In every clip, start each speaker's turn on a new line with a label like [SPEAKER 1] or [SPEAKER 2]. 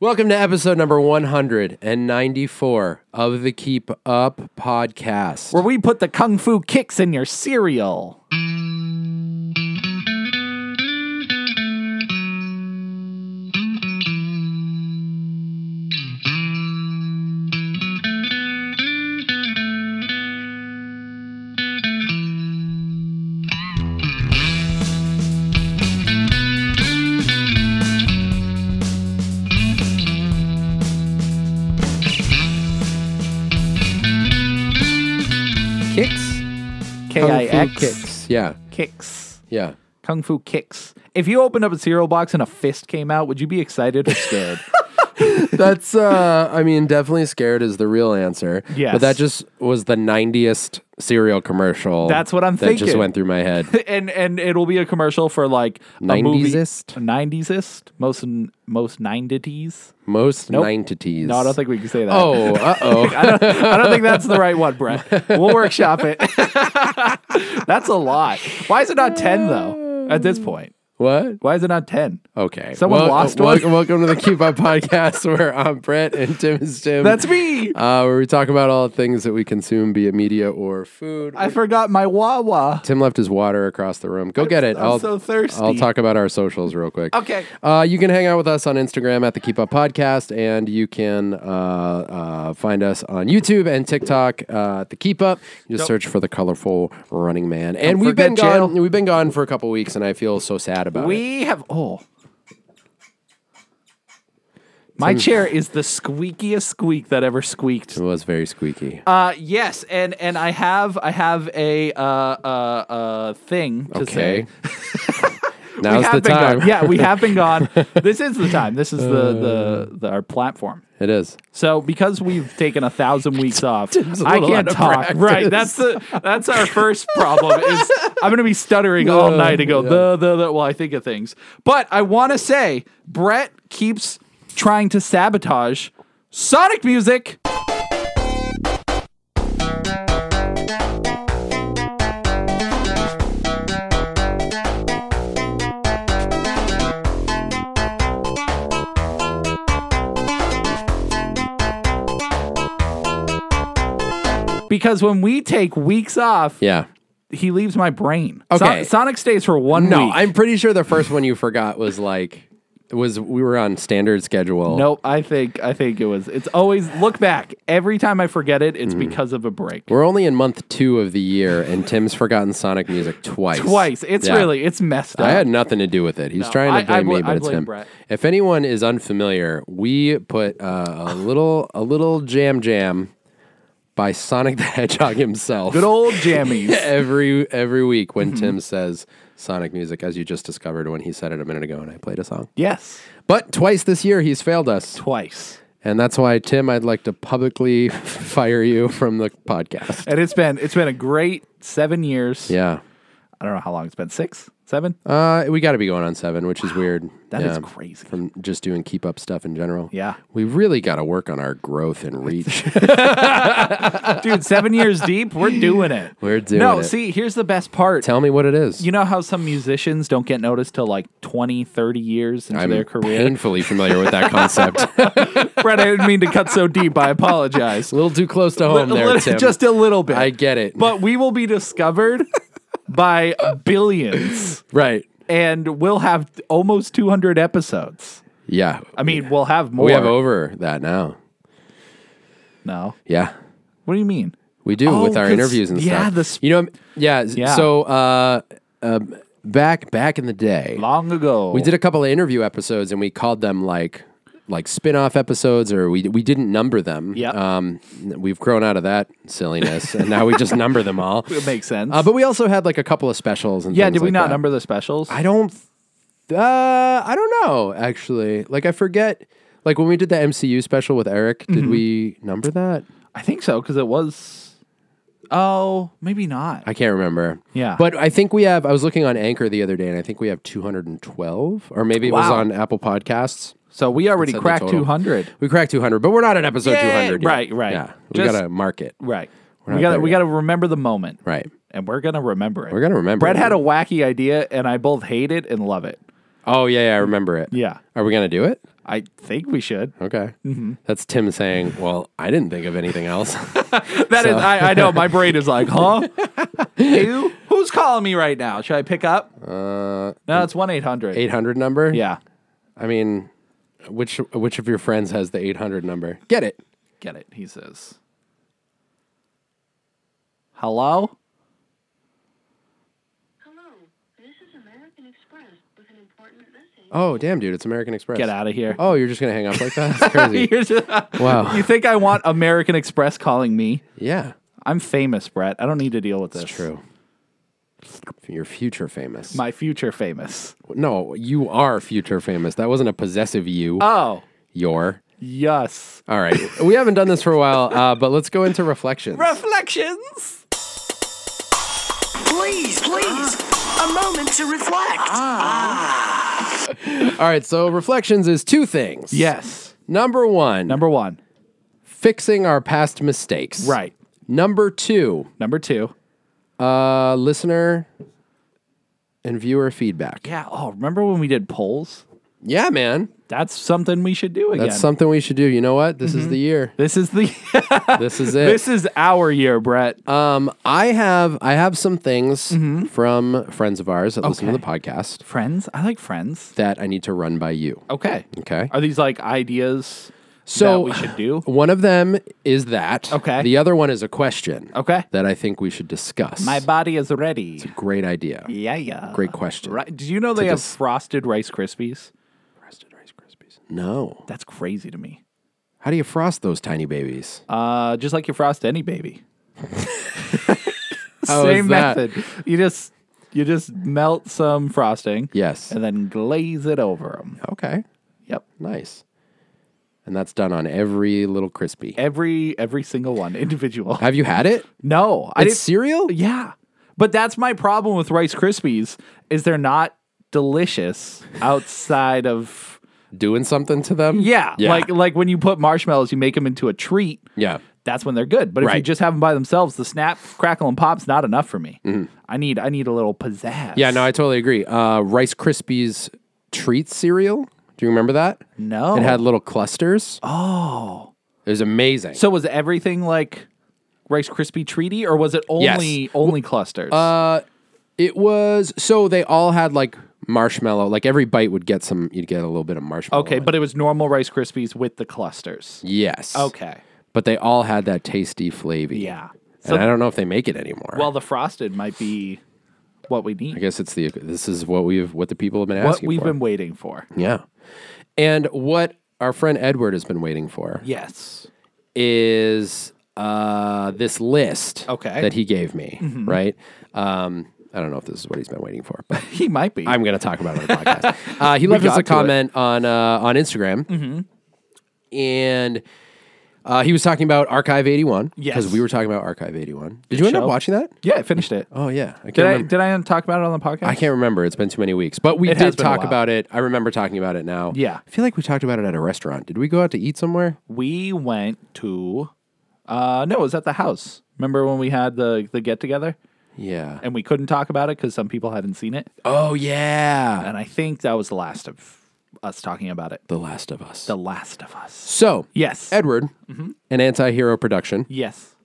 [SPEAKER 1] Welcome to episode number 194 of the Keep Up podcast.
[SPEAKER 2] where we put the kung fu kicks in your cereal.
[SPEAKER 1] Kicks?
[SPEAKER 2] K I X
[SPEAKER 1] Kicks. Yeah.
[SPEAKER 2] kicks.
[SPEAKER 1] Yeah.
[SPEAKER 2] Kung fu kicks. If you opened up a cereal box and a fist came out, would you be excited or scared?
[SPEAKER 1] That's, uh, I mean, definitely scared is the real answer.
[SPEAKER 2] Yes.
[SPEAKER 1] But that just was the 90st cereal commercial.
[SPEAKER 2] That's what I'm
[SPEAKER 1] that just
[SPEAKER 2] thinking.
[SPEAKER 1] went through my head.
[SPEAKER 2] and and it'll be a commercial for like a movie.
[SPEAKER 1] 90s-ist?
[SPEAKER 2] 90s most most 90s.
[SPEAKER 1] Most
[SPEAKER 2] Nope.
[SPEAKER 1] nineties.
[SPEAKER 2] No, I don't think we can say that.
[SPEAKER 1] Oh, uh oh.
[SPEAKER 2] I don't, I don't think that's the right one, Brett. We'll workshop it. that's a lot. Why is it not 10 though? At this point.
[SPEAKER 1] what?
[SPEAKER 2] Why is it not 10?
[SPEAKER 1] Okay.
[SPEAKER 2] Someone lost one?
[SPEAKER 1] Welcome, welcome to the Keep Up podcast where I'm Brett and Tim is Tim.
[SPEAKER 2] That's me.
[SPEAKER 1] uh, where we talk about all the things that we consume, be it media or food.
[SPEAKER 2] I forgot my Wawa.
[SPEAKER 1] Tim left his water across the room. Go get it.
[SPEAKER 2] I'm so thirsty.
[SPEAKER 1] I'll talk about our socials real quick.
[SPEAKER 2] Okay.
[SPEAKER 1] Uh, you can hang out with us on Instagram at the Keep Up Podcast, and you can uh, uh, find us on YouTube and TikTok uh, at the Keep Up. You just search for the colorful Running Man. And we've been
[SPEAKER 2] forget
[SPEAKER 1] gone.
[SPEAKER 2] jail.
[SPEAKER 1] We've been gone for a couple weeks, and I feel so sad about it.
[SPEAKER 2] We have oh. My chair is the squeakiest squeak that ever squeaked.
[SPEAKER 1] It was very squeaky.
[SPEAKER 2] Uh yes, and and I have I have a uh uh uh thing to
[SPEAKER 1] okay.
[SPEAKER 2] say. We
[SPEAKER 1] Now's
[SPEAKER 2] have
[SPEAKER 1] the
[SPEAKER 2] been
[SPEAKER 1] time.
[SPEAKER 2] Gone. Yeah, we have been gone. this is the time. This is the, the
[SPEAKER 1] Uh.
[SPEAKER 2] the our platform.
[SPEAKER 1] It is.
[SPEAKER 2] So because we've taken a thousand weeks off,
[SPEAKER 1] a
[SPEAKER 2] I
[SPEAKER 1] little out
[SPEAKER 2] can't
[SPEAKER 1] of
[SPEAKER 2] talk.
[SPEAKER 1] practice.
[SPEAKER 2] Right. That's the that's our first problem. Is I'm going to be stuttering all
[SPEAKER 1] Uh,
[SPEAKER 2] night and go
[SPEAKER 1] yeah.
[SPEAKER 2] the the the while I think of things. But I want to say Brett keeps trying to sabotage Sonic music. Because when we take weeks off,
[SPEAKER 1] Yeah.
[SPEAKER 2] he leaves my brain.
[SPEAKER 1] Okay.
[SPEAKER 2] Sonic stays for one
[SPEAKER 1] No,
[SPEAKER 2] week.
[SPEAKER 1] I'm pretty sure the first one you forgot was like was we were on standard schedule.
[SPEAKER 2] Nope, I think I think it was. It's always look back. Every time I forget it, it's because of a break.
[SPEAKER 1] Mm. We're only in month two of the year, and Tim's forgotten Sonic music twice.
[SPEAKER 2] Twice. It's
[SPEAKER 1] Yeah.
[SPEAKER 2] really it's messed up.
[SPEAKER 1] I had nothing to do with it. He's
[SPEAKER 2] I-
[SPEAKER 1] trying to
[SPEAKER 2] I
[SPEAKER 1] blame
[SPEAKER 2] bl-
[SPEAKER 1] me, but
[SPEAKER 2] I
[SPEAKER 1] it's
[SPEAKER 2] blame
[SPEAKER 1] him.
[SPEAKER 2] Brett.
[SPEAKER 1] If anyone is unfamiliar, we put uh, a little a little jam jam by Sonic the Hedgehog himself.
[SPEAKER 2] Good old jammies.
[SPEAKER 1] every every week when Tim says Sonic music, as you just discovered when he said it a minute ago, and I played a song.
[SPEAKER 2] yes.
[SPEAKER 1] But twice this year, he's failed us.
[SPEAKER 2] Twice.
[SPEAKER 1] And that's why, Tim, I'd like to publicly fire you from the podcast.
[SPEAKER 2] And it's been it's been a great seven years.
[SPEAKER 1] Yeah.
[SPEAKER 2] I don't know how long it's been. Six? Seven?
[SPEAKER 1] Uh, we got to be going on seven, which is weird.
[SPEAKER 2] That is
[SPEAKER 1] Yeah.
[SPEAKER 2] crazy.
[SPEAKER 1] From just doing keep up stuff in general.
[SPEAKER 2] Yeah.
[SPEAKER 1] We really got to work on our growth and reach.
[SPEAKER 2] Dude, seven years deep, we're doing it.
[SPEAKER 1] We're doing
[SPEAKER 2] no,
[SPEAKER 1] it.
[SPEAKER 2] see, here's the best part.
[SPEAKER 1] Tell me what it is.
[SPEAKER 2] you know how some musicians don't get noticed till like 20, 30 years into
[SPEAKER 1] I'm
[SPEAKER 2] their career?
[SPEAKER 1] painfully familiar with that concept. a
[SPEAKER 2] Brett, I didn't mean to cut so deep. I apologize.
[SPEAKER 1] little too close to home there, Tim.
[SPEAKER 2] Just a little bit.
[SPEAKER 1] I get it.
[SPEAKER 2] but we will be discovered by billions
[SPEAKER 1] right.
[SPEAKER 2] and we'll have almost 200 episodes.
[SPEAKER 1] Yeah.
[SPEAKER 2] I mean, we'll have more.
[SPEAKER 1] we have over that now.
[SPEAKER 2] no.
[SPEAKER 1] Yeah.
[SPEAKER 2] What do you mean?
[SPEAKER 1] We do
[SPEAKER 2] Oh,
[SPEAKER 1] with our
[SPEAKER 2] 'cause-
[SPEAKER 1] interviews and
[SPEAKER 2] yeah,
[SPEAKER 1] stuff.
[SPEAKER 2] the sp-
[SPEAKER 1] you know, yeah. z-
[SPEAKER 2] Yeah.
[SPEAKER 1] So uh, uh, back back in the day,
[SPEAKER 2] Long ago.
[SPEAKER 1] we did a couple of interview episodes, and we called them like like spin off episodes, or we we didn't number them.
[SPEAKER 2] Yep.
[SPEAKER 1] Um, we've grown out of that silliness, and now we just number them all.
[SPEAKER 2] it makes sense.
[SPEAKER 1] Uh, but we also had like a couple of specials and
[SPEAKER 2] yeah,
[SPEAKER 1] things
[SPEAKER 2] did we
[SPEAKER 1] like
[SPEAKER 2] not
[SPEAKER 1] that.
[SPEAKER 2] number the specials?
[SPEAKER 1] I don't. Uh, I don't know actually. Like I forget. Like when we did the MCU special with Eric,
[SPEAKER 2] Mm-hmm.
[SPEAKER 1] did we number that?
[SPEAKER 2] I think so because it was Oh, maybe not.
[SPEAKER 1] I can't remember.
[SPEAKER 2] Yeah.
[SPEAKER 1] But I think we have, I was looking on Anchor the other day and I think we have 212, or maybe it was
[SPEAKER 2] Wow.
[SPEAKER 1] on Apple Podcasts.
[SPEAKER 2] so we already
[SPEAKER 1] Said the
[SPEAKER 2] cracked
[SPEAKER 1] total.
[SPEAKER 2] 200.
[SPEAKER 1] We cracked 200, but we're not at episode
[SPEAKER 2] Yay!
[SPEAKER 1] 200 yet.
[SPEAKER 2] Right, right.
[SPEAKER 1] Yeah. We
[SPEAKER 2] Just-
[SPEAKER 1] got to mark it.
[SPEAKER 2] Right.
[SPEAKER 1] not
[SPEAKER 2] We got to
[SPEAKER 1] there
[SPEAKER 2] we
[SPEAKER 1] yet.
[SPEAKER 2] got to remember the moment.
[SPEAKER 1] Right.
[SPEAKER 2] And we're going to remember it.
[SPEAKER 1] We're going to remember.
[SPEAKER 2] Brett
[SPEAKER 1] it.
[SPEAKER 2] had a wacky idea and I both hate it and love it.
[SPEAKER 1] Oh yeah, yeah, I remember it.
[SPEAKER 2] Yeah.
[SPEAKER 1] Are we gonna do it?
[SPEAKER 2] I think we should.
[SPEAKER 1] Okay.
[SPEAKER 2] Mm-hmm.
[SPEAKER 1] That's Tim saying, "Well, I didn't think of anything else."
[SPEAKER 2] That is, I, I know. My brain is like, huh? Who? Who's calling me right now? Should I pick up?
[SPEAKER 1] uh,
[SPEAKER 2] No, it's 1 800.
[SPEAKER 1] eight hundred number.
[SPEAKER 2] Yeah.
[SPEAKER 1] I mean, which which of your friends has the eight hundred number? Get it.
[SPEAKER 2] Get it, he says. Hello?
[SPEAKER 3] Hello, this is American Express with an important message.
[SPEAKER 1] Oh damn, dude, it's American Express.
[SPEAKER 2] Get out of here.
[SPEAKER 1] Oh, you're just gonna hang up like that? That's crazy.
[SPEAKER 2] You're just-
[SPEAKER 1] wow.
[SPEAKER 2] you think I want American Express calling me?
[SPEAKER 1] Yeah.
[SPEAKER 2] I'm famous, Brett. I don't need to deal with this.
[SPEAKER 1] That's true. You're future famous.
[SPEAKER 2] My future famous.
[SPEAKER 1] no, you are future famous. That wasn't a possessive you.
[SPEAKER 2] Oh,
[SPEAKER 1] Your.
[SPEAKER 2] yes.
[SPEAKER 1] All right. we haven't done this for a while, uh, but let's go into reflections.
[SPEAKER 2] Reflections.
[SPEAKER 4] Please, please, a moment to reflect.
[SPEAKER 1] All right. So, reflections is two things.
[SPEAKER 2] Yes.
[SPEAKER 1] Number one,
[SPEAKER 2] Number one.
[SPEAKER 1] fixing our past mistakes.
[SPEAKER 2] Right.
[SPEAKER 1] Number two,
[SPEAKER 2] Number two.
[SPEAKER 1] uh, listener and viewer feedback.
[SPEAKER 2] Yeah. Oh, remember when we did polls?
[SPEAKER 1] Yeah, man.
[SPEAKER 2] That's something we should do again.
[SPEAKER 1] That's something we should do. You know what? This is
[SPEAKER 2] Mm-hmm.
[SPEAKER 1] the year.
[SPEAKER 2] this is the
[SPEAKER 1] This is it.
[SPEAKER 2] this is our year, Brett.
[SPEAKER 1] Um, I have I have some things from friends of ours that listen to the
[SPEAKER 2] Mm-hmm. Okay.
[SPEAKER 1] podcast
[SPEAKER 2] friends. I like friends.
[SPEAKER 1] that I need to run by you.
[SPEAKER 2] Okay.
[SPEAKER 1] Okay.
[SPEAKER 2] Are these like ideas
[SPEAKER 1] So-
[SPEAKER 2] that we should do?
[SPEAKER 1] One of them is that.
[SPEAKER 2] Okay.
[SPEAKER 1] The other one is a question.
[SPEAKER 2] Okay.
[SPEAKER 1] That I think we should discuss.
[SPEAKER 2] My body is ready.
[SPEAKER 1] great idea.
[SPEAKER 2] Yeah, yeah.
[SPEAKER 1] Great question.
[SPEAKER 2] Right. Did you know they have frosted Rice Krispies?
[SPEAKER 1] Frosted Rice Krispies. No.
[SPEAKER 2] That's crazy to me.
[SPEAKER 1] How do you frost those tiny babies?
[SPEAKER 2] Uh, just like you frost any baby.
[SPEAKER 1] How Oh, is
[SPEAKER 2] Same
[SPEAKER 1] that?
[SPEAKER 2] method. You just you just melt some frosting.
[SPEAKER 1] Yes.
[SPEAKER 2] And then glaze it over them.
[SPEAKER 1] Okay.
[SPEAKER 2] Yep.
[SPEAKER 1] Nice. And that's done on every little crispy.
[SPEAKER 2] Every every single one individual.
[SPEAKER 1] Have you had it?
[SPEAKER 2] No, I
[SPEAKER 1] It's
[SPEAKER 2] didn't.
[SPEAKER 1] cereal?
[SPEAKER 2] Yeah, but that's my problem with Rice Krispies is they're not delicious outside of
[SPEAKER 1] Doing something to them?
[SPEAKER 2] yeah,
[SPEAKER 1] Yeah.
[SPEAKER 2] Like like when you put marshmallows, you make them into a treat.
[SPEAKER 1] Yeah.
[SPEAKER 2] That's when they're good. But if you
[SPEAKER 1] Right.
[SPEAKER 2] just have them by themselves, the snap, crackle, and pop's not enough for me. I need I need a little pizzazz.
[SPEAKER 1] Mm-hmm. Yeah, no, I totally agree. Uh, Rice Krispies treat cereal. Do you remember that?
[SPEAKER 2] no.
[SPEAKER 1] It had little clusters. Oh. It was amazing.
[SPEAKER 2] so was everything like Rice Krispie treaty, or was it only only clusters?
[SPEAKER 1] Uh, it was so they all had like marshmallow. Like every bite would get some you'd get a little bit of marshmallow.
[SPEAKER 2] okay,
[SPEAKER 1] in it.
[SPEAKER 2] but it was normal Rice Krispies with the clusters.
[SPEAKER 1] yes.
[SPEAKER 2] Okay,
[SPEAKER 1] But they all had that tasty flavy.
[SPEAKER 2] yeah.
[SPEAKER 1] and I don't know if they make it anymore.
[SPEAKER 2] Well, the frosted might be what we
[SPEAKER 1] I
[SPEAKER 2] need.
[SPEAKER 1] guess it's the this is what we've what the people have been
[SPEAKER 2] What
[SPEAKER 1] asking
[SPEAKER 2] we've
[SPEAKER 1] for.
[SPEAKER 2] been waiting for.
[SPEAKER 1] yeah. And what our friend Edward has been waiting for
[SPEAKER 2] Yes.
[SPEAKER 1] is uh, this list
[SPEAKER 2] Okay. Mm-hmm.
[SPEAKER 1] that he gave me, right? Um, I don't know if this is what he's been waiting for, but
[SPEAKER 2] He might be.
[SPEAKER 1] I'm going to talk about it on the podcast. Uh, he left us
[SPEAKER 2] got
[SPEAKER 1] a
[SPEAKER 2] to it. Mm-hmm.
[SPEAKER 1] comment on uh, on Instagram, and uh, he was talking about Archive 81
[SPEAKER 2] Yes.
[SPEAKER 1] we were talking about Archive 81. Did you end up
[SPEAKER 2] show.
[SPEAKER 1] watching that?
[SPEAKER 2] yeah, I finished it.
[SPEAKER 1] Oh yeah, I can't
[SPEAKER 2] did I
[SPEAKER 1] remember.
[SPEAKER 2] did I talk about it on the podcast?
[SPEAKER 1] I can't remember. It's been too many weeks, but we
[SPEAKER 2] It has
[SPEAKER 1] did
[SPEAKER 2] been a
[SPEAKER 1] talk
[SPEAKER 2] while.
[SPEAKER 1] about it. I remember talking about it now.
[SPEAKER 2] Yeah.
[SPEAKER 1] I feel like we talked about it at a restaurant. Did we go out to eat somewhere?
[SPEAKER 2] We went to uh no, it was at the house. Remember when we had the the get together
[SPEAKER 1] Yeah.
[SPEAKER 2] and we couldn't talk about it cuz some people hadn't seen it?
[SPEAKER 1] Oh yeah.
[SPEAKER 2] And I think that was the last of us talking about it.
[SPEAKER 1] The Last of Us.
[SPEAKER 2] The last of us.
[SPEAKER 1] so
[SPEAKER 2] Yes. Mm-hmm.
[SPEAKER 1] Edward, an anti-hero production.
[SPEAKER 2] yes.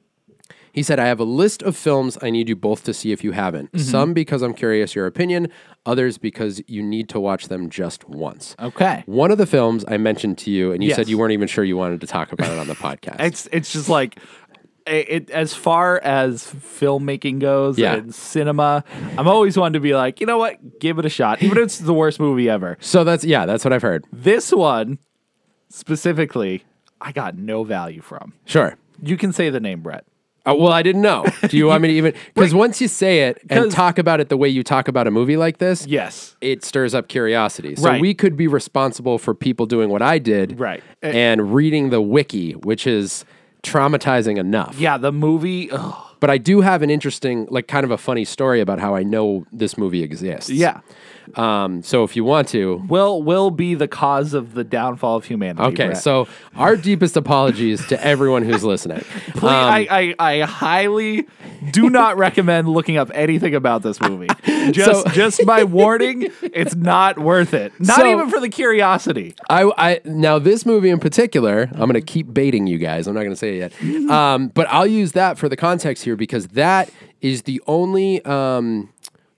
[SPEAKER 1] He said, "I have a list of films I need you both to see if you haven't.
[SPEAKER 2] Mm-hmm.
[SPEAKER 1] Some because I'm curious your opinion, others because you need to watch them just once."
[SPEAKER 2] Okay.
[SPEAKER 1] One of the films I mentioned to you, and you
[SPEAKER 2] Yes.
[SPEAKER 1] said you weren't even sure you wanted to talk about it on the podcast.
[SPEAKER 2] It's it's just like it, it as far as filmmaking goes
[SPEAKER 1] Yeah.
[SPEAKER 2] and cinema. I'm always one to be like, you know what, give it a shot, even if it's the worst movie ever.
[SPEAKER 1] so that's yeah, that's what I've heard.
[SPEAKER 2] This one specifically, I got no value from.
[SPEAKER 1] Sure.
[SPEAKER 2] You can say the name, Brett.
[SPEAKER 1] Uh, well, I didn't know. Do you want me to even? Because once you say it and
[SPEAKER 2] 'Cause-
[SPEAKER 1] talk about it the way you talk about a movie like this,
[SPEAKER 2] Yes.
[SPEAKER 1] it stirs up curiosity. So
[SPEAKER 2] Right.
[SPEAKER 1] we could be responsible for people doing what I did,
[SPEAKER 2] Right. Eh.
[SPEAKER 1] And reading the wiki, which is traumatizing enough.
[SPEAKER 2] Yeah, the movie. Ugh.
[SPEAKER 1] But I do have an interesting, like, kind of a funny story about how I know this movie exists.
[SPEAKER 2] Yeah,
[SPEAKER 1] Um. So if you want to,
[SPEAKER 2] will will be the cause of the downfall of humanity.
[SPEAKER 1] okay.
[SPEAKER 2] Brett.
[SPEAKER 1] So our deepest apologies to everyone who's listening.
[SPEAKER 2] Please, I, I I highly do not recommend looking up anything about this movie.
[SPEAKER 1] So-
[SPEAKER 2] Just just my warning, it's not worth it. Not
[SPEAKER 1] So-
[SPEAKER 2] even for the curiosity.
[SPEAKER 1] I, I now this movie in particular, I'm gonna keep baiting you guys. I'm not gonna say it yet, um, but I'll use that for the context here because that is the only um,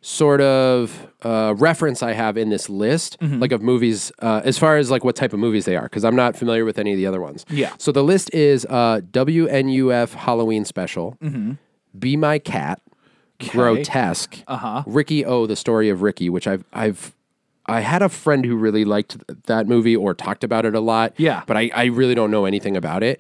[SPEAKER 1] sort of uh, reference I have in this list, like of movies, uh, as far as like what type of movies they are, because I'm not familiar with any of the other ones.
[SPEAKER 2] Yeah.
[SPEAKER 1] So the list is uh, WNUF Halloween Special, Be My Cat, Grotesque, uh-huh. Ricky O, The Story of Ricky, which I've I've I had a friend who really liked th- that movie or talked about it a lot.
[SPEAKER 2] Yeah.
[SPEAKER 1] But I, I really don't know anything about it.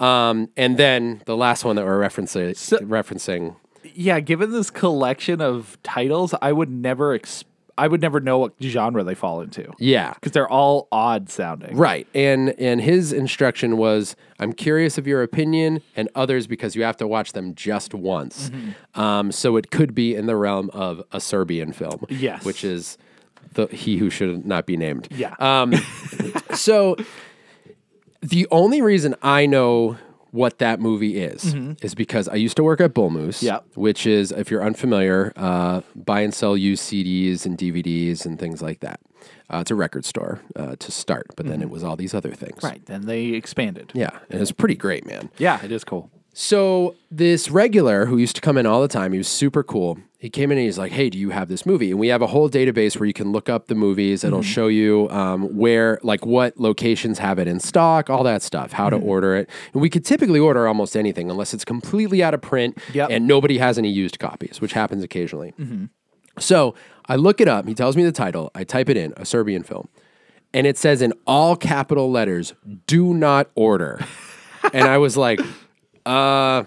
[SPEAKER 1] Um, and then the last one that we're referencing referencing.
[SPEAKER 2] Yeah, given this collection of titles, I would never ex- I would never know what genre they fall into.
[SPEAKER 1] Yeah.
[SPEAKER 2] Because they're all odd sounding.
[SPEAKER 1] Right. And and his instruction was I'm curious of your opinion and others because you have to watch them just once.
[SPEAKER 2] Mm-hmm.
[SPEAKER 1] Um, so it could be in the realm of a Serbian film.
[SPEAKER 2] Yes.
[SPEAKER 1] Which is the he who should not be named.
[SPEAKER 2] Yeah.
[SPEAKER 1] Um, so the only reason I know what that movie is is because I used to work at Bull Moose,
[SPEAKER 2] Mm-hmm. Yeah.
[SPEAKER 1] which is, if you're unfamiliar, uh, buy and sell used CDs and DVDs and things like that. Uh, it's a record store uh, to start, but then it was all these other things.
[SPEAKER 2] Mm-hmm. Right. Then they expanded.
[SPEAKER 1] Yeah, and it's pretty great, man.
[SPEAKER 2] Yeah, it is cool.
[SPEAKER 1] So this regular who used to come in all the time, he was super cool. He came in and he's like, "Hey, do you have this movie?" And we have a whole database where you can look up the movies. It'll show you um, where, like, what locations have it in stock, all that stuff, how to order it. And we could typically order almost anything unless it's completely out of print
[SPEAKER 2] Yep.
[SPEAKER 1] and nobody has any used copies, which happens occasionally. So I look it up. He tells me the title. I type it in, a Serbian film. And it says in all capital letters, do not order. and I was like, uh,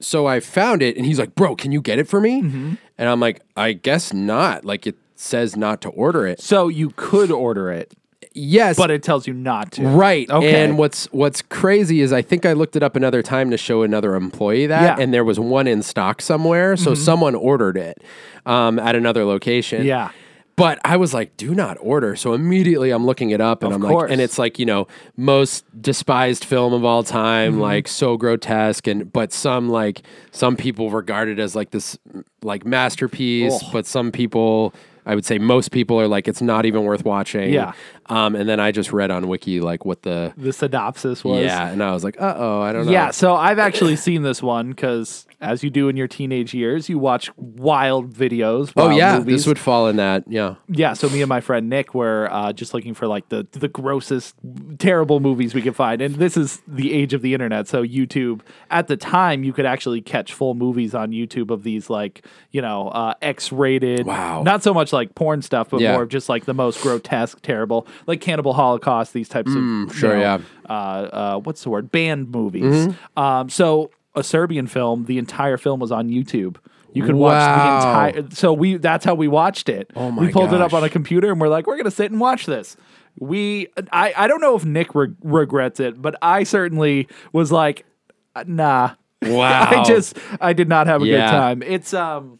[SPEAKER 1] so I found it. And he's like, bro, can you get it for me?
[SPEAKER 2] Mm-hmm.
[SPEAKER 1] And I'm like, I guess not. Like it says not to order it.
[SPEAKER 2] So you could order it,
[SPEAKER 1] Yes.
[SPEAKER 2] but it tells you not to.
[SPEAKER 1] Right.
[SPEAKER 2] Okay.
[SPEAKER 1] And what's what's crazy is I think I looked it up another time to show another employee that,
[SPEAKER 2] Yeah. Mm-hmm.
[SPEAKER 1] and there was one in stock somewhere. So someone ordered it um, at another location.
[SPEAKER 2] Yeah.
[SPEAKER 1] But I was like, do not order. So immediately I'm looking it up and
[SPEAKER 2] Of
[SPEAKER 1] I'm
[SPEAKER 2] course.
[SPEAKER 1] like, and it's like, you know, most despised film of all time,
[SPEAKER 2] Mm-hmm.
[SPEAKER 1] like so grotesque. And, but some like, some people regard it as like this like masterpiece,
[SPEAKER 2] Ugh.
[SPEAKER 1] but some people, I would say most people are like, it's not even worth watching.
[SPEAKER 2] Yeah.
[SPEAKER 1] Um, and then I just read on Wiki like what the
[SPEAKER 2] the synopsis was.
[SPEAKER 1] yeah, and I was like, uh oh, I don't know.
[SPEAKER 2] Yeah, so I've actually seen this one because, as you do in your teenage years, you watch wild videos.
[SPEAKER 1] Oh
[SPEAKER 2] wild
[SPEAKER 1] yeah,
[SPEAKER 2] movies.
[SPEAKER 1] this would fall in that. Yeah.
[SPEAKER 2] Yeah, so me and my friend Nick were uh, just looking for like the the grossest, terrible movies we could find, and this is the age of the internet. So YouTube, at the time, you could actually catch full movies on YouTube of these like you know uh, X rated,
[SPEAKER 1] Wow.
[SPEAKER 2] not so much like porn stuff, but
[SPEAKER 1] Yeah.
[SPEAKER 2] more of just like the most grotesque, terrible, like Cannibal Holocaust, these types of
[SPEAKER 1] Mm, sure,
[SPEAKER 2] you know,
[SPEAKER 1] yeah. Mm-hmm.
[SPEAKER 2] uh, uh, what's the word? Band movies. Um, so a Serbian film, the entire film was on YouTube. You could
[SPEAKER 1] Wow.
[SPEAKER 2] watch the entire. So we that's how we watched it. Oh
[SPEAKER 1] my
[SPEAKER 2] We pulled it up
[SPEAKER 1] gosh.
[SPEAKER 2] on a computer and we're like, we're gonna sit and watch this. We I I don't know if Nick re- regrets it, but I certainly was like, nah. I
[SPEAKER 1] Wow.
[SPEAKER 2] just I did not have a
[SPEAKER 1] Yeah.
[SPEAKER 2] good time. It's um,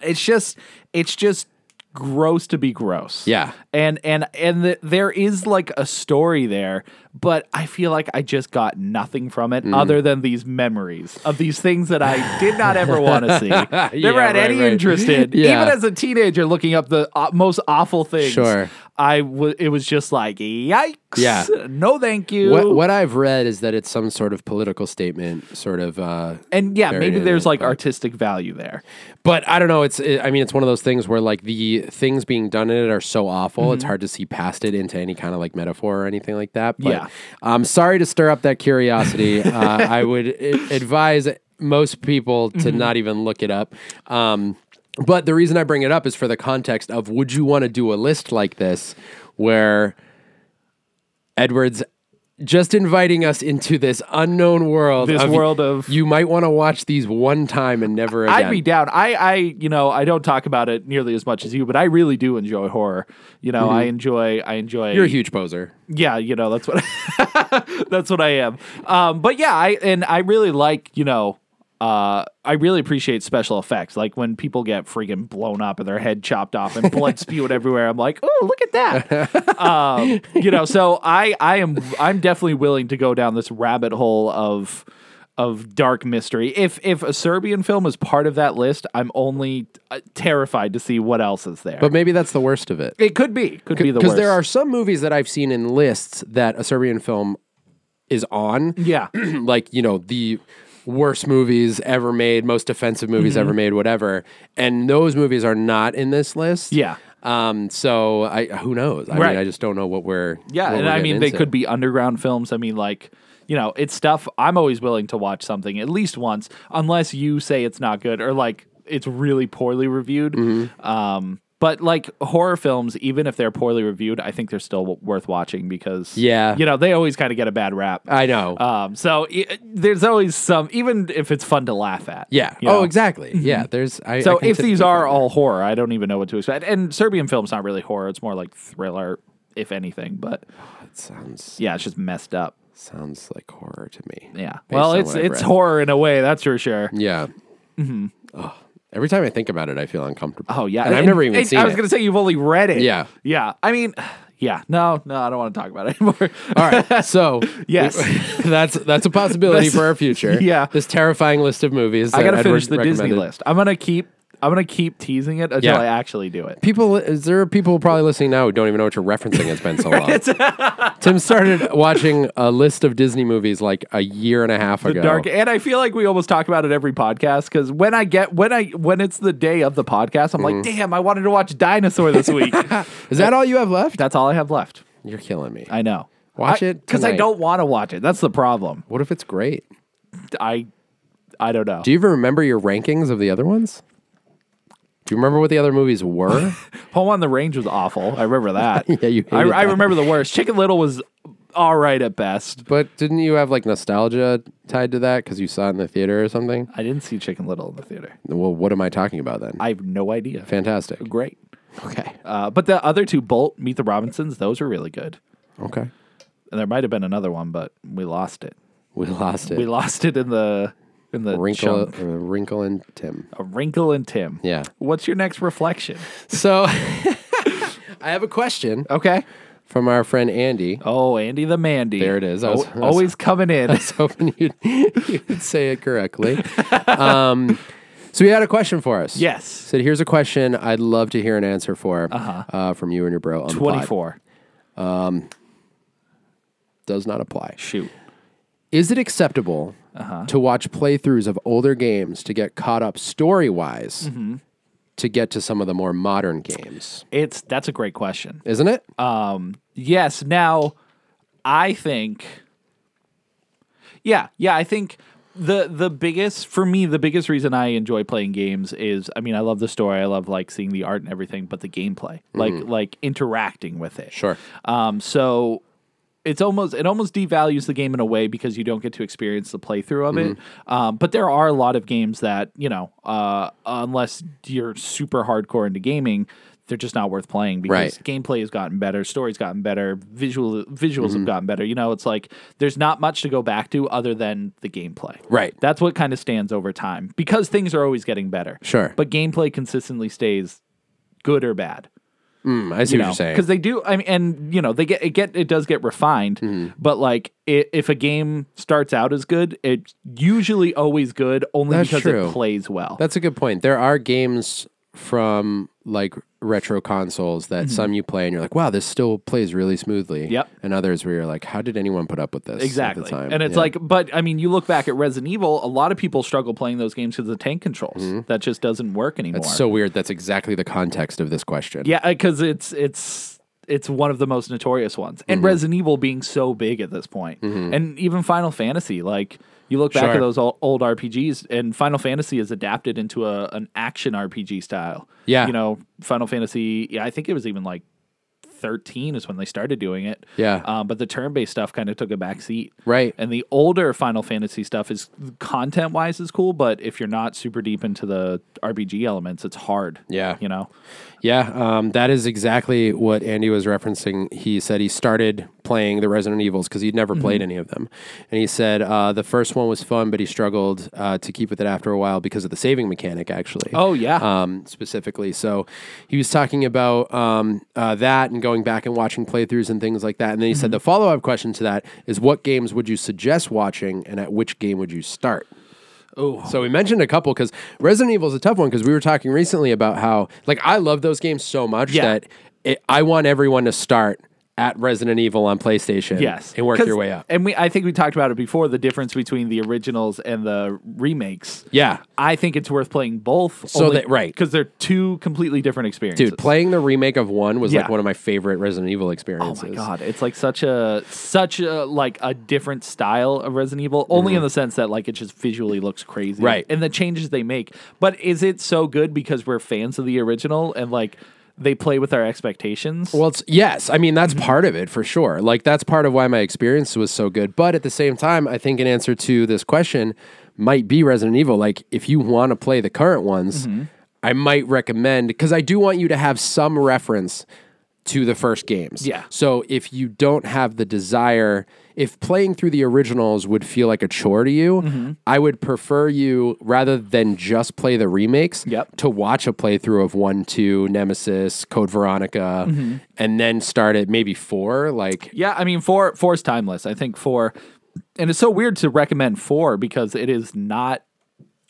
[SPEAKER 2] it's just it's just gross to be gross
[SPEAKER 1] Yeah.
[SPEAKER 2] and and and the, there is like a story there but i feel like i just got nothing from
[SPEAKER 1] Mm.
[SPEAKER 2] it other than these memories of these things that i did not ever want to see never
[SPEAKER 1] Yeah,
[SPEAKER 2] had
[SPEAKER 1] right,
[SPEAKER 2] any
[SPEAKER 1] right.
[SPEAKER 2] interest in
[SPEAKER 1] Yeah.
[SPEAKER 2] even as a teenager looking up the uh, most awful things
[SPEAKER 1] Sure.
[SPEAKER 2] i w- it was just like yikes
[SPEAKER 1] Yeah.
[SPEAKER 2] no thank you
[SPEAKER 1] What what I've read is that it's some sort of political statement, sort of. Uh,
[SPEAKER 2] and yeah
[SPEAKER 1] Buried
[SPEAKER 2] maybe
[SPEAKER 1] in
[SPEAKER 2] there's
[SPEAKER 1] it,
[SPEAKER 2] like
[SPEAKER 1] but-
[SPEAKER 2] artistic value there
[SPEAKER 1] but I don't know. It's it, I mean, it's one of those things where like the things being done in it are so awful,
[SPEAKER 2] Mm-hmm.
[SPEAKER 1] it's hard to see past it into any kind of like metaphor or anything like that. But
[SPEAKER 2] Yeah.
[SPEAKER 1] I'm sorry to stir up that curiosity. uh, I would a- advise most people to
[SPEAKER 2] Mm-hmm.
[SPEAKER 1] not even look it up. Um, but the reason I bring it up is for the context of would you want to do a list like this where Edwards just inviting us into this unknown world
[SPEAKER 2] This world of-
[SPEAKER 1] you might want to watch these one time and never again.
[SPEAKER 2] I'd be down. I, I, you know, I don't talk about it nearly as much as you, but I really do enjoy horror. You know, I enjoy, I enjoy.
[SPEAKER 1] Mm-hmm. You're a huge poser.
[SPEAKER 2] yeah, you know, that's what, that's what I am. Um, but yeah, I and I really like, you know, uh, I really appreciate special effects. Like when people get freaking blown up and their head chopped off and blood spewed everywhere. I'm like, oh, look at that. um, you know, so I, I am, I'm definitely willing to go down this rabbit hole of. of dark mystery. If if a Serbian film is part of that list, I'm only uh, terrified to see what else is there.
[SPEAKER 1] But maybe that's the worst of it.
[SPEAKER 2] it could be, could be the
[SPEAKER 1] Because
[SPEAKER 2] worst.
[SPEAKER 1] there are some movies that I've seen in lists that a Serbian film is on.
[SPEAKER 2] yeah,
[SPEAKER 1] like you know the worst movies ever made, most offensive movies
[SPEAKER 2] Mm-hmm.
[SPEAKER 1] ever made, whatever. And those movies are not in this list.
[SPEAKER 2] yeah,
[SPEAKER 1] Um. So I who knows? I
[SPEAKER 2] Right.
[SPEAKER 1] mean, I just don't know what we're.
[SPEAKER 2] yeah.
[SPEAKER 1] what
[SPEAKER 2] And
[SPEAKER 1] we're
[SPEAKER 2] I
[SPEAKER 1] getting
[SPEAKER 2] mean, they
[SPEAKER 1] into.
[SPEAKER 2] could be underground films. I mean, like you know, it's stuff I'm always willing to watch something at least once, unless you say it's not good or like it's really poorly reviewed.
[SPEAKER 1] Mm-hmm.
[SPEAKER 2] Um, but like horror films, even if they're poorly reviewed, I think they're still w- worth watching because
[SPEAKER 1] Yeah.
[SPEAKER 2] you know, they always kind of get a bad rap.
[SPEAKER 1] I know.
[SPEAKER 2] Um, so i there's always some, even if it's fun to laugh at.
[SPEAKER 1] yeah.
[SPEAKER 2] you
[SPEAKER 1] Oh,
[SPEAKER 2] know? Mm-hmm.
[SPEAKER 1] exactly. Yeah. There's. I,
[SPEAKER 2] So
[SPEAKER 1] I can
[SPEAKER 2] if
[SPEAKER 1] sit
[SPEAKER 2] these
[SPEAKER 1] through
[SPEAKER 2] are
[SPEAKER 1] that.
[SPEAKER 2] all horror, I don't even know what to expect. And Serbian film's not really horror; it's more like thriller, if anything. But
[SPEAKER 1] It sounds
[SPEAKER 2] yeah, it's just messed up.
[SPEAKER 1] sounds like horror to me.
[SPEAKER 2] Yeah.
[SPEAKER 1] Based
[SPEAKER 2] Well,
[SPEAKER 1] on
[SPEAKER 2] it's
[SPEAKER 1] what I've
[SPEAKER 2] it's
[SPEAKER 1] read.
[SPEAKER 2] horror in a way, that's for sure.
[SPEAKER 1] Yeah. Mm-hmm. every time I think about it, I feel uncomfortable.
[SPEAKER 2] Oh yeah,
[SPEAKER 1] and, I've never even
[SPEAKER 2] and
[SPEAKER 1] seen
[SPEAKER 2] I was
[SPEAKER 1] it.
[SPEAKER 2] gonna say you've only read it.
[SPEAKER 1] Yeah.
[SPEAKER 2] Yeah. I mean, yeah. No, no, I don't want to talk about it anymore.
[SPEAKER 1] All right. So
[SPEAKER 2] Yes.
[SPEAKER 1] that's that's a possibility
[SPEAKER 2] That's-
[SPEAKER 1] for our future.
[SPEAKER 2] yeah.
[SPEAKER 1] This terrifying list of movies.
[SPEAKER 2] I
[SPEAKER 1] that
[SPEAKER 2] gotta
[SPEAKER 1] Edward
[SPEAKER 2] finish the Disney
[SPEAKER 1] recommended.
[SPEAKER 2] list. I'm gonna keep. I'm gonna keep teasing it until
[SPEAKER 1] Yeah.
[SPEAKER 2] I actually do it.
[SPEAKER 1] People, is there are people probably listening now who don't even know what you're referencing? It's been so long. Tim started watching a list of Disney movies like a year and a half ago.
[SPEAKER 2] dark and i feel like we almost talk about it every podcast because when i get when i when it's the day of the podcast i'm
[SPEAKER 1] Mm-hmm.
[SPEAKER 2] like damn i wanted to watch dinosaur this week
[SPEAKER 1] Is that all you have left?
[SPEAKER 2] that's all i have left
[SPEAKER 1] You're killing me.
[SPEAKER 2] i know
[SPEAKER 1] Watch it
[SPEAKER 2] because i
[SPEAKER 1] tonight.
[SPEAKER 2] don't want to watch it that's the problem
[SPEAKER 1] What if it's great?
[SPEAKER 2] i i don't know
[SPEAKER 1] Do you even remember your rankings of the other ones? Do you remember what the other movies were?
[SPEAKER 2] home on the range was awful i remember that
[SPEAKER 1] Yeah, you
[SPEAKER 2] I,
[SPEAKER 1] hated
[SPEAKER 2] I
[SPEAKER 1] that.
[SPEAKER 2] remember the worst chicken little was all right at best
[SPEAKER 1] but didn't you have like nostalgia tied to that because you saw it in the theater or something?
[SPEAKER 2] i didn't see chicken little in the theater
[SPEAKER 1] Well, what am I talking about then?
[SPEAKER 2] i have no idea
[SPEAKER 1] Fantastic.
[SPEAKER 2] great
[SPEAKER 1] Okay.
[SPEAKER 2] uh, but the other two bolt meet the robinsons those were really good
[SPEAKER 1] Okay.
[SPEAKER 2] and there might have been another one but we lost it
[SPEAKER 1] We lost it.
[SPEAKER 2] We lost it in the in the
[SPEAKER 1] Wrinkle,
[SPEAKER 2] chunk.
[SPEAKER 1] uh, Wrinkle and Tim.
[SPEAKER 2] A wrinkle in Tim.
[SPEAKER 1] Yeah.
[SPEAKER 2] What's your next reflection?
[SPEAKER 1] So I have a question
[SPEAKER 2] Okay.
[SPEAKER 1] from our friend Andy.
[SPEAKER 2] Oh, Andy the Mandy.
[SPEAKER 1] There it is. I was-
[SPEAKER 2] Al-
[SPEAKER 1] I was-
[SPEAKER 2] always coming in.
[SPEAKER 1] I was hoping you'd, you'd say it correctly. Um, so he had a question for us.
[SPEAKER 2] yes.
[SPEAKER 1] Said, here's a question I'd love to hear an answer for uh, from you and your bro. On the pod."
[SPEAKER 2] Twenty four.
[SPEAKER 1] Does not apply.
[SPEAKER 2] Shoot.
[SPEAKER 1] Is it acceptable
[SPEAKER 2] Uh-huh.
[SPEAKER 1] to watch playthroughs of older games to get caught up story wise
[SPEAKER 2] Mm-hmm.
[SPEAKER 1] to get to some of the more modern games?
[SPEAKER 2] It's that's a great question.
[SPEAKER 1] Isn't it?
[SPEAKER 2] Uh, Yes. Now, I think. Yeah, yeah, I think the the biggest for me the biggest reason I enjoy playing games is I mean I love the story I love like seeing the art and everything but the gameplay like like interacting with it
[SPEAKER 1] Sure.
[SPEAKER 2] um so it's almost it almost devalues the game in a way because you don't get to experience the playthrough of it.
[SPEAKER 1] Mm-hmm.
[SPEAKER 2] Um, but there are a lot of games that you know, uh, unless you're super hardcore into gaming, they're just not worth playing because
[SPEAKER 1] Right.
[SPEAKER 2] gameplay has gotten better, story's gotten better, visual visuals
[SPEAKER 1] Mm-hmm.
[SPEAKER 2] have gotten better. You know, it's like there's not much to go back to other than the gameplay.
[SPEAKER 1] Right.
[SPEAKER 2] That's what kind of stands over time because things are always getting better.
[SPEAKER 1] Sure.
[SPEAKER 2] But gameplay consistently stays good or bad
[SPEAKER 1] Mm, I see what you're saying.
[SPEAKER 2] because they do. I mean, and you know, they get it get it does get refined,
[SPEAKER 1] Mm-hmm.
[SPEAKER 2] but like i if a game starts out as good, it's usually always good only
[SPEAKER 1] That's
[SPEAKER 2] because
[SPEAKER 1] true.
[SPEAKER 2] it plays well.
[SPEAKER 1] That's a good point. There are games from like retro consoles that some you play and you're like, wow, this still plays really smoothly.
[SPEAKER 2] Mm-hmm. Yep.
[SPEAKER 1] And others where you're like, how did anyone put up with this? At
[SPEAKER 2] exactly,
[SPEAKER 1] the time?
[SPEAKER 2] and it's
[SPEAKER 1] Yeah.
[SPEAKER 2] like, but I mean, you look back at Resident Evil. A lot of people struggle playing those games because of the tank controls. That just doesn't work anymore.
[SPEAKER 1] so weird. Mm-hmm. That's exactly the context of this question.
[SPEAKER 2] Yeah, because it's it's it's one of the most notorious ones,
[SPEAKER 1] Mm-hmm.
[SPEAKER 2] and Resident Evil being so big at this point, and even Final Fantasy. Like you look back
[SPEAKER 1] Sure.
[SPEAKER 2] at those old, old RPGs, and Final Fantasy is adapted into a an action RPG style.
[SPEAKER 1] Yeah.
[SPEAKER 2] you know, Final Fantasy. Yeah, I think it was even like. 13 is when they started doing it.
[SPEAKER 1] Yeah.
[SPEAKER 2] Um, but the turn based stuff kind of took a back seat.
[SPEAKER 1] Right.
[SPEAKER 2] And the older Final Fantasy stuff is content wise is cool, but if you're not super deep into the RPG elements, it's hard.
[SPEAKER 1] Yeah.
[SPEAKER 2] You know?
[SPEAKER 1] Yeah, um, that is exactly what Andy was referencing. He said he started playing the Resident Evils because he'd never played
[SPEAKER 2] Mm-hmm.
[SPEAKER 1] any of them, and he said uh, the first one was fun, but he struggled uh, to keep with it after a while because of the saving mechanic, actually.
[SPEAKER 2] Oh, yeah.
[SPEAKER 1] um, specifically. So he was talking about um, uh, that and going back and watching playthroughs and things like that. And then he
[SPEAKER 2] Mm-hmm.
[SPEAKER 1] said the follow up question to that is what games would you suggest watching and at which game would you start? Oh. So we mentioned a couple because Resident Evil is a tough one because we were talking recently about how like I love those games so much
[SPEAKER 2] Yeah.
[SPEAKER 1] that it, I want everyone to start at Resident Evil on PlayStation.
[SPEAKER 2] Yes,
[SPEAKER 1] and work
[SPEAKER 2] 'Cause-
[SPEAKER 1] your way up.
[SPEAKER 2] And we, I think we talked about it before the difference between the originals and the remakes.
[SPEAKER 1] Yeah.
[SPEAKER 2] I think it's worth playing both.
[SPEAKER 1] So that- right.
[SPEAKER 2] because they're two completely different experiences.
[SPEAKER 1] Dude, playing the remake of one was
[SPEAKER 2] Yeah.
[SPEAKER 1] like one of my favorite Resident Evil
[SPEAKER 2] Oh
[SPEAKER 1] experiences.
[SPEAKER 2] my god, it's like such a such a like a different style of Resident Evil, only in the sense that like it just visually looks crazy,
[SPEAKER 1] Mm-hmm. Right.
[SPEAKER 2] And the changes they make, but is it so good because we're fans of the original and like they play with our expectations?
[SPEAKER 1] Well, it's, yes. I mean, that's part of it for sure. Like, that's part of why my experience was so good. But at the same time, I think an answer to this question might be Resident Evil. Like, if you want to play the current ones, I might recommend because I do want you to have some reference to the first games.
[SPEAKER 2] Yeah.
[SPEAKER 1] So if you don't have the desire, if playing through the originals would feel like a chore to you, I would prefer you rather than just play the remakes
[SPEAKER 2] Yep.
[SPEAKER 1] to watch a playthrough of one, two, Nemesis, Code Veronica,
[SPEAKER 2] Mm-hmm.
[SPEAKER 1] and then start at maybe four. Like,
[SPEAKER 2] Yeah, I mean four four is timeless. I think four, and it's so weird to recommend four because it is not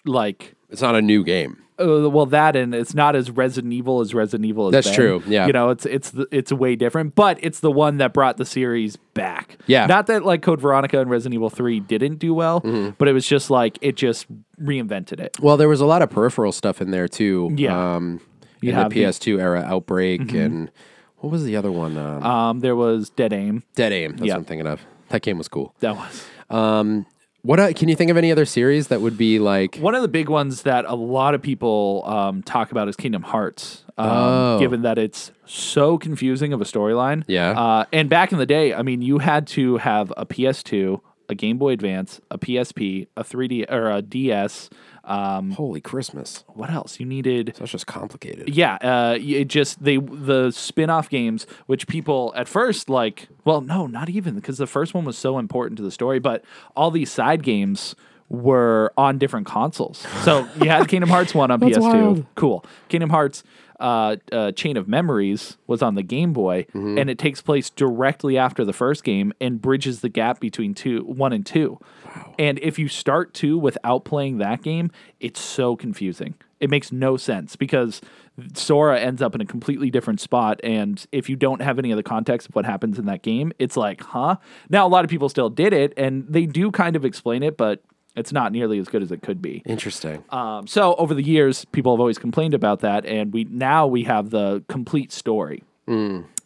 [SPEAKER 2] like
[SPEAKER 1] it's not a new game.
[SPEAKER 2] uh, well that and it's not as Resident Evil as Resident Evil. Has
[SPEAKER 1] That's
[SPEAKER 2] been.
[SPEAKER 1] true, yeah.
[SPEAKER 2] you know it's it's the, it's way different, but it's the one that brought the series back.
[SPEAKER 1] Yeah.
[SPEAKER 2] not that like Code Veronica and Resident Evil Three didn't do well,
[SPEAKER 1] Mm-hmm.
[SPEAKER 2] but it was just like it just reinvented it.
[SPEAKER 1] Well, there was a lot of peripheral stuff in there too.
[SPEAKER 2] Yeah.
[SPEAKER 1] Um,
[SPEAKER 2] You
[SPEAKER 1] in
[SPEAKER 2] have
[SPEAKER 1] the
[SPEAKER 2] the- Mm-hmm.
[SPEAKER 1] PS2 era, Outbreak, and what was the other one? Um,
[SPEAKER 2] Um, there was Dead Aim.
[SPEAKER 1] Dead Aim. That's
[SPEAKER 2] yeah.
[SPEAKER 1] what I'm thinking of. That game was cool.
[SPEAKER 2] That was
[SPEAKER 1] What uh, can you think of any other series that would be like?
[SPEAKER 2] One of the big ones that a lot of people um, talk about is Kingdom Hearts, um, given that it's so confusing of a storyline.
[SPEAKER 1] Yeah.
[SPEAKER 2] Uh, and back in the day, I mean, you had to have a PS2, a Game Boy Advance, a PSP, a 3D or a DS. Um,
[SPEAKER 1] Holy Christmas!
[SPEAKER 2] what else? You needed
[SPEAKER 1] That's just complicated.
[SPEAKER 2] yeah, uh, y- it just they the spin-off games, which people at first like, well, no, not even because the first one was so important to the story, but all these side games were on different consoles. So you had Kingdom Hearts one on PS2,
[SPEAKER 1] wild.
[SPEAKER 2] cool. Kingdom Hearts uh, uh, Chain of Memories was on the Game Boy, and it takes place directly after the first game and bridges the gap between two, one and two. And if you start two without playing that game, it's so confusing. It makes no sense because Sora ends up in a completely different spot, and if you don't have any of the context of what happens in that game, it's like, huh? Now a lot of people still did it, and they do kind of explain it, but. It's not nearly as good as it could be.
[SPEAKER 1] Interesting.
[SPEAKER 2] Um, so over the years, people have always complained about that, and we now we have the complete story.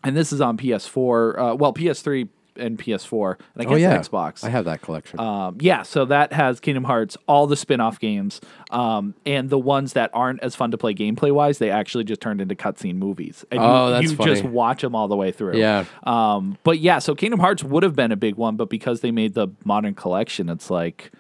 [SPEAKER 2] And this is on PS4, uh, well PS3 and PS4, and I guess Xbox.
[SPEAKER 1] Oh, I have that collection.
[SPEAKER 2] um, yeah, so that has Kingdom Hearts, all the spin-off games, um, and the ones that aren't as fun to play gameplay-wise, they actually just turned into cutscene movies. And
[SPEAKER 1] Oh,
[SPEAKER 2] you,
[SPEAKER 1] that's
[SPEAKER 2] you
[SPEAKER 1] funny.
[SPEAKER 2] just watch them all the way through.
[SPEAKER 1] Yeah.
[SPEAKER 2] Um, but yeah, so Kingdom Hearts would have been a big one, but because they made the modern collection, it's like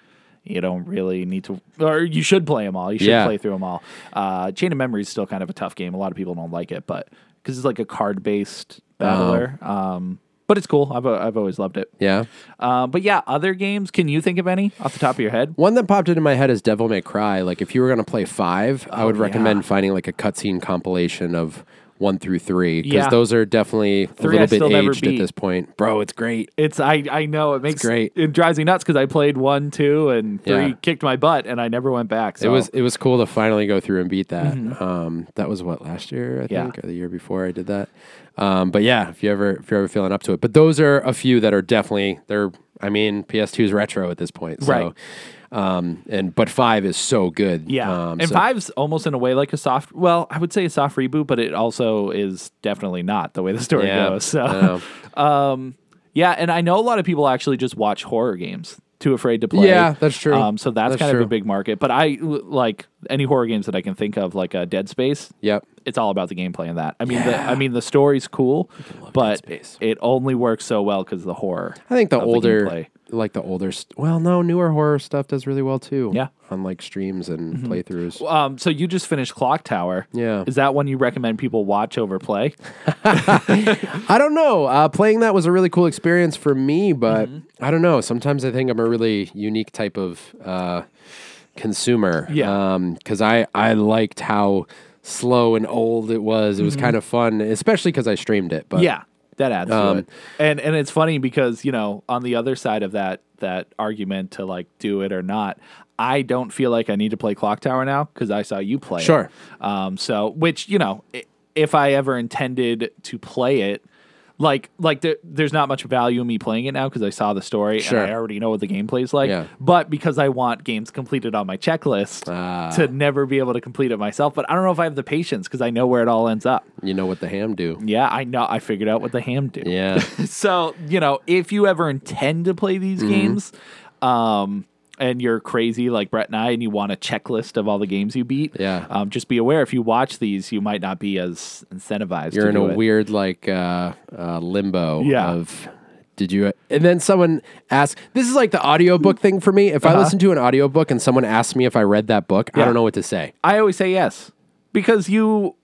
[SPEAKER 2] you don't really need to, or you should play them all. You should
[SPEAKER 1] Yeah.
[SPEAKER 2] play through them all. Uh, Chain of Memory is still kind of a tough game. A lot of people don't like it, but because it's like a card
[SPEAKER 1] Oh.
[SPEAKER 2] based battler. Um, but it's cool. I've I've always loved it.
[SPEAKER 1] yeah.
[SPEAKER 2] Uh, but yeah, other games. Can you think of any off the top of your head?
[SPEAKER 1] One that popped into my head is Devil May Cry. Like, if you were going to play five, I would
[SPEAKER 2] Oh, yeah.
[SPEAKER 1] recommend finding like a cutscene compilation of one through three because
[SPEAKER 2] Yeah.
[SPEAKER 1] those are definitely
[SPEAKER 2] Three I
[SPEAKER 1] a little
[SPEAKER 2] still
[SPEAKER 1] bit
[SPEAKER 2] never
[SPEAKER 1] aged
[SPEAKER 2] beat.
[SPEAKER 1] at this point. Bro, it's great.
[SPEAKER 2] It's I I know it makes
[SPEAKER 1] great.
[SPEAKER 2] It drives me nuts because I played one, two, and three,
[SPEAKER 1] Yeah.
[SPEAKER 2] kicked my butt, and I never went back. So. Mm-hmm.
[SPEAKER 1] It was it was cool to finally go through and beat that. Um, that was what last year I
[SPEAKER 2] Yeah.
[SPEAKER 1] think, or the year before I did that. Um, but yeah, if you ever if you're ever feeling up to it, but those are a few that are definitely they're. I mean, PS2 is retro at this point, so,
[SPEAKER 2] Right.
[SPEAKER 1] Um, and but five is so good.
[SPEAKER 2] Yeah,
[SPEAKER 1] um,
[SPEAKER 2] and
[SPEAKER 1] so-
[SPEAKER 2] Five's almost in a way like a soft. Well, I would say a soft reboot, but it also is definitely not the way the story
[SPEAKER 1] Yeah,
[SPEAKER 2] goes.
[SPEAKER 1] I
[SPEAKER 2] So,
[SPEAKER 1] know.
[SPEAKER 2] um, yeah, and I know a lot of people actually just watch horror games, too afraid to play.
[SPEAKER 1] Yeah, that's true.
[SPEAKER 2] Um, so that's,
[SPEAKER 1] That's
[SPEAKER 2] kind of
[SPEAKER 1] true.
[SPEAKER 2] a big market. But I like any horror games that I can think of, like uh, Dead Space.
[SPEAKER 1] Yep.
[SPEAKER 2] It's all about the gameplay in that. I mean, the, I mean the story's cool, but
[SPEAKER 1] Space.
[SPEAKER 2] it only works so well because the horror.
[SPEAKER 1] I think the
[SPEAKER 2] of
[SPEAKER 1] older,
[SPEAKER 2] gameplay.
[SPEAKER 1] like the older, st- well, no, newer horror stuff does really well too.
[SPEAKER 2] Yeah.
[SPEAKER 1] on like streams and playthroughs.
[SPEAKER 2] Um, so you just finished Clock Tower.
[SPEAKER 1] Yeah.
[SPEAKER 2] is that one you recommend people watch over play?
[SPEAKER 1] I don't know. Uh, playing that was a really cool experience for me, but
[SPEAKER 2] Mm-hmm.
[SPEAKER 1] I don't know. Sometimes I think I'm a really unique type of uh, consumer.
[SPEAKER 2] Yeah.
[SPEAKER 1] Because I, I liked how slow and old it was. It was kind of fun, especially because I streamed it. But
[SPEAKER 2] Mm-hmm. Yeah, that adds
[SPEAKER 1] Um,
[SPEAKER 2] to it. And and it's funny because you know on the other side of that that argument to like do it or not, I don't feel like I need to play Clock Tower now because I saw you play. it.
[SPEAKER 1] Sure.
[SPEAKER 2] Um. So which you know i- if I ever intended to play it. Like, like there, there's not much value in me playing it now because I saw the story
[SPEAKER 1] Sure.
[SPEAKER 2] and I already know what the gameplay's like.
[SPEAKER 1] Yeah.
[SPEAKER 2] But because I want games completed on my checklist
[SPEAKER 1] Ah.
[SPEAKER 2] to never be able to complete it myself, but I don't know if I have the patience because I know where it all ends up.
[SPEAKER 1] you know what the ham do.
[SPEAKER 2] Yeah, I know. I figured out what the ham do.
[SPEAKER 1] Yeah.
[SPEAKER 2] So you know, if you ever intend to play
[SPEAKER 1] Mm-hmm.
[SPEAKER 2] these games, um, and you're crazy like Brett and I, and you want a checklist of all the games you beat,
[SPEAKER 1] Yeah.
[SPEAKER 2] um, just be aware if you watch these, you might not be as incentivized.
[SPEAKER 1] You're
[SPEAKER 2] to
[SPEAKER 1] in
[SPEAKER 2] do
[SPEAKER 1] a
[SPEAKER 2] it.
[SPEAKER 1] weird like uh, uh, limbo
[SPEAKER 2] Yeah.
[SPEAKER 1] of did you and then someone asks this is like the audiobook thing for me. If I listen to an audiobook and someone asks me if I read that book, I
[SPEAKER 2] Yeah.
[SPEAKER 1] don't know what to say.
[SPEAKER 2] I always say yes because you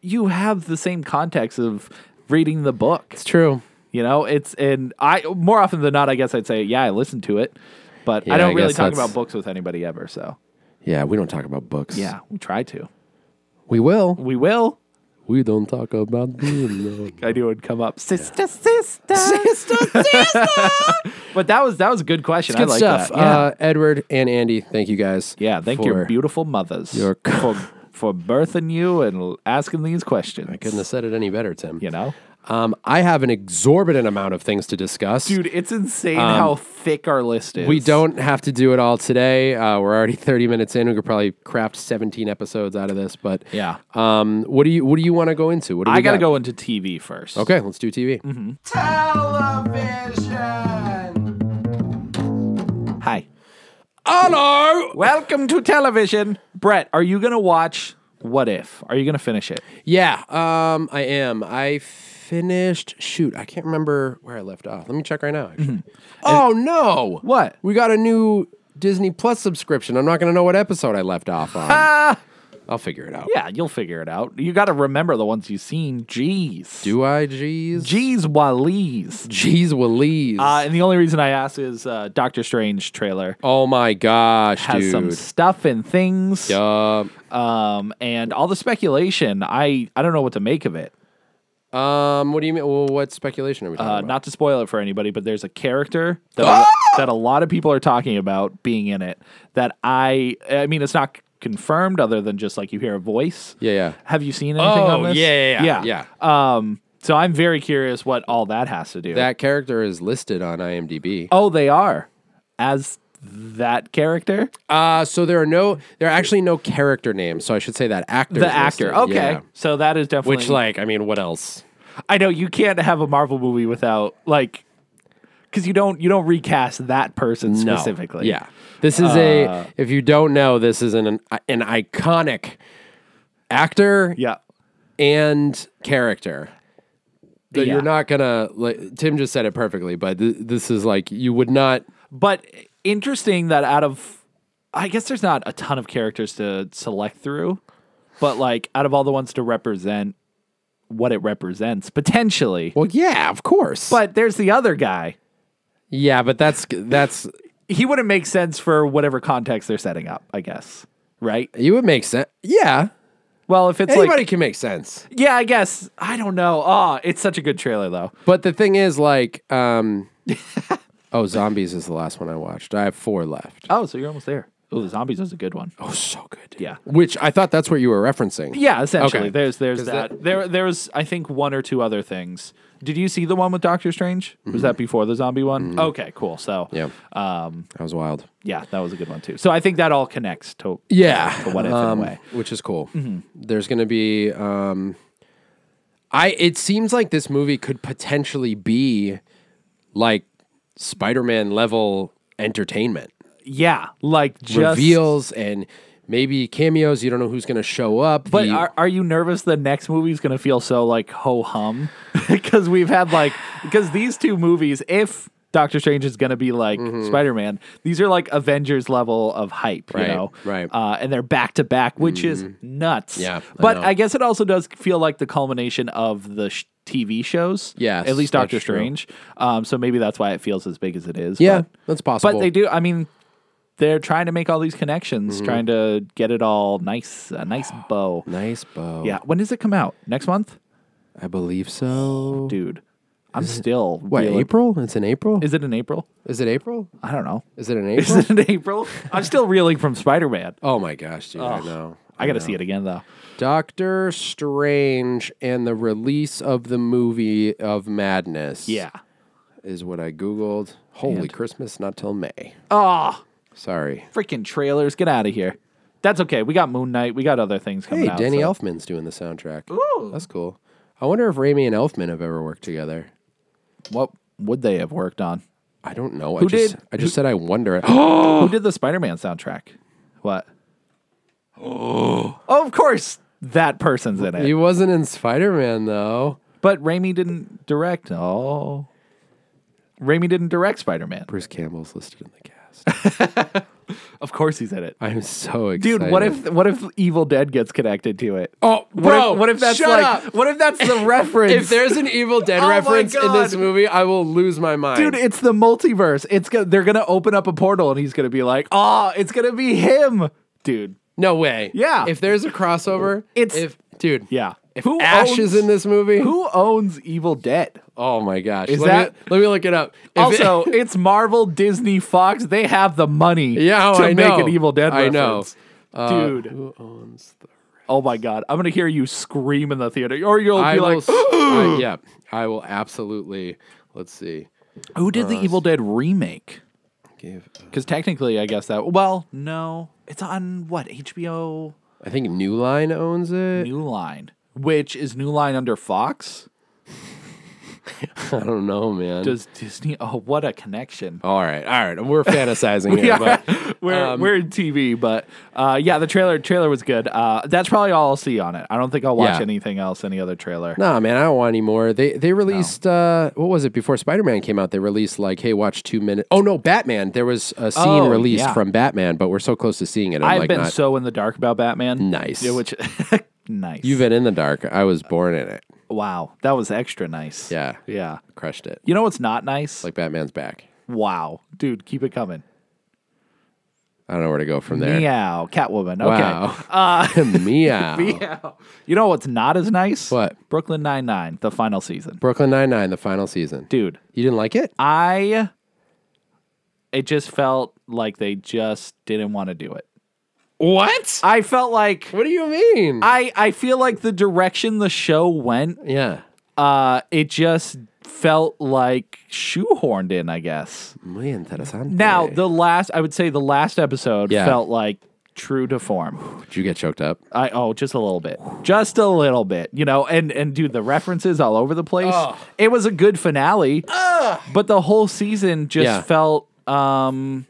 [SPEAKER 2] you have the same context of reading the book.
[SPEAKER 1] It's true.
[SPEAKER 2] You know, it's and I more often than not, I guess I'd say yeah, I listened to it, but
[SPEAKER 1] Yeah,
[SPEAKER 2] I don't
[SPEAKER 1] I
[SPEAKER 2] really
[SPEAKER 1] guess
[SPEAKER 2] talk
[SPEAKER 1] that's-
[SPEAKER 2] about books with anybody ever. So
[SPEAKER 1] Yeah, we don't talk about books.
[SPEAKER 2] yeah, we try to.
[SPEAKER 1] We will.
[SPEAKER 2] We will.
[SPEAKER 1] We don't talk about them.
[SPEAKER 2] I knew it would come up. Sister, sister, sister, sister. but that was that was a good question. I
[SPEAKER 1] Good
[SPEAKER 2] like
[SPEAKER 1] stuff.
[SPEAKER 2] that. Yeah,
[SPEAKER 1] Uh, Edward and Andy, thank you guys.
[SPEAKER 2] yeah. Thank your
[SPEAKER 1] for-
[SPEAKER 2] beautiful mothers
[SPEAKER 1] your-
[SPEAKER 2] for for birthing you and l- asking these questions. My
[SPEAKER 1] Couldn't have said it any better, Tim.
[SPEAKER 2] you know,
[SPEAKER 1] Um, I have an exorbitant amount of things to discuss.
[SPEAKER 2] dude, it's insane how thick our list is.
[SPEAKER 1] We don't have to do it all today. Uh, we're already 30 minutes in. We could probably craft 17 episodes out of this, but
[SPEAKER 2] Yeah.
[SPEAKER 1] Um, what do you What do you want to go into? What do
[SPEAKER 2] I
[SPEAKER 1] we
[SPEAKER 2] gotta
[SPEAKER 1] got?
[SPEAKER 2] go Mm-hmm. into TV first.
[SPEAKER 1] Okay, let's do TV.
[SPEAKER 4] Television.
[SPEAKER 2] Hi.
[SPEAKER 1] Hello.
[SPEAKER 2] Welcome to television, Brett. Are you gonna watch What If? Are you gonna finish it?
[SPEAKER 1] Yeah. Um, I am. I finished. Shoot, I can't remember where I left off. Let me check right now. Actually. Oh no!
[SPEAKER 2] Mm-hmm. What?
[SPEAKER 1] We got a new Disney Plus subscription. I'm not gonna know what episode I left off on. I'll figure it out.
[SPEAKER 2] Ah! Yeah, you'll figure it out. You gotta remember the ones you've seen. Jeez.
[SPEAKER 1] Do I? Jeez.
[SPEAKER 2] Jeez, Walees.
[SPEAKER 1] Jeez Louise.
[SPEAKER 2] Uh, and the only reason I asked is uh, Doctor Strange trailer
[SPEAKER 1] oh my gosh,
[SPEAKER 2] has
[SPEAKER 1] dude. Uh,
[SPEAKER 2] some stuff and things,
[SPEAKER 1] Yup.
[SPEAKER 2] um, and all the speculation. I I don't know what to make of it.
[SPEAKER 1] Um, what do you mean? Well, what speculation are we talking
[SPEAKER 2] Uh,
[SPEAKER 1] about?
[SPEAKER 2] not to spoil it for anybody, but there's a character that
[SPEAKER 1] Ah!
[SPEAKER 2] a, that a lot of people are talking about being in it. That I I mean, it's not confirmed other than just like you hear a voice.
[SPEAKER 1] yeah, yeah.
[SPEAKER 2] Have you seen anything on
[SPEAKER 1] Oh,
[SPEAKER 2] this?
[SPEAKER 1] yeah, yeah, yeah, Uh,
[SPEAKER 2] Um, so I'm very curious what all that has to do.
[SPEAKER 1] That character is listed on IMDb.
[SPEAKER 2] oh, they are as that character.
[SPEAKER 1] Uh, so there are no, there are actually no character names. So I should say that actor.
[SPEAKER 2] the actor. Okay, so that is definitely
[SPEAKER 1] Which, like, I mean, what else?
[SPEAKER 2] I know you can't have a Marvel movie without like because you don't you don't recast that person
[SPEAKER 1] No.
[SPEAKER 2] specifically.
[SPEAKER 1] Yeah. Uh, This is a, if you don't know, this is an, an, iconic actor
[SPEAKER 2] yeah.
[SPEAKER 1] and character. That
[SPEAKER 2] Yeah.
[SPEAKER 1] you're not gonna. Like, Tim just said it perfectly, but th- this is like you would not.
[SPEAKER 2] But interesting that out of I guess there's not a ton of characters to select through, but like out of all the ones to represent what it represents potentially.
[SPEAKER 1] Well, yeah, of course.
[SPEAKER 2] But there's the other guy.
[SPEAKER 1] yeah, but that's that's
[SPEAKER 2] He wouldn't make sense for whatever context they're setting up, I guess. Right?
[SPEAKER 1] You would make sense. Yeah.
[SPEAKER 2] Well, if it's
[SPEAKER 1] Anybody
[SPEAKER 2] like
[SPEAKER 1] can make sense.
[SPEAKER 2] Yeah, I guess. I don't know. Oh, it's such a good trailer though.
[SPEAKER 1] But the thing is, like, um, oh, Zombies is the last one I watched. I have four left.
[SPEAKER 2] Oh, so you're almost there. Oh, the zombies was a good one.
[SPEAKER 1] Oh, so good. dude.
[SPEAKER 2] Yeah.
[SPEAKER 1] Which I thought that's what you were referencing.
[SPEAKER 2] Yeah, essentially.
[SPEAKER 1] Okay.
[SPEAKER 2] There's there's
[SPEAKER 1] 'Cause
[SPEAKER 2] that.
[SPEAKER 1] that-
[SPEAKER 2] There there's I think one or two other things. Did you see the one with Doctor Strange? Was that before the zombie one? Okay, cool. So
[SPEAKER 1] Yeah.
[SPEAKER 2] um,
[SPEAKER 1] That was wild.
[SPEAKER 2] yeah, that was a good one too. So I think that all connects to
[SPEAKER 1] Yeah.
[SPEAKER 2] to what if Mm-hmm.
[SPEAKER 1] um,
[SPEAKER 2] in a way.
[SPEAKER 1] Which is cool. There's going to be, um, I, it seems like this movie could potentially be like Spider Man level entertainment.
[SPEAKER 2] Yeah, like just
[SPEAKER 1] Reveals and maybe cameos. You don't know who's going to show up.
[SPEAKER 2] But
[SPEAKER 1] The-
[SPEAKER 2] are, are you nervous the next movie's going to feel so like ho hum? Because we've had like, because these two movies, if Doctor Strange is going to be like
[SPEAKER 1] Mm-hmm.
[SPEAKER 2] Spider Man, these are like Avengers level of hype,
[SPEAKER 1] Right,
[SPEAKER 2] you know?
[SPEAKER 1] right. Mm-hmm.
[SPEAKER 2] Uh, and they're back to back, which is nuts.
[SPEAKER 1] Yeah, I
[SPEAKER 2] But
[SPEAKER 1] know.
[SPEAKER 2] I, guess it also does feel like the culmination of the sh- TV shows.
[SPEAKER 1] Yes,
[SPEAKER 2] At least Doctor
[SPEAKER 1] that's true.
[SPEAKER 2] Strange. Um, so maybe that's why it feels as big as it is.
[SPEAKER 1] yeah,
[SPEAKER 2] But,
[SPEAKER 1] that's
[SPEAKER 2] but
[SPEAKER 1] possible.
[SPEAKER 2] they do, I mean, they're trying to make all these connections,
[SPEAKER 1] Mm-hmm.
[SPEAKER 2] trying to get it all nice, a nice bow.
[SPEAKER 1] Nice bow.
[SPEAKER 2] Yeah. When does it come out? Next month,
[SPEAKER 1] I believe so.
[SPEAKER 2] dude. I'm still
[SPEAKER 1] What,
[SPEAKER 2] reeling-
[SPEAKER 1] April? It's in April? Is,
[SPEAKER 2] Is it in April?
[SPEAKER 1] it April?
[SPEAKER 2] I don't know.
[SPEAKER 1] Is it in
[SPEAKER 2] Is
[SPEAKER 1] April?
[SPEAKER 2] it in April? I'm still reeling from Spider Man.
[SPEAKER 1] oh my gosh, dude. I know.
[SPEAKER 2] I got to see it again though.
[SPEAKER 1] Doctor Strange and the release of the movie of Madness.
[SPEAKER 2] Yeah.
[SPEAKER 1] Is what I Googled. Holy Christmas, not till May.
[SPEAKER 2] Oh,
[SPEAKER 1] Sorry.
[SPEAKER 2] freaking trailers! Get out of here. That's okay. We got Moon Knight. We got other things coming
[SPEAKER 1] Hey,
[SPEAKER 2] out.
[SPEAKER 1] Danny
[SPEAKER 2] so-
[SPEAKER 1] Elfman's doing the soundtrack. Ooh. That's cool. I wonder if Raimi and Elfman have ever worked together.
[SPEAKER 2] What would they have worked on?
[SPEAKER 1] I don't know. I
[SPEAKER 2] Who
[SPEAKER 1] just
[SPEAKER 2] did-
[SPEAKER 1] I just said I wonder.
[SPEAKER 2] Who did the Spider Man soundtrack? What? Oh. of course that person's in it.
[SPEAKER 1] he wasn't in Spider-Man though.
[SPEAKER 2] But Raimi didn't direct. Oh. Raimi didn't direct Spider Man.
[SPEAKER 1] Bruce Campbell's listed in the cast.
[SPEAKER 2] Of course he's in it.
[SPEAKER 1] I'm so excited.
[SPEAKER 2] Dude, what if what if Evil Dead gets connected to it?
[SPEAKER 1] Oh,
[SPEAKER 2] what
[SPEAKER 1] bro,
[SPEAKER 2] if, what if that's
[SPEAKER 1] shut
[SPEAKER 2] like
[SPEAKER 1] up.
[SPEAKER 2] what if that's the reference?
[SPEAKER 1] if there's an Evil Dead
[SPEAKER 2] Oh my
[SPEAKER 1] reference in this
[SPEAKER 2] God.
[SPEAKER 1] movie, I will lose my mind.
[SPEAKER 2] Dude, it's the multiverse. It's go- they're gonna open up a portal and he's gonna be like, oh, it's gonna be him, dude.
[SPEAKER 1] No way.
[SPEAKER 2] Yeah.
[SPEAKER 1] If there's a crossover,
[SPEAKER 2] It's-
[SPEAKER 1] if dude.
[SPEAKER 2] Yeah.
[SPEAKER 1] If Ash is in this movie,
[SPEAKER 2] Who owns Evil Dead?
[SPEAKER 1] oh my gosh!
[SPEAKER 2] Is
[SPEAKER 1] let
[SPEAKER 2] that-
[SPEAKER 1] me, let me look it up. If it-
[SPEAKER 2] also, it's Marvel, Disney, Fox. They have the money
[SPEAKER 1] yeah, oh,
[SPEAKER 2] to
[SPEAKER 1] I
[SPEAKER 2] make
[SPEAKER 1] know.
[SPEAKER 2] an Evil Dead
[SPEAKER 1] I know,
[SPEAKER 2] reference.
[SPEAKER 1] Uh,
[SPEAKER 2] Dude.
[SPEAKER 1] Who owns the?
[SPEAKER 2] Oh my God. I'm going to hear you scream in the theater. Or you'll
[SPEAKER 1] I
[SPEAKER 2] be
[SPEAKER 1] will.
[SPEAKER 2] like,
[SPEAKER 1] s- I- yeah, I will absolutely. Let's see.
[SPEAKER 2] who did the Evil Dead remake?
[SPEAKER 1] Give.
[SPEAKER 2] Because technically, I guess that. Well, no. It's on what? HBO
[SPEAKER 1] I think New Line owns it.
[SPEAKER 2] New Line, which is New Line under Fox.
[SPEAKER 1] I don't know, man.
[SPEAKER 2] Does Disney. Oh, what a connection.
[SPEAKER 1] all right, all right. We're fantasizing here,
[SPEAKER 2] Yeah,
[SPEAKER 1] but um,
[SPEAKER 2] we're we're in TV, but uh, yeah, the trailer trailer was good. Uh, that's probably all I'll see on it. I don't think I'll watch
[SPEAKER 1] Yeah.
[SPEAKER 2] anything else, any other trailer.
[SPEAKER 1] Nah, man, I don't want any more. They they released uh, what was it before Spider Man came out? They released like, hey, watch two minutes. Oh no, Batman. There was a scene
[SPEAKER 2] Oh,
[SPEAKER 1] released
[SPEAKER 2] yeah.
[SPEAKER 1] from Batman, but we're so close to seeing it. I'm
[SPEAKER 2] I've
[SPEAKER 1] like,
[SPEAKER 2] been
[SPEAKER 1] not-
[SPEAKER 2] so in the dark about Batman.
[SPEAKER 1] Nice.
[SPEAKER 2] Yeah, which nice.
[SPEAKER 1] you've been in the dark. I was born in it.
[SPEAKER 2] wow, that was extra nice.
[SPEAKER 1] Yeah,
[SPEAKER 2] Yeah.
[SPEAKER 1] crushed it.
[SPEAKER 2] You know what's not nice?
[SPEAKER 1] Like Batman's back.
[SPEAKER 2] wow, dude, keep it coming.
[SPEAKER 1] I don't know where to go from there.
[SPEAKER 2] Meow, Catwoman. Okay. Uh,
[SPEAKER 1] Wow. Meow.
[SPEAKER 2] Meow. You know what's not as nice?
[SPEAKER 1] What?
[SPEAKER 2] Brooklyn Nine Nine, the final season.
[SPEAKER 1] Brooklyn Nine Nine, the final season.
[SPEAKER 2] Dude,
[SPEAKER 1] You didn't like it?
[SPEAKER 2] I. It just felt like they just didn't want to do it.
[SPEAKER 1] What?
[SPEAKER 2] I felt like
[SPEAKER 1] What do you mean?
[SPEAKER 2] I I feel like the direction the show went
[SPEAKER 1] yeah.
[SPEAKER 2] uh, it just felt like shoehorned in, I guess.
[SPEAKER 1] Muy interesante.
[SPEAKER 2] Now, the last, I would say the last episode
[SPEAKER 1] Yeah.
[SPEAKER 2] felt like true to form.
[SPEAKER 1] did you get choked up?
[SPEAKER 2] I oh, just a little bit, just a little bit, you know. And and dude, the references all over the place. It was a good finale, but the whole season just
[SPEAKER 1] Yeah.
[SPEAKER 2] felt, um,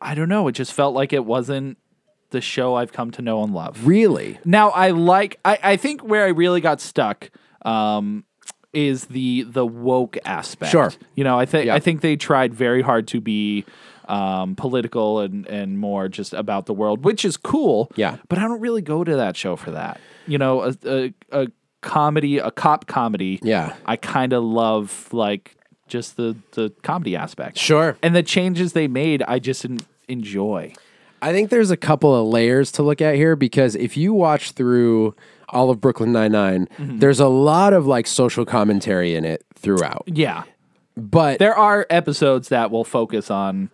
[SPEAKER 2] I don't know. It just felt like it wasn't the show I've come to know and love.
[SPEAKER 1] Really?
[SPEAKER 2] Now I like I, I think where I really got stuck um is the the woke aspect.
[SPEAKER 1] Sure.
[SPEAKER 2] You know, I think
[SPEAKER 1] Yeah.
[SPEAKER 2] I think they tried very hard to be um political and and more just about the world, which is cool.
[SPEAKER 1] Yeah.
[SPEAKER 2] But I don't really go to that show for that. You know, a a, a comedy, a cop comedy.
[SPEAKER 1] Yeah.
[SPEAKER 2] I kind of love like just the the comedy aspect.
[SPEAKER 1] Sure.
[SPEAKER 2] And the changes they made, I just didn't enjoy.
[SPEAKER 1] I think there's a couple of layers to look at here because if you watch through all of Brooklyn Nine there's a lot of like social commentary in it throughout.
[SPEAKER 2] Yeah.
[SPEAKER 1] But
[SPEAKER 2] there are episodes that will focus on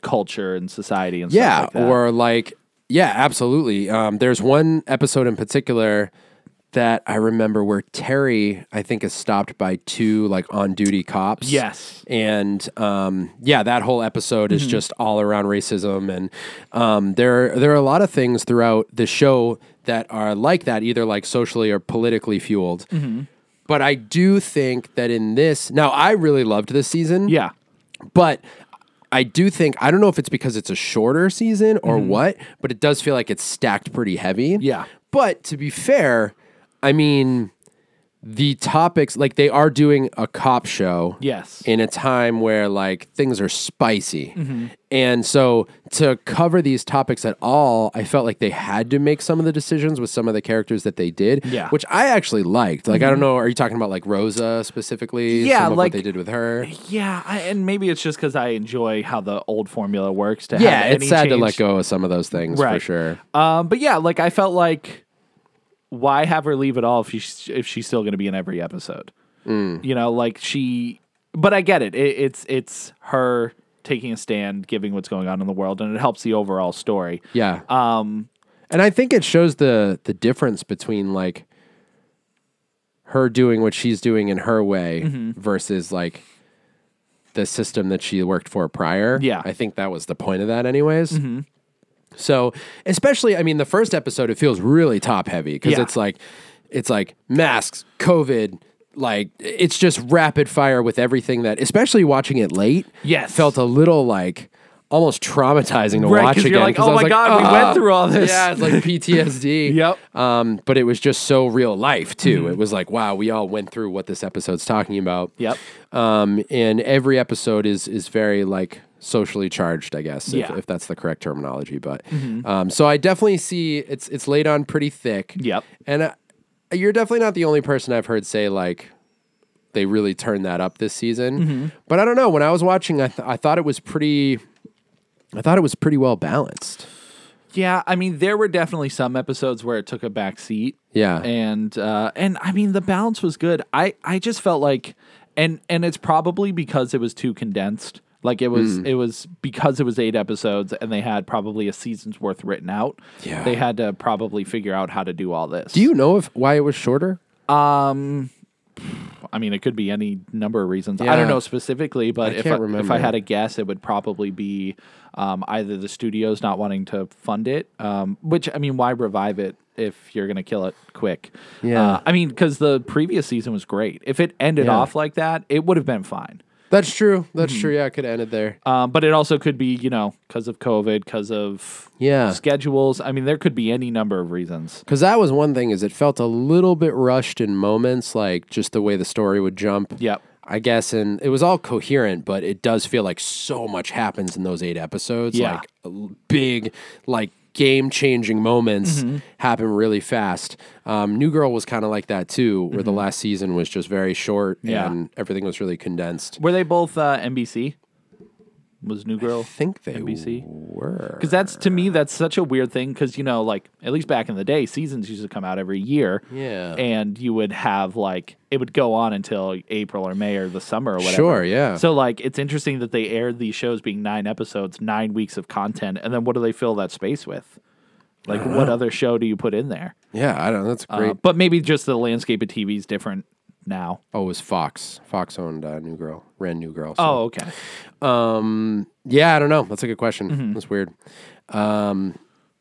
[SPEAKER 2] culture and society and
[SPEAKER 1] yeah,
[SPEAKER 2] stuff like that.
[SPEAKER 1] or like yeah, absolutely. Um, there's one episode in particular that I remember where Terry, I think, is stopped by two like on duty cops.
[SPEAKER 2] Yes. Mm-hmm.
[SPEAKER 1] and um, yeah, that whole episode is just all around racism, and um, there there are a lot of things throughout the show that are like that, either like socially or politically fueled.
[SPEAKER 2] Mm-hmm.
[SPEAKER 1] But I do think that in this, now I really loved this season.
[SPEAKER 2] yeah,
[SPEAKER 1] But I do think I don't know if it's because it's a shorter season or
[SPEAKER 2] Mm-hmm.
[SPEAKER 1] what, but it does feel like it's stacked pretty heavy.
[SPEAKER 2] Yeah.
[SPEAKER 1] But to be fair, I mean the topics like they are doing a cop show
[SPEAKER 2] Yes.
[SPEAKER 1] in a time where like things are spicy
[SPEAKER 2] Mm-hmm.
[SPEAKER 1] and so to cover these topics at all i felt like they had to make some of the decisions with some of the characters that they did
[SPEAKER 2] Yeah. Mm-hmm.
[SPEAKER 1] which i actually liked like i don't know are you talking about like rosa specifically
[SPEAKER 2] Yeah,
[SPEAKER 1] some of
[SPEAKER 2] like-
[SPEAKER 1] what they did with her
[SPEAKER 2] Yeah, I, and maybe it's just because I enjoy how the old formula works. To
[SPEAKER 1] yeah
[SPEAKER 2] have
[SPEAKER 1] it's
[SPEAKER 2] any
[SPEAKER 1] sad to
[SPEAKER 2] change-
[SPEAKER 1] let go of some of those things for
[SPEAKER 2] Right.
[SPEAKER 1] sure
[SPEAKER 2] Um, but yeah, like I felt like why have her leave at all if she's if she's still going to be in every episode?
[SPEAKER 1] Mm.
[SPEAKER 2] You know, like she. But I get it. it. It's it's her taking a stand, giving what's going on in the world, and it helps the overall story.
[SPEAKER 1] Yeah. Um and I think it shows the the difference between like her doing what she's doing in her way
[SPEAKER 2] Mm-hmm.
[SPEAKER 1] versus like the system that she worked for prior.
[SPEAKER 2] Yeah. Mm-hmm.
[SPEAKER 1] I think that was the point of that anyways. So, especially I mean the first episode it feels really top heavy cuz
[SPEAKER 2] Yeah.
[SPEAKER 1] it's like it's like masks, covid, like it's just rapid fire with everything that especially watching it late
[SPEAKER 2] Yes.
[SPEAKER 1] felt a little like almost traumatizing to
[SPEAKER 2] Right,
[SPEAKER 1] watch
[SPEAKER 2] 'cause
[SPEAKER 1] again
[SPEAKER 2] you're like,
[SPEAKER 1] 'cause
[SPEAKER 2] "Oh
[SPEAKER 1] I was "Ah."
[SPEAKER 2] my God, we went through all this."
[SPEAKER 1] Yeah, it's like PTSD.
[SPEAKER 2] Yep. Mm-hmm.
[SPEAKER 1] Um, but it was just so real life too. It was like, wow, we all went through what this episode's talking about.
[SPEAKER 2] Yep.
[SPEAKER 1] Um, and every episode is is very like socially charged, I guess,
[SPEAKER 2] Yeah. Mm-hmm.
[SPEAKER 1] if, if that's the correct terminology. But um, so I definitely see it's it's laid on pretty thick.
[SPEAKER 2] Yep.
[SPEAKER 1] And uh you're definitely not the only person I've heard say like they really turned that up this season. But I don't know. When I was watching, I, th- I thought it was pretty. I thought it was pretty well balanced.
[SPEAKER 2] Yeah, I mean, there were definitely some episodes where it took a back seat.
[SPEAKER 1] Yeah.
[SPEAKER 2] and uh, and I mean, the balance was good. I I just felt like, and and it's probably because it was too condensed. Like it was,
[SPEAKER 1] Hmm.
[SPEAKER 2] it was because it was eight episodes, and they had probably a season's worth written out.
[SPEAKER 1] Yeah.
[SPEAKER 2] they had to probably figure out how to do all this.
[SPEAKER 1] Do you know if why it was shorter?
[SPEAKER 2] I mean, it could be any number of reasons. I
[SPEAKER 1] Yeah.
[SPEAKER 2] don't know specifically, but
[SPEAKER 1] I
[SPEAKER 2] if
[SPEAKER 1] can't
[SPEAKER 2] I, if
[SPEAKER 1] remember.
[SPEAKER 2] I had a guess, it would probably be um, either the studios not wanting to fund it, um, which I mean, why revive it if you're going to kill it quick?
[SPEAKER 1] Yeah.
[SPEAKER 2] Uh, I mean, because the previous season was great. If it ended
[SPEAKER 1] Yeah.
[SPEAKER 2] off like that, it would have been fine.
[SPEAKER 1] That's true. That's true. Yeah, I could have ended there.
[SPEAKER 2] Um, but it also could be, you know, because of COVID, because of
[SPEAKER 1] Yeah.
[SPEAKER 2] schedules. I mean, there could be any number of reasons.
[SPEAKER 1] Because that was one thing is it felt a little bit rushed in moments, like just the way the story would jump.
[SPEAKER 2] Yep.
[SPEAKER 1] I guess, and it was all coherent, but it does feel like so much happens in those eight episodes.
[SPEAKER 2] Yeah.
[SPEAKER 1] Like l- big, like game changing moments
[SPEAKER 2] Mm-hmm.
[SPEAKER 1] happen really fast. Um, New Girl was kind of like that too, where the last season was just very short
[SPEAKER 2] Mm-hmm. Yeah.
[SPEAKER 1] and everything was really condensed.
[SPEAKER 2] Were they both uh, NBC? Was New Girl?
[SPEAKER 1] I think they
[SPEAKER 2] NBC?
[SPEAKER 1] were.
[SPEAKER 2] Because that's to me, that's such a weird thing. Because you know, like at least back in the day, seasons used to come out every year.
[SPEAKER 1] Yeah.
[SPEAKER 2] and you would have like it would go on until April or May or the summer or whatever.
[SPEAKER 1] Sure, yeah.
[SPEAKER 2] So like, it's interesting that they aired these shows being nine episodes, nine weeks of content, and then what do they fill that space with? Like, what other show do you put in there?
[SPEAKER 1] yeah, I don't know. That's
[SPEAKER 2] Uh,
[SPEAKER 1] great.
[SPEAKER 2] but maybe just the landscape of TV is different now.
[SPEAKER 1] oh, it was Fox. Fox owned uh, New Girl, ran New Girl. so-
[SPEAKER 2] Oh, okay.
[SPEAKER 1] Um, yeah, I don't know. That's a good question.
[SPEAKER 2] Mm-hmm.
[SPEAKER 1] That's weird.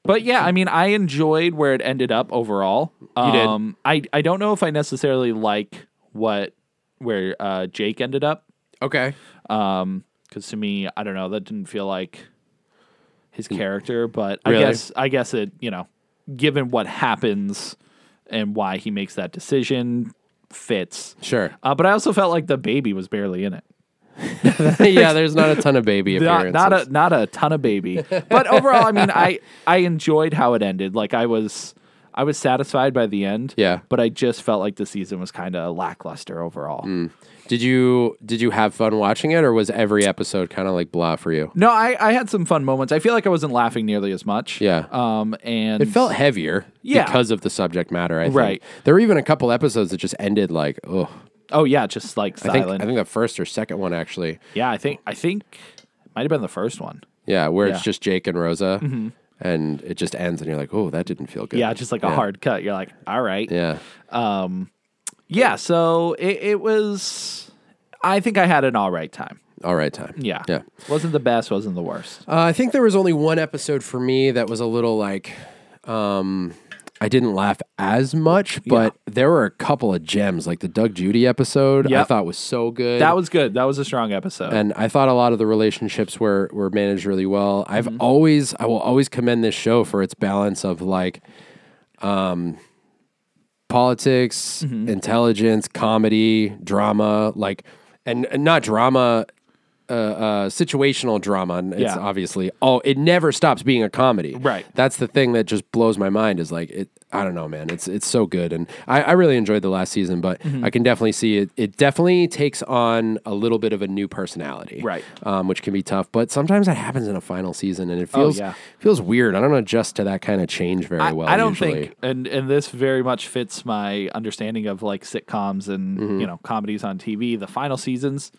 [SPEAKER 2] But yeah, I mean, I enjoyed where it ended up overall. Um,
[SPEAKER 1] did.
[SPEAKER 2] I I don't know if I necessarily like what where uh, Jake ended up
[SPEAKER 1] Okay.
[SPEAKER 2] because to me, I don't know, that didn't feel like his character. But I
[SPEAKER 1] Hmm. Really?
[SPEAKER 2] guess I guess it you know, given what happens and why he makes that decision, fits.
[SPEAKER 1] Sure.
[SPEAKER 2] Uh, but I also felt like the baby was barely in it.
[SPEAKER 1] yeah, there's not a ton of baby
[SPEAKER 2] not,
[SPEAKER 1] appearances.
[SPEAKER 2] not a not a ton of baby but overall i mean i i enjoyed how it ended like i was i was satisfied by the end
[SPEAKER 1] Yeah.
[SPEAKER 2] but i just felt like the season was kind of lackluster overall
[SPEAKER 1] Mm. Did you did you have fun watching it, or was every episode kind of like blah for you?
[SPEAKER 2] no i i had some fun moments i feel like i wasn't laughing nearly as much
[SPEAKER 1] Yeah.
[SPEAKER 2] um and
[SPEAKER 1] It felt heavier,
[SPEAKER 2] Yeah.
[SPEAKER 1] because of the subject matter. I think.
[SPEAKER 2] Right.
[SPEAKER 1] There were even a couple episodes that just ended like, oh,
[SPEAKER 2] oh yeah just like
[SPEAKER 1] I think
[SPEAKER 2] silent
[SPEAKER 1] I think the first or second one actually,
[SPEAKER 2] yeah i think i think it might have been the first one
[SPEAKER 1] yeah, where
[SPEAKER 2] Yeah. Mm-hmm.
[SPEAKER 1] it's just Jake and Rosa, and it just ends, and you're like, oh, that didn't feel good.
[SPEAKER 2] yeah just like a hard cut you're like all right
[SPEAKER 1] Yeah.
[SPEAKER 2] yeah so it, it was i think i had an all right time
[SPEAKER 1] All right, time.
[SPEAKER 2] yeah
[SPEAKER 1] Yeah.
[SPEAKER 2] wasn't the best wasn't the worst
[SPEAKER 1] Uh, I think there was only one episode for me that was a little like, um, I didn't laugh as much, but there were a couple of gems, like the Doug Judy episode. I
[SPEAKER 2] Yep.
[SPEAKER 1] thought was so good.
[SPEAKER 2] That was good. That was a strong episode.
[SPEAKER 1] and I thought a lot of the relationships were were managed really well. I've always, I will always commend this show for its balance of like, um, politics, intelligence, comedy, drama, like, and, and not drama, uh, uh, situational drama. and It's
[SPEAKER 2] Yeah.
[SPEAKER 1] obviously oh, it never stops being a comedy.
[SPEAKER 2] Right.
[SPEAKER 1] That's the thing that just blows my mind. Is like it. I don't know, man. It's it's so good, and I, I really enjoyed the last season, but
[SPEAKER 2] Mm-hmm.
[SPEAKER 1] I can definitely see it. It definitely takes on a little bit of a new personality,
[SPEAKER 2] Right.
[SPEAKER 1] Um, which can be tough, but sometimes that happens in a final season, and it feels
[SPEAKER 2] Oh, yeah.
[SPEAKER 1] feels weird. I don't adjust to that kind of change very well.
[SPEAKER 2] I don't
[SPEAKER 1] usually.
[SPEAKER 2] think, and and this very much fits my understanding of like sitcoms and
[SPEAKER 1] Mm-hmm.
[SPEAKER 2] you know comedies on TV. The final seasons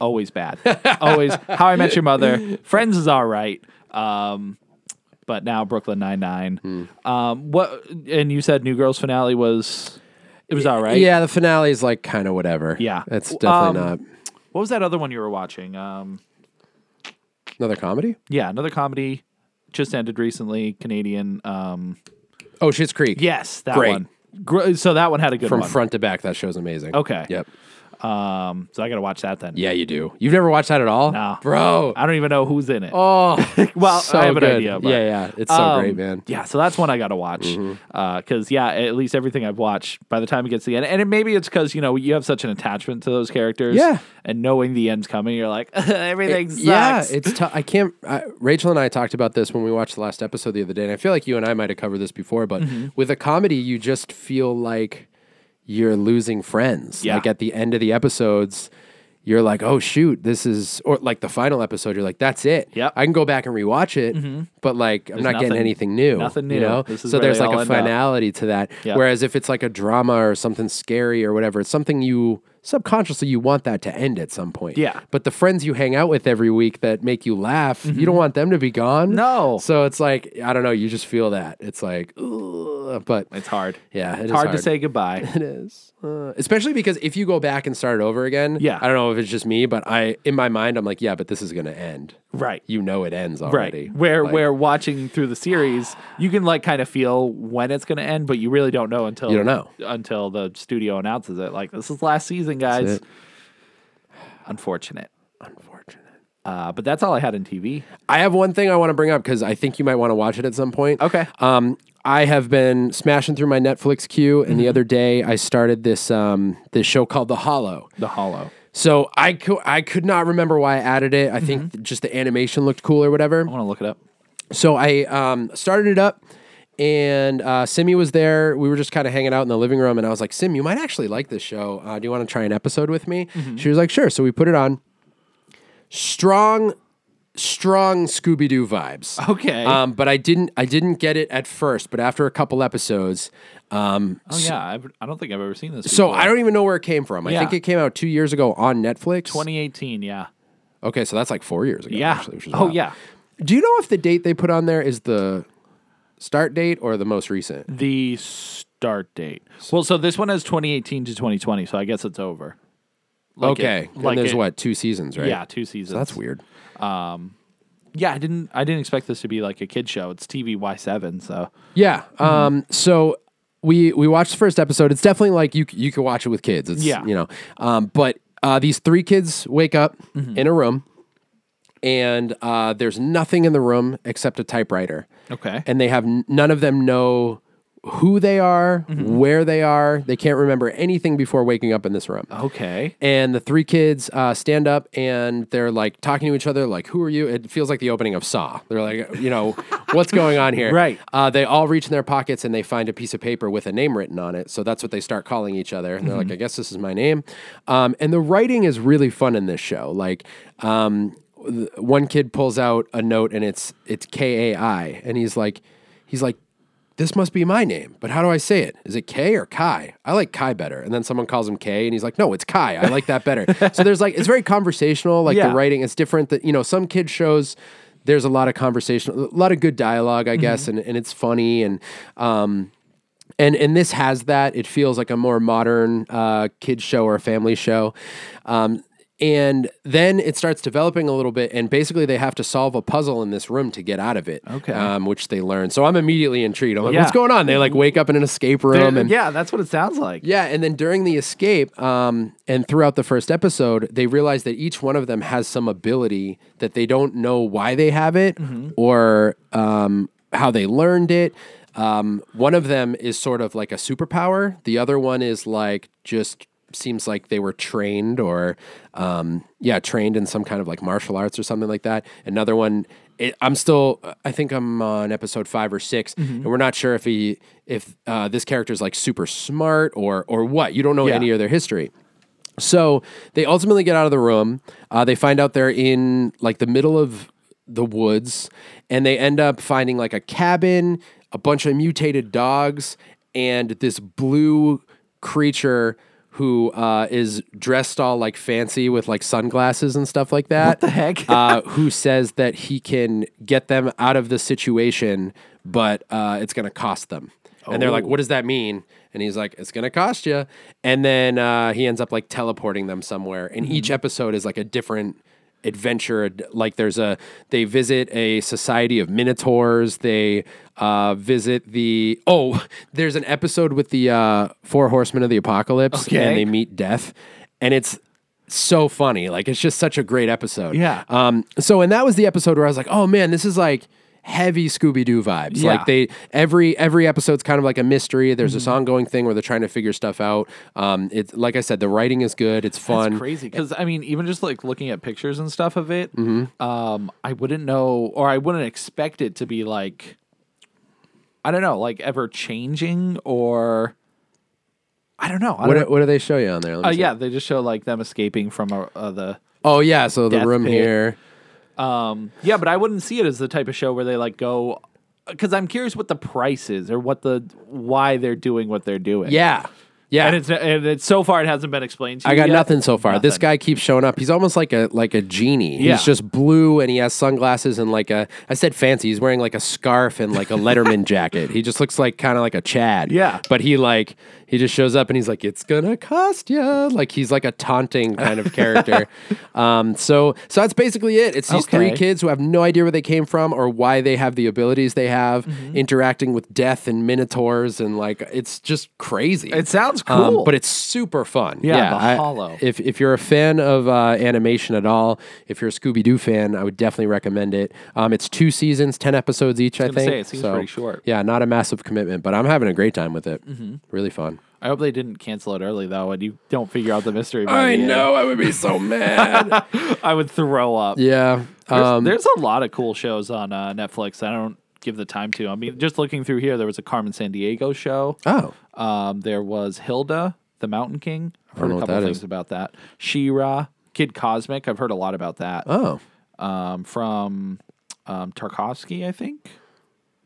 [SPEAKER 2] always bad, always. How I Met Your Mother, Friends is all right, um, but now Brooklyn Nine Nine.
[SPEAKER 1] Hmm.
[SPEAKER 2] Um, what and you said New Girls finale was it was all right.
[SPEAKER 1] Yeah, the finale is like kind of whatever.
[SPEAKER 2] Yeah.
[SPEAKER 1] it's definitely
[SPEAKER 2] Um, What was that other one you were watching? Um,
[SPEAKER 1] not another comedy.
[SPEAKER 2] yeah, another comedy just ended recently. Canadian. Um,
[SPEAKER 1] Oh, Shit's Creek.
[SPEAKER 2] yes, that
[SPEAKER 1] Great.
[SPEAKER 2] one. Gr- so that one had a good
[SPEAKER 1] from
[SPEAKER 2] one.
[SPEAKER 1] front to back, that show's amazing.
[SPEAKER 2] Okay.
[SPEAKER 1] Yep.
[SPEAKER 2] um, so I got to watch that then.
[SPEAKER 1] Yeah, you do. You've never watched that at all,
[SPEAKER 2] No.
[SPEAKER 1] bro.
[SPEAKER 2] I don't even know who's in it.
[SPEAKER 1] Oh,
[SPEAKER 2] well,
[SPEAKER 1] so
[SPEAKER 2] I have an
[SPEAKER 1] good.
[SPEAKER 2] idea. But,
[SPEAKER 1] yeah, yeah, it's so
[SPEAKER 2] Um,
[SPEAKER 1] great, man. Mm-hmm.
[SPEAKER 2] Yeah, so that's one I got to watch. Because, yeah, at least everything I've watched by the time it gets to the end, and it, maybe it's because, you know, you have such an attachment to those characters.
[SPEAKER 1] Yeah.
[SPEAKER 2] And knowing the end's coming, you're like, everything sucks.
[SPEAKER 1] Yeah, it's tough. I can't. I, Rachel and I talked about this when we watched the last episode the other day, and I feel like you and I might have covered this before. But
[SPEAKER 2] Mm-hmm.
[SPEAKER 1] with a comedy, you just feel like you're losing friends.
[SPEAKER 2] Yeah.
[SPEAKER 1] Like at the end of the episodes, you're like, "Oh shoot, this is," or like the final episode, you're like, "That's it."
[SPEAKER 2] Yep. Mm-hmm.
[SPEAKER 1] I can go back and rewatch it, but like I'm not
[SPEAKER 2] nothing-
[SPEAKER 1] getting anything new.
[SPEAKER 2] nothing
[SPEAKER 1] You
[SPEAKER 2] new.
[SPEAKER 1] know?
[SPEAKER 2] This is
[SPEAKER 1] so
[SPEAKER 2] where
[SPEAKER 1] there's
[SPEAKER 2] they
[SPEAKER 1] like
[SPEAKER 2] all
[SPEAKER 1] a
[SPEAKER 2] end up.
[SPEAKER 1] finality to that.
[SPEAKER 2] Yeah.
[SPEAKER 1] Whereas if it's like a drama or something scary or whatever, it's something you subconsciously you want that to end at some point.
[SPEAKER 2] Yeah.
[SPEAKER 1] But the friends you hang out with every week that make you laugh, you don't want them to be gone.
[SPEAKER 2] Mm-hmm. No.
[SPEAKER 1] So it's like I don't know. You just feel that it's like, ugh, but
[SPEAKER 2] It's hard.
[SPEAKER 1] yeah, it is
[SPEAKER 2] It's hard, to say goodbye.
[SPEAKER 1] It is, Uh, especially because if you go back and start it over again.
[SPEAKER 2] Yeah.
[SPEAKER 1] I don't know if it's just me, but I in my mind I'm like, yeah, but this is gonna end.
[SPEAKER 2] right.
[SPEAKER 1] You know it ends
[SPEAKER 2] Right.
[SPEAKER 1] already.
[SPEAKER 2] Where
[SPEAKER 1] Like,
[SPEAKER 2] where watching through the series, you can like kind of feel when it's going to end, but you really don't know until
[SPEAKER 1] You don't know.
[SPEAKER 2] until the studio announces it. Like this is last season, guys.
[SPEAKER 1] it.
[SPEAKER 2] Unfortunate.
[SPEAKER 1] unfortunate.
[SPEAKER 2] Uh, but that's all I had in TV.
[SPEAKER 1] I have one thing I want to bring up because I think you might want to watch it at some point.
[SPEAKER 2] Okay.
[SPEAKER 1] Um, I have been smashing through my Netflix queue, and
[SPEAKER 2] Mm-hmm.
[SPEAKER 1] the other day I started this um, this show called The Hollow.
[SPEAKER 2] The Hollow.
[SPEAKER 1] So I could I could not remember why I added it. I think
[SPEAKER 2] Mm-hmm.
[SPEAKER 1] just the animation looked cool or whatever.
[SPEAKER 2] I want to look it up.
[SPEAKER 1] So I um, started it up, and uh, Simi was there. We were just kind of hanging out in the living room, and I was like, "Sim, you might actually like this show. Uh, do you want to try an episode with me?"
[SPEAKER 2] Mm-hmm.
[SPEAKER 1] She was like, "Sure." So we put it on. Strong, strong Scooby Doo vibes.
[SPEAKER 2] Okay. Uh,
[SPEAKER 1] Um, but I didn't I didn't get it at first. But after a couple episodes, um,
[SPEAKER 2] oh yeah, I've, I don't think I've ever seen this.
[SPEAKER 1] so
[SPEAKER 2] before.
[SPEAKER 1] I don't even know where it came from. I
[SPEAKER 2] Yeah.
[SPEAKER 1] think it came out two years ago on Netflix.
[SPEAKER 2] 2018. Yeah.
[SPEAKER 1] Okay, so that's like four years ago.
[SPEAKER 2] Yeah.
[SPEAKER 1] Actually, which is
[SPEAKER 2] oh
[SPEAKER 1] wild.
[SPEAKER 2] yeah.
[SPEAKER 1] Do you know if the date they put on there is the start date or the most recent?
[SPEAKER 2] The start date. Well, so this one has 2018 to 2020, so I guess it's over. Like it-
[SPEAKER 1] okay,
[SPEAKER 2] like
[SPEAKER 1] and there's
[SPEAKER 2] it-
[SPEAKER 1] what two seasons, right?
[SPEAKER 2] Yeah, two seasons.
[SPEAKER 1] that's weird.
[SPEAKER 2] Yeah, I didn't. I didn't expect this to be like a kid show. It's TVY seven, so
[SPEAKER 1] Yeah. Um. So we we watched the first episode. It's definitely like you c- you can watch it with kids. It's,
[SPEAKER 2] Yeah.
[SPEAKER 1] You know. Um. But uh, these three kids wake up
[SPEAKER 2] Mm-hmm.
[SPEAKER 1] in a room, and uh, there's nothing in the room except a typewriter.
[SPEAKER 2] Okay.
[SPEAKER 1] And they have n- none of them know who they are,
[SPEAKER 2] Mm-hmm.
[SPEAKER 1] where they are. They can't remember anything before waking up in this room.
[SPEAKER 2] Oh, okay.
[SPEAKER 1] and the three kids uh, stand up and they're like talking to each other like who are you it feels like the opening of saw they're like you know what's going on here
[SPEAKER 2] Right.
[SPEAKER 1] uh, they all reach in their pockets and they find a piece of paper with a name written on it so that's what they start calling each other and they're
[SPEAKER 2] Mm-hmm.
[SPEAKER 1] like i guess this is my name um, and the writing is really fun in this show like um, th- one kid pulls out a note and it's it's k-a-i and he's like he's like this must be my name, but how do I say it? Is it K or Kai? I like Kai better. And then someone calls him K, and he's like, no, it's Kai. I like that better. so there's like, it's very conversational. Like
[SPEAKER 2] Yeah.
[SPEAKER 1] the writing, it's different. That you know, some kid shows there's a lot of conversation, a lot of good dialogue, I
[SPEAKER 2] Mm-hmm.
[SPEAKER 1] guess, and and it's funny and um and and this has that. It feels like a more modern uh, kid show or family show. Um, and then it starts developing a little bit, and basically they have to solve a puzzle in this room to get out of it.
[SPEAKER 2] Okay.
[SPEAKER 1] um, which they learn. So I'm immediately intrigued. I'm like,
[SPEAKER 2] Yeah.
[SPEAKER 1] what's going on? They like wake up in an escape room, and
[SPEAKER 2] yeah, that's what it sounds like.
[SPEAKER 1] yeah, and then during the escape, um, and throughout the first episode, they realize that each one of them has some ability that they don't know why they have it or um, how they learned it. Um, one of them is sort of like a superpower. The other one is like just seems like they were trained or um, yeah, trained in some kind of like martial arts or something like that. Another one. It, I'm still. I think I'm on episode five or 6 and we're not sure if he, if uh, this character is like super smart or or what. You don't know
[SPEAKER 2] Yeah.
[SPEAKER 1] any of their history. So they ultimately get out of the room. Uh, they find out they're in like the middle of the woods, and they end up finding like a cabin, a bunch of mutated dogs, and this blue creature who uh, is dressed all like fancy with like sunglasses and stuff like that. What the
[SPEAKER 2] heck?
[SPEAKER 1] uh, who says that he can get them out of the situation, but uh, it's going to cost them. And they're like,
[SPEAKER 2] Oh.
[SPEAKER 1] what does that mean? And he's like, it's going to cost you. And then uh, he ends up like teleporting them somewhere. And
[SPEAKER 2] Mm-hmm.
[SPEAKER 1] each episode is like a different adventure. ad- Like there's a, they visit a society of minotaurs. They uh, visit the, oh, there's an episode with the uh, Four Horsemen of the Apocalypse
[SPEAKER 2] Okay.
[SPEAKER 1] and they meet death. And it's, so funny. Like it's just such a great episode.
[SPEAKER 2] Yeah.
[SPEAKER 1] Um, so and that was the episode where I was like, oh man, this is like heavy Scooby Doo vibes.
[SPEAKER 2] Yeah. Mm-hmm.
[SPEAKER 1] Like they every every episode's kind of like a mystery. There's this ongoing thing where they're trying to figure stuff out. Um, it's like I said, the writing is good. It's fun.
[SPEAKER 2] That's crazy because I mean, even just like looking at pictures and stuff of it,
[SPEAKER 1] Mm-hmm.
[SPEAKER 2] um, I wouldn't know or I wouldn't expect it to be like, I don't know, like ever changing or I don't know. I
[SPEAKER 1] What,
[SPEAKER 2] don't-
[SPEAKER 1] do- what do they show you on there? Let me
[SPEAKER 2] uh,
[SPEAKER 1] see.
[SPEAKER 2] yeah, they just show like them escaping from a, uh, the
[SPEAKER 1] Oh yeah. So the
[SPEAKER 2] Death
[SPEAKER 1] room
[SPEAKER 2] Pit.
[SPEAKER 1] here.
[SPEAKER 2] yeah, but I wouldn't see it as the type of show where they like go because I'm curious what the price is or what the why they're doing what they're doing.
[SPEAKER 1] Yeah. Yeah.
[SPEAKER 2] and it's and it's so far it hasn't been explained. to
[SPEAKER 1] I
[SPEAKER 2] you
[SPEAKER 1] got
[SPEAKER 2] yet.
[SPEAKER 1] nothing so far. This
[SPEAKER 2] Nothing.
[SPEAKER 1] guy keeps showing up. He's almost like a like a genie.
[SPEAKER 2] Yeah.
[SPEAKER 1] He's just blue and he has sunglasses and like a I said fancy. He's wearing like a scarf and like a Letterman jacket. He just looks like kind of like a Chad.
[SPEAKER 2] Yeah.
[SPEAKER 1] But he like he just shows up and he's like it's gonna cost you. Like he's like a taunting kind of character. um so so that's basically it. It's these three
[SPEAKER 2] Okay.
[SPEAKER 1] kids who have no idea where they came from or why they have the abilities they have
[SPEAKER 2] Mm-hmm.
[SPEAKER 1] interacting with death and minotaurs and like it's just crazy.
[SPEAKER 2] It sounds
[SPEAKER 1] Um,
[SPEAKER 2] cool.
[SPEAKER 1] but it's super fun.
[SPEAKER 2] Yeah, The
[SPEAKER 1] I-
[SPEAKER 2] Hollow.
[SPEAKER 1] if if you're a fan of uh, animation at all, if you're a Scooby Doo fan, I would definitely recommend it. Um, it's two seasons, ten episodes each. I,
[SPEAKER 2] gonna
[SPEAKER 1] think.
[SPEAKER 2] say, it seems pretty short. Mm-hmm.
[SPEAKER 1] Yeah, not a massive commitment, but I'm having a great time with it. Really fun.
[SPEAKER 2] I hope they didn't cancel it early though, and you don't figure out the mystery. by the end.
[SPEAKER 1] I would be so mad.
[SPEAKER 2] I would throw up.
[SPEAKER 1] yeah.
[SPEAKER 2] There's,
[SPEAKER 1] Um,
[SPEAKER 2] there's a lot of cool shows on uh, Netflix. I don't give the time to. I mean, just looking through here, there was a Carmen San Diego show.
[SPEAKER 1] oh,
[SPEAKER 2] Um, there was Hilda, the Mountain King. I've heard
[SPEAKER 1] know
[SPEAKER 2] a
[SPEAKER 1] what
[SPEAKER 2] couple
[SPEAKER 1] that
[SPEAKER 2] things
[SPEAKER 1] is.
[SPEAKER 2] about that. She-Ra, Kid Cosmic. I've heard a lot about that.
[SPEAKER 1] oh,
[SPEAKER 2] Um, from um, Tarkovsky, I think.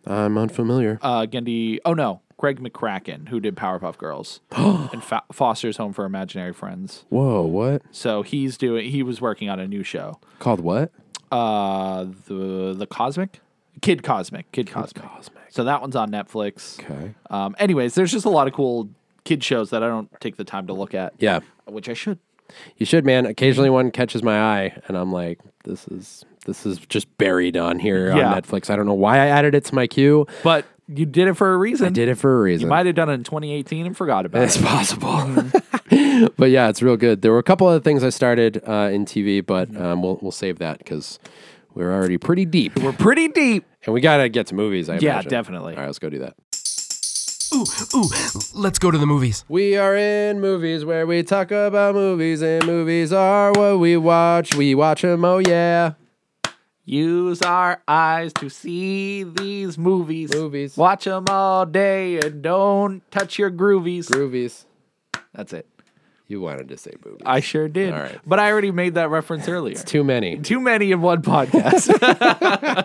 [SPEAKER 1] I'm unfamiliar.
[SPEAKER 2] Uh, Gendy. Oh no, Greg McCracken, who did Powerpuff Girls and Fa- Foster's Home for Imaginary Friends.
[SPEAKER 1] Whoa, what?
[SPEAKER 2] So he's doing. He was working on a new show.
[SPEAKER 1] Called what?
[SPEAKER 2] Uh, the the Cosmic, Kid Cosmic, Kid Cosmic. So that one's on Netflix.
[SPEAKER 1] Okay.
[SPEAKER 2] Um, anyways, there's just a lot of cool kid shows that I don't take the time to look at.
[SPEAKER 1] Yeah.
[SPEAKER 2] Which I should.
[SPEAKER 1] You should, man. Occasionally one catches my eye, and I'm like, this is this is just buried on here
[SPEAKER 2] Yeah.
[SPEAKER 1] on Netflix. I don't know why I added it to my queue.
[SPEAKER 2] But you did it for a reason.
[SPEAKER 1] I did it for a reason.
[SPEAKER 2] You might have done it in 2018 and forgot about
[SPEAKER 1] It's
[SPEAKER 2] it.
[SPEAKER 1] possible.
[SPEAKER 2] Mm-hmm.
[SPEAKER 1] but yeah, it's real good. There were a couple other things I started uh, in TV, but
[SPEAKER 2] Mm-hmm.
[SPEAKER 1] um, we'll we'll save that because we're already pretty deep,
[SPEAKER 2] We're pretty deep.
[SPEAKER 1] and we gotta get to movies. I
[SPEAKER 2] Yeah,
[SPEAKER 1] imagine.
[SPEAKER 2] definitely.
[SPEAKER 1] All right, let's go do that.
[SPEAKER 5] Ooh, ooh, let's go to the movies.
[SPEAKER 1] We are in movies where we talk about movies, and movies are what we watch. We watch them. Oh yeah.
[SPEAKER 2] Use our eyes to see these movies.
[SPEAKER 1] Movies.
[SPEAKER 2] Watch them all day and don't touch your groovies.
[SPEAKER 1] Movies.
[SPEAKER 2] That's it.
[SPEAKER 1] You wanted to say movies.
[SPEAKER 2] I sure did.
[SPEAKER 1] All right.
[SPEAKER 2] But I already made that reference earlier.
[SPEAKER 1] Too many.
[SPEAKER 2] Too many in one podcast.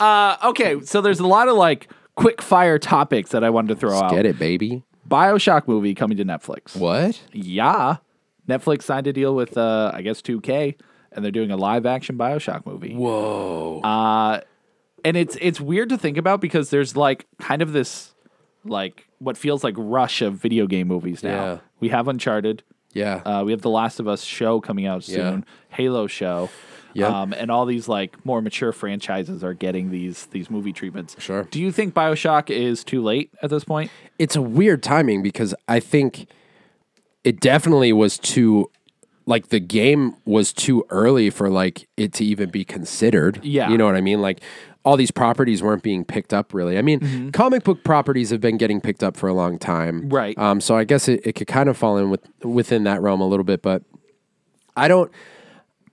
[SPEAKER 2] uh, okay, so there's a lot of like quick fire topics that I wanted to throw out.
[SPEAKER 1] Get it, baby.
[SPEAKER 2] Bioshock movie coming to Netflix.
[SPEAKER 1] What?
[SPEAKER 2] Yeah. Netflix signed a deal with, uh, I guess, 2K, and they're doing a live action Bioshock movie. Whoa. Uh, and it's it's weird to think about because there's like kind of this like what feels like rush of video game movies now.
[SPEAKER 1] Yeah.
[SPEAKER 2] We have Uncharted.
[SPEAKER 1] Yeah.
[SPEAKER 2] Uh, we have the Last of Us show coming out
[SPEAKER 1] Yeah.
[SPEAKER 2] soon, Halo show,
[SPEAKER 1] Yep.
[SPEAKER 2] um, and all these like more mature franchises are getting these these movie treatments.
[SPEAKER 1] Sure.
[SPEAKER 2] Do you think Bioshock is too late at this point?
[SPEAKER 1] it's a weird timing because I think it definitely was too like the game was too early for like it to even be considered.
[SPEAKER 2] Yeah.
[SPEAKER 1] You know what I mean? Like all these properties weren't being picked up really. I mean,
[SPEAKER 2] Mm-hmm.
[SPEAKER 1] comic book properties have been getting picked up for a long time,
[SPEAKER 2] Right.
[SPEAKER 1] Um, so I guess it, it could kind of fall in with within that realm a little bit, but I don't.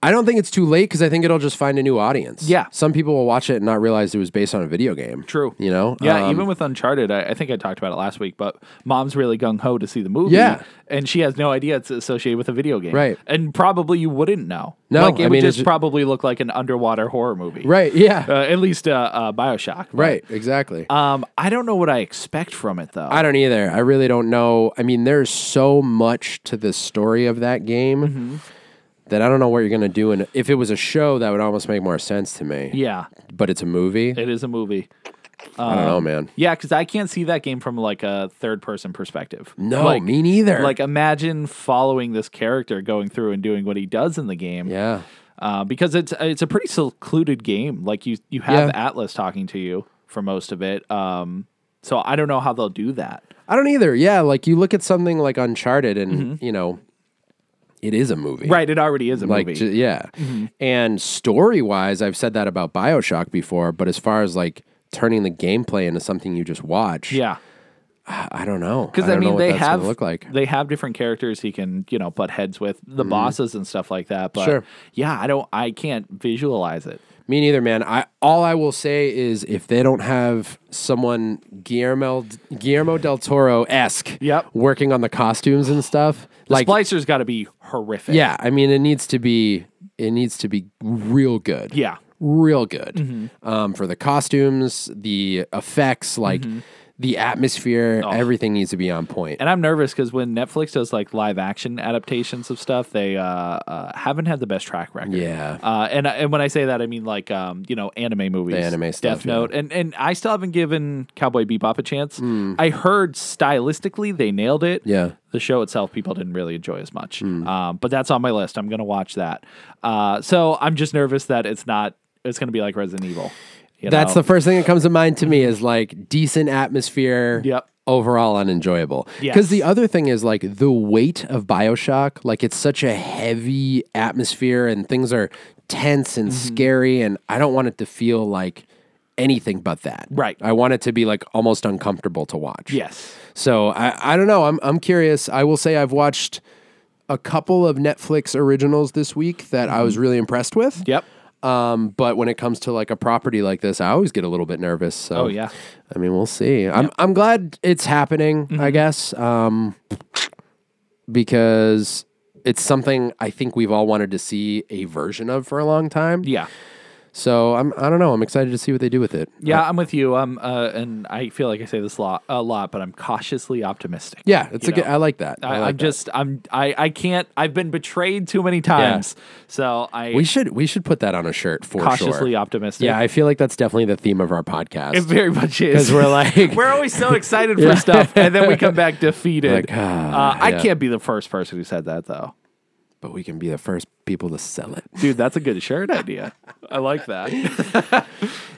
[SPEAKER 1] I don't think it's too late because I think it'll just find a new audience.
[SPEAKER 2] Yeah.
[SPEAKER 1] some people will watch it and not realize it was based on a video game.
[SPEAKER 2] True.
[SPEAKER 1] you know.
[SPEAKER 2] Yeah,
[SPEAKER 1] Um,
[SPEAKER 2] even with Uncharted, I, I think I talked about it last week, but mom's really gung ho to see the movie.
[SPEAKER 1] Yeah.
[SPEAKER 2] And she has no idea it's associated with a video game.
[SPEAKER 1] Right.
[SPEAKER 2] And probably you wouldn't know.
[SPEAKER 1] No,
[SPEAKER 2] Like, it
[SPEAKER 1] I
[SPEAKER 2] would
[SPEAKER 1] mean, it's
[SPEAKER 2] just
[SPEAKER 1] ju-
[SPEAKER 2] probably look like an underwater horror movie.
[SPEAKER 1] right. Yeah,
[SPEAKER 2] Uh, at least uh, uh, Bioshock. But,
[SPEAKER 1] right. Exactly.
[SPEAKER 2] Um, I don't know what I expect from it, though.
[SPEAKER 1] I don't either. I really don't know. I mean, there's so much to the story of that game
[SPEAKER 2] Mm-hmm.
[SPEAKER 1] that I don't know what you're gonna do. And if it was a show, that would almost make more sense to me.
[SPEAKER 2] yeah,
[SPEAKER 1] But it's a movie.
[SPEAKER 2] it is a movie.
[SPEAKER 1] I don't know, man.
[SPEAKER 2] Yeah, because I can't see that game from like a third person perspective.
[SPEAKER 1] No,
[SPEAKER 2] like,
[SPEAKER 1] me neither.
[SPEAKER 2] Like, imagine following this character going through and doing what he does in the game.
[SPEAKER 1] yeah,
[SPEAKER 2] uh, because it's it's a pretty secluded game. Like you you have
[SPEAKER 1] Yeah.
[SPEAKER 2] Atlas talking to you for most of it. Um, so I don't know how they'll do that.
[SPEAKER 1] I don't either. Yeah, like you look at something like Uncharted, and you know, it is a movie,
[SPEAKER 2] Mm-hmm. Right, it already is a
[SPEAKER 1] Like,
[SPEAKER 2] movie. Mm-hmm.
[SPEAKER 1] ju- yeah. And story wise, I've said that about Bioshock before, but as far as like turning the gameplay into something you just watch,
[SPEAKER 2] yeah,
[SPEAKER 1] I don't know.
[SPEAKER 2] because I,
[SPEAKER 1] don't know
[SPEAKER 2] mean
[SPEAKER 1] what
[SPEAKER 2] they
[SPEAKER 1] that's gonna
[SPEAKER 2] have
[SPEAKER 1] look like. Mm-hmm.
[SPEAKER 2] they have different characters he can you know butt heads with the bosses and stuff like that. But
[SPEAKER 1] Sure.
[SPEAKER 2] yeah, I don't I can't visualize it.
[SPEAKER 1] Me neither, man. I all I will say is if they don't have someone Guillermo Guillermo del Toro esque,
[SPEAKER 2] Yep.
[SPEAKER 1] working on the costumes and stuff, like
[SPEAKER 2] Splicer's got to be horrific.
[SPEAKER 1] yeah, I mean it needs to be it needs to be real good,
[SPEAKER 2] yeah, Mm-hmm.
[SPEAKER 1] real good um, for the costumes, the effects, like
[SPEAKER 2] Mm-hmm.
[SPEAKER 1] the atmosphere,
[SPEAKER 2] Oh.
[SPEAKER 1] everything needs to be on point.
[SPEAKER 2] and I'm nervous because when Netflix does like live action adaptations of stuff, they uh, uh, haven't had the best track record.
[SPEAKER 1] Yeah.
[SPEAKER 2] Uh, and and when I say that, I mean like um, you know anime movies,
[SPEAKER 1] anime
[SPEAKER 2] Death
[SPEAKER 1] stuff, yeah.
[SPEAKER 2] Note, and and I still haven't given Cowboy Bebop a chance. I heard stylistically they nailed it.
[SPEAKER 1] Hmm. Yeah. Hmm.
[SPEAKER 2] The show itself, people didn't really enjoy as much. Um, but that's on my list. I'm gonna watch that. Uh, so I'm just nervous that it's not. It's gonna be like Resident Evil. you
[SPEAKER 1] That's the
[SPEAKER 2] know?
[SPEAKER 1] first thing that comes to mind to me is like decent atmosphere.
[SPEAKER 2] Yep.
[SPEAKER 1] Overall unenjoyable. Because
[SPEAKER 2] Yes.
[SPEAKER 1] the other thing is like the weight of Bioshock, like it's such a heavy atmosphere and things are tense and
[SPEAKER 2] Mm-hmm.
[SPEAKER 1] scary. And I don't want it to feel like anything but that.
[SPEAKER 2] Right.
[SPEAKER 1] I want it to be like almost uncomfortable to watch.
[SPEAKER 2] yes.
[SPEAKER 1] So I, I don't know. I'm I'm curious. I will say I've watched a couple of Netflix originals this week that I
[SPEAKER 2] Mm-hmm.
[SPEAKER 1] was really impressed with.
[SPEAKER 2] Yep.
[SPEAKER 1] Um, but when it comes to like a property like this, I always get a little bit nervous. So
[SPEAKER 2] Oh, yeah.
[SPEAKER 1] I mean, we'll see. I'm I'm glad it's happening.
[SPEAKER 2] Mm-hmm.
[SPEAKER 1] I guess um, because it's something I think we've all wanted to see a version of for a long time.
[SPEAKER 2] Yeah.
[SPEAKER 1] So I'm I don't know. I'm excited to see what they do with it.
[SPEAKER 2] Yeah, I'm with you. Um, uh, and I feel like I say this a lot, a lot, but I'm cautiously optimistic.
[SPEAKER 1] Yeah, it's a
[SPEAKER 2] You
[SPEAKER 1] good.
[SPEAKER 2] know,
[SPEAKER 1] I like that.
[SPEAKER 2] I,
[SPEAKER 1] like that.
[SPEAKER 2] I'm just, I'm, I, I can't. I've been betrayed too many times, so I
[SPEAKER 1] We should we should put that on a shirt for sure.
[SPEAKER 2] cautiously optimistic.
[SPEAKER 1] Yeah, I feel like that's definitely the theme of our podcast.
[SPEAKER 2] it very much is
[SPEAKER 1] 'Cause we're like-
[SPEAKER 2] we're always so excited for stuff, and then we come back defeated.
[SPEAKER 1] Like, ah,
[SPEAKER 2] uh, I
[SPEAKER 1] yeah.
[SPEAKER 2] can't be the first person who said that though,
[SPEAKER 1] but we can be the first people to sell it.
[SPEAKER 2] dude. That's a good shirt idea. I like that.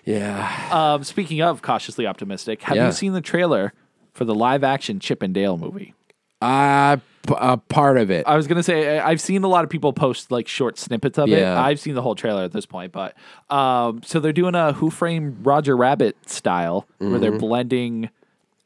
[SPEAKER 1] Yeah.
[SPEAKER 2] Um, speaking of cautiously optimistic, have
[SPEAKER 1] Yeah.
[SPEAKER 2] you seen the trailer for the live action Chip and Dale movie?
[SPEAKER 1] Uh, p- a part of it.
[SPEAKER 2] I was gonna say I- I've seen a lot of people post like short snippets of it.
[SPEAKER 1] Yeah.
[SPEAKER 2] I've seen the whole trailer at this point, but um, so they're doing a Who Framed Roger Rabbit style where
[SPEAKER 1] Mm-hmm.
[SPEAKER 2] they're blending,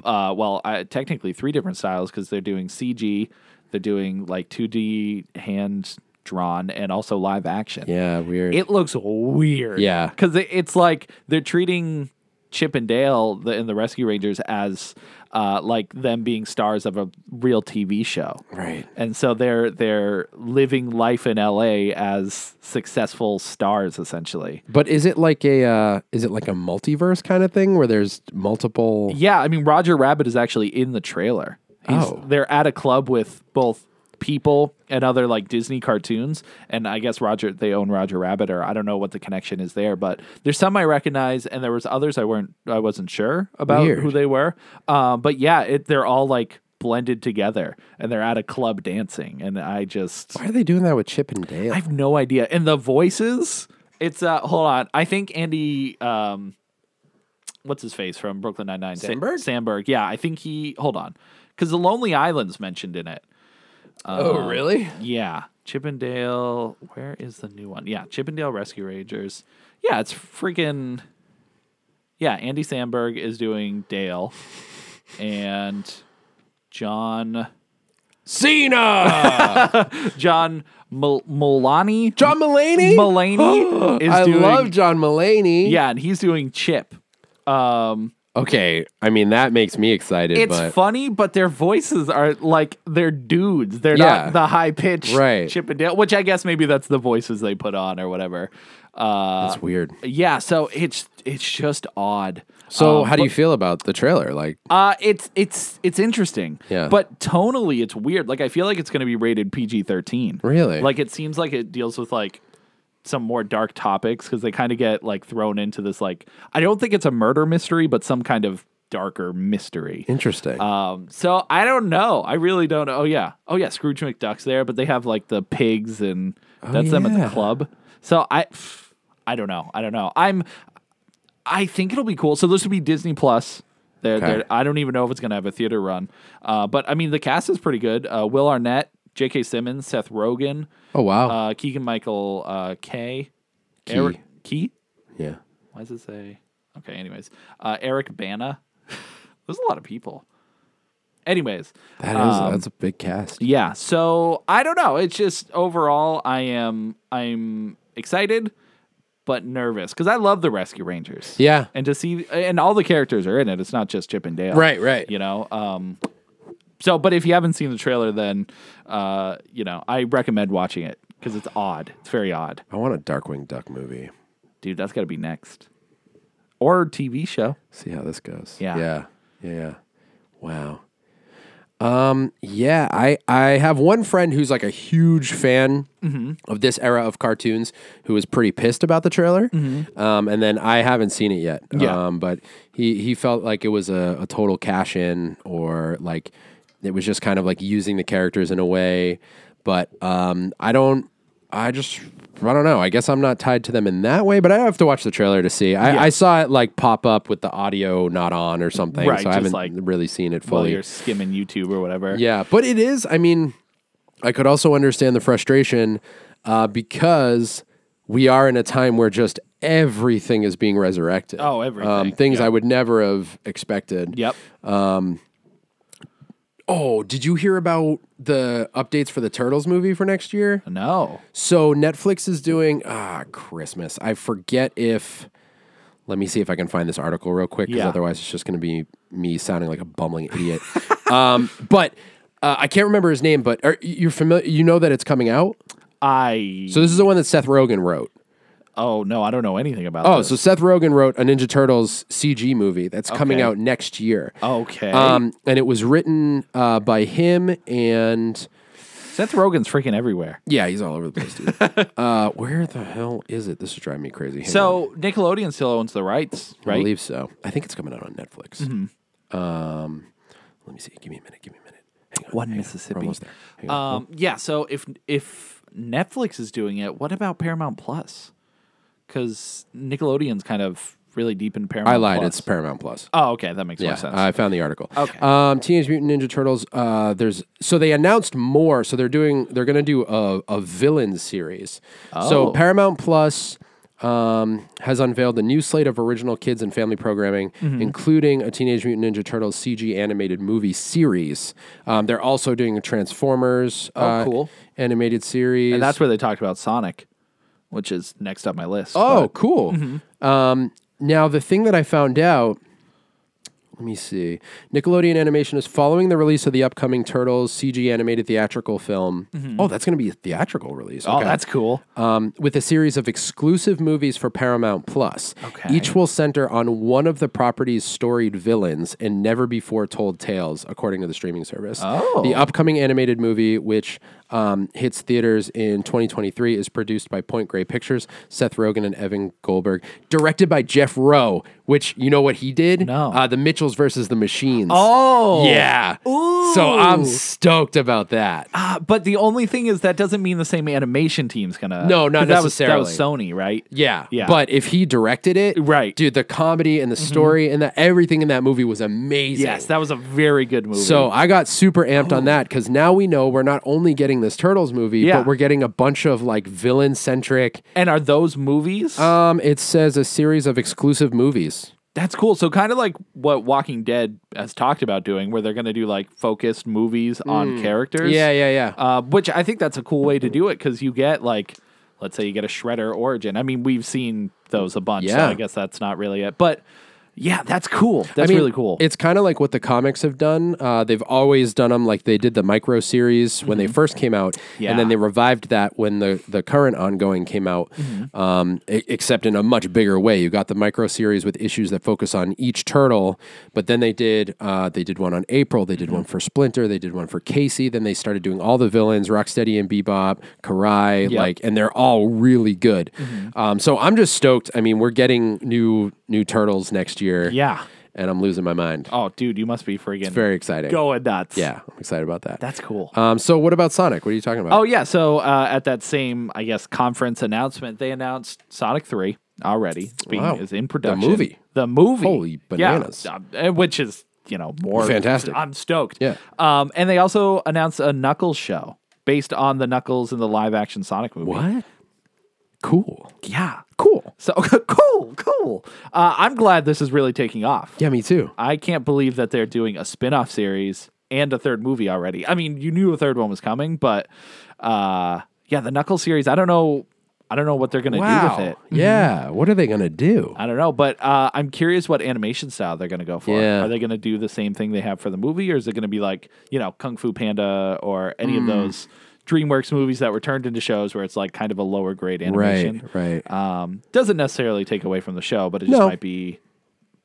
[SPEAKER 2] uh, well, I, technically three different styles because they're doing CG, they're doing like two D hand drawn, and also live action.
[SPEAKER 1] yeah, weird.
[SPEAKER 2] It looks weird.
[SPEAKER 1] Yeah.
[SPEAKER 2] Because it's like they're treating Chip and Dale the, and the Rescue Rangers as uh, like them being stars of a real TV show.
[SPEAKER 1] Right.
[SPEAKER 2] And so they're they're living life in LA as successful stars essentially.
[SPEAKER 1] but is it like a uh, is it like a multiverse kind of thing where there's multiple?
[SPEAKER 2] Yeah, I mean Roger Rabbit is actually in the trailer. He's,
[SPEAKER 1] Oh.
[SPEAKER 2] They're at a club with both people and other like Disney cartoons, and I guess Roger they own Roger Rabbit, or I don't know what the connection is there, but there's some I recognize, and there was others I weren't I wasn't sure about
[SPEAKER 1] Weird.
[SPEAKER 2] who they were. Um, but yeah, it, they're all like blended together, and they're at a club dancing, and I just
[SPEAKER 1] Why are they doing that with Chip and Dale?
[SPEAKER 2] I have no idea. And the voices, it's uh hold on. I think Andy um what's his face from Brooklyn Nine Nine?
[SPEAKER 1] Sandberg?
[SPEAKER 2] Sandberg, yeah. I think he hold on. Because the Lonely Island's mentioned in it. Um,
[SPEAKER 1] oh, really?
[SPEAKER 2] Yeah. Chippendale where is the new one? Yeah, Chippendale Rescue Rangers. Yeah, it's freaking yeah, Andy Sandberg is doing Dale, and John
[SPEAKER 1] Cena,
[SPEAKER 2] John Mul- Mulani
[SPEAKER 1] John Mulaney.
[SPEAKER 2] Mulaney is
[SPEAKER 1] I
[SPEAKER 2] doing
[SPEAKER 1] love John Mulaney.
[SPEAKER 2] yeah, and he's doing Chip. Um,
[SPEAKER 1] Okay. I mean, that makes me excited.
[SPEAKER 2] it's
[SPEAKER 1] but
[SPEAKER 2] funny, but their voices are like they're dudes. They're
[SPEAKER 1] Yeah.
[SPEAKER 2] not the high pitched
[SPEAKER 1] Right.
[SPEAKER 2] Chip and Dale, which I guess maybe that's the voices they put on or whatever. Uh,
[SPEAKER 1] it's weird.
[SPEAKER 2] yeah, so it's it's just odd.
[SPEAKER 1] So,
[SPEAKER 2] Um,
[SPEAKER 1] how do you feel about the trailer? Like,
[SPEAKER 2] Uh, it's it's it's interesting.
[SPEAKER 1] Yeah.
[SPEAKER 2] But tonally, it's weird. Like I feel like it's going to be rated PG thirteen.
[SPEAKER 1] Really?
[SPEAKER 2] Like it seems like it deals with like some more dark topics because they kind of get like thrown into this like I don't think it's a murder mystery, but some kind of darker mystery.
[SPEAKER 1] interesting.
[SPEAKER 2] Um, so I don't know. I really don't know. Oh yeah. Oh yeah. Scrooge McDuck's there, but they have like the pigs and that's them at
[SPEAKER 1] Oh, yeah.
[SPEAKER 2] the club. So I, I don't know. I don't know. I'm, I think it'll be cool. So this will be Disney Plus. There,
[SPEAKER 1] Okay.
[SPEAKER 2] there. I don't even know if it's gonna have a theater run. Uh, but I mean the cast is pretty good. Uh, Will Arnett, J.K. Simmons, Seth Rogen,
[SPEAKER 1] oh wow.
[SPEAKER 2] uh, Keegan Michael uh, K.
[SPEAKER 1] Key.
[SPEAKER 2] Key.
[SPEAKER 1] yeah.
[SPEAKER 2] Why does it say? Okay, anyways. Uh, Eric Bana. There's a lot of people. Anyways,
[SPEAKER 1] That is
[SPEAKER 2] um,
[SPEAKER 1] that's a big cast.
[SPEAKER 2] yeah. So I don't know. It's just overall, I am I'm excited, but nervous because I love the Rescue Rangers.
[SPEAKER 1] Yeah.
[SPEAKER 2] and to see and all the characters are in it. It's not just Chip and Dale.
[SPEAKER 1] Right, right.
[SPEAKER 2] You know. Um. So, but if you haven't seen the trailer, then uh, you know I recommend watching it because it's odd. It's very odd,
[SPEAKER 1] I want a Darkwing Duck movie.
[SPEAKER 2] dude. That's got to be next, or TV show.
[SPEAKER 1] See how this goes.
[SPEAKER 2] Yeah.
[SPEAKER 1] Yeah. Yeah. yeah. Wow. Um, yeah, I, I have one friend who's like a huge fan
[SPEAKER 2] Mm-hmm.
[SPEAKER 1] of this era of cartoons who was pretty pissed about the trailer. Um, and then I haven't seen it yet.
[SPEAKER 2] Mm-hmm. Yeah.
[SPEAKER 1] Um, but he, he felt like it was a, a total cash in or like it was just kind of like using the characters in a way. But um, I don't, I just, I don't know. I guess I'm not tied to them in that way, but I have to watch the trailer to see. I, I saw it like pop up with the audio not on or something.
[SPEAKER 2] Right,
[SPEAKER 1] so I haven't
[SPEAKER 2] just like-
[SPEAKER 1] really seen it
[SPEAKER 2] While
[SPEAKER 1] fully.
[SPEAKER 2] you're skimming YouTube or whatever.
[SPEAKER 1] Yeah, but it is. I mean, I could also understand the frustration uh, because we are in a time where just everything is being resurrected.
[SPEAKER 2] Oh, everything.
[SPEAKER 1] Um, things
[SPEAKER 2] Yeah.
[SPEAKER 1] I would never have expected.
[SPEAKER 2] Yep.
[SPEAKER 1] Oh, did you hear about the updates for the Turtles movie for next year?
[SPEAKER 2] No.
[SPEAKER 1] So Netflix is doing ah Christmas. I forget if. Let me see if I can find this article real quick because
[SPEAKER 2] Yeah.
[SPEAKER 1] otherwise it's just going to be me sounding like a bumbling idiot. um, but uh, I can't remember his name. But are, you're familiar. You know that it's coming out.
[SPEAKER 2] I.
[SPEAKER 1] So this is the one that Seth Rogen wrote.
[SPEAKER 2] Oh no, I don't know anything about.
[SPEAKER 1] Oh,
[SPEAKER 2] this.
[SPEAKER 1] so Seth Rogen wrote a Ninja Turtles CG movie that's coming
[SPEAKER 2] Okay.
[SPEAKER 1] out next year.
[SPEAKER 2] okay.
[SPEAKER 1] Um, and it was written uh, by him and
[SPEAKER 2] Seth Rogen's freaking everywhere.
[SPEAKER 1] yeah, he's all over the place, dude. uh, where the hell is it? This is driving me crazy. Hang on.
[SPEAKER 2] So Nickelodeon still owns the rights,
[SPEAKER 1] I
[SPEAKER 2] right?
[SPEAKER 1] believe so. I think it's coming out on Netflix. Um, let me see. Give me a minute. Give me a minute. Hang on.
[SPEAKER 2] One
[SPEAKER 1] hang on. We're
[SPEAKER 2] Mississippi.
[SPEAKER 1] almost there. Hang on.
[SPEAKER 2] Um, yeah. So if if Netflix is doing it, what about Paramount Plus? Because Nickelodeon's kind of really deep in Paramount.
[SPEAKER 1] I lied.
[SPEAKER 2] Plus.
[SPEAKER 1] It's Paramount Plus.
[SPEAKER 2] Oh, okay, that makes
[SPEAKER 1] yeah,
[SPEAKER 2] more sense.
[SPEAKER 1] I found the article.
[SPEAKER 2] Okay.
[SPEAKER 1] Um, Teenage Mutant Ninja Turtles. Uh, there's so they announced more. So they're doing. They're gonna do a, a villain series. So
[SPEAKER 2] Oh.
[SPEAKER 1] Paramount Plus. Um, has unveiled a new slate of original kids and family programming,
[SPEAKER 2] Mm-hmm.
[SPEAKER 1] including a Teenage Mutant Ninja Turtles CG animated movie series. Um, they're also doing a Transformers uh,
[SPEAKER 2] Oh, cool.
[SPEAKER 1] animated series.
[SPEAKER 2] and that's where they talked about Sonic, which is next on my list.
[SPEAKER 1] Oh, cool.
[SPEAKER 2] Mm-hmm.
[SPEAKER 1] Um, now, the thing that I found out. Let me see. Nickelodeon Animation is following the release of the upcoming Turtles CG animated theatrical film. Oh, that's going to be a theatrical release.
[SPEAKER 2] but- Mm-hmm. oh,
[SPEAKER 1] Okay.
[SPEAKER 2] that's cool.
[SPEAKER 1] um, with a series of exclusive movies for Paramount Plus.
[SPEAKER 2] Okay.
[SPEAKER 1] Each will center on one of the property's storied villains and never before told tales, according to the streaming service.
[SPEAKER 2] Oh.
[SPEAKER 1] The upcoming animated movie, which um, hits theaters in 2023, is produced by Point Grey Pictures, Seth Rogen and Evan Goldberg, directed by Jeff Rowe, which you know what he did?
[SPEAKER 2] No.
[SPEAKER 1] Uh, the Mitchells versus the Machines.
[SPEAKER 2] Oh.
[SPEAKER 1] yeah. So I'm stoked about that.
[SPEAKER 2] Uh, but the only thing is that doesn't mean the same animation team's gonna.
[SPEAKER 1] No, not
[SPEAKER 2] 'cause that was- That was,
[SPEAKER 1] necessarily.
[SPEAKER 2] Sony, right?
[SPEAKER 1] Yeah,
[SPEAKER 2] Yeah.
[SPEAKER 1] But if he directed it,
[SPEAKER 2] Right. Mm-hmm.
[SPEAKER 1] dude, the comedy and the story and the everything in that movie was amazing.
[SPEAKER 2] Yes, that was a very good movie. Oh.
[SPEAKER 1] so I got super amped on that because now we know we're not only getting this Turtles movie,
[SPEAKER 2] Yeah.
[SPEAKER 1] but we're getting a bunch of like villain centric. Uh,
[SPEAKER 2] and are those movies?
[SPEAKER 1] Um, it says a series of exclusive movies.
[SPEAKER 2] That's cool. So kind of like what Walking Dead has talked about doing, where they're going to do like focused movies on characters.
[SPEAKER 1] Hmm. Yeah, yeah, yeah.
[SPEAKER 2] Uh, which I think that's a cool way to do it because you get like, let's say you get a Shredder origin. I mean, we've seen those a bunch. So
[SPEAKER 1] Yeah.
[SPEAKER 2] I guess that's not really it, but yeah, that's cool. That's
[SPEAKER 1] I mean,
[SPEAKER 2] really cool.
[SPEAKER 1] It's kind of like what the comics have done. Uh, they've always done them like they did the micro series when they first came out,
[SPEAKER 2] Mm-hmm. Yeah.
[SPEAKER 1] and then they revived that when the, the current ongoing came out,
[SPEAKER 2] Mm-hmm.
[SPEAKER 1] um, e- except in a much bigger way. You got the micro series with issues that focus on each turtle, but then they did uh, they did one on April, they did
[SPEAKER 2] Mm-hmm.
[SPEAKER 1] one for Splinter, they did one for Casey, then they started doing all the villains, Rocksteady and Bebop, Karai,
[SPEAKER 2] Yep. Mm-hmm.
[SPEAKER 1] like and they're all really good. Um, so I'm just stoked. I mean, we're getting new new turtles next year.
[SPEAKER 2] Yeah.
[SPEAKER 1] and I'm losing my mind.
[SPEAKER 2] oh, dude, you must be freaking
[SPEAKER 1] Very exciting.
[SPEAKER 2] going nuts.
[SPEAKER 1] Yeah, I'm excited about that.
[SPEAKER 2] That's cool.
[SPEAKER 1] Um, so what about Sonic? What are you talking about?
[SPEAKER 2] Oh yeah, so uh, at that same, I guess, conference announcement, they announced Sonic Three already. It's being
[SPEAKER 1] Wow.
[SPEAKER 2] is
[SPEAKER 1] The
[SPEAKER 2] in production.
[SPEAKER 1] movie.
[SPEAKER 2] The movie.
[SPEAKER 1] Holy bananas.
[SPEAKER 2] Yeah, um, and which is you know more
[SPEAKER 1] Fantastic.
[SPEAKER 2] I'm stoked.
[SPEAKER 1] Yeah.
[SPEAKER 2] Um, and they also announced a Knuckles show based on the Knuckles in the live action Sonic movie.
[SPEAKER 1] what? Cool.
[SPEAKER 2] Yeah.
[SPEAKER 1] Cool.
[SPEAKER 2] So cool, cool. Uh, I'm glad this is really taking off.
[SPEAKER 1] Yeah, me too.
[SPEAKER 2] I can't believe that they're doing a spin-off series and a third movie already. I mean, you knew a third one was coming, but uh yeah, the Knuckles series, I don't know I don't know what they're going to do with it. Mm-hmm.
[SPEAKER 1] Yeah. What are they gonna do?
[SPEAKER 2] I don't know, but uh, I'm curious what animation style they're going to go for.
[SPEAKER 1] Yeah.
[SPEAKER 2] Are they going to do the same thing they have for the movie, or is it going to be like you know Kung Fu Panda or any
[SPEAKER 1] Hmm.
[SPEAKER 2] of those DreamWorks movies that were turned into shows where it's like kind of a lower grade animation?
[SPEAKER 1] Right. Right.
[SPEAKER 2] Um, doesn't necessarily take away from the show, but it just
[SPEAKER 1] No.
[SPEAKER 2] might be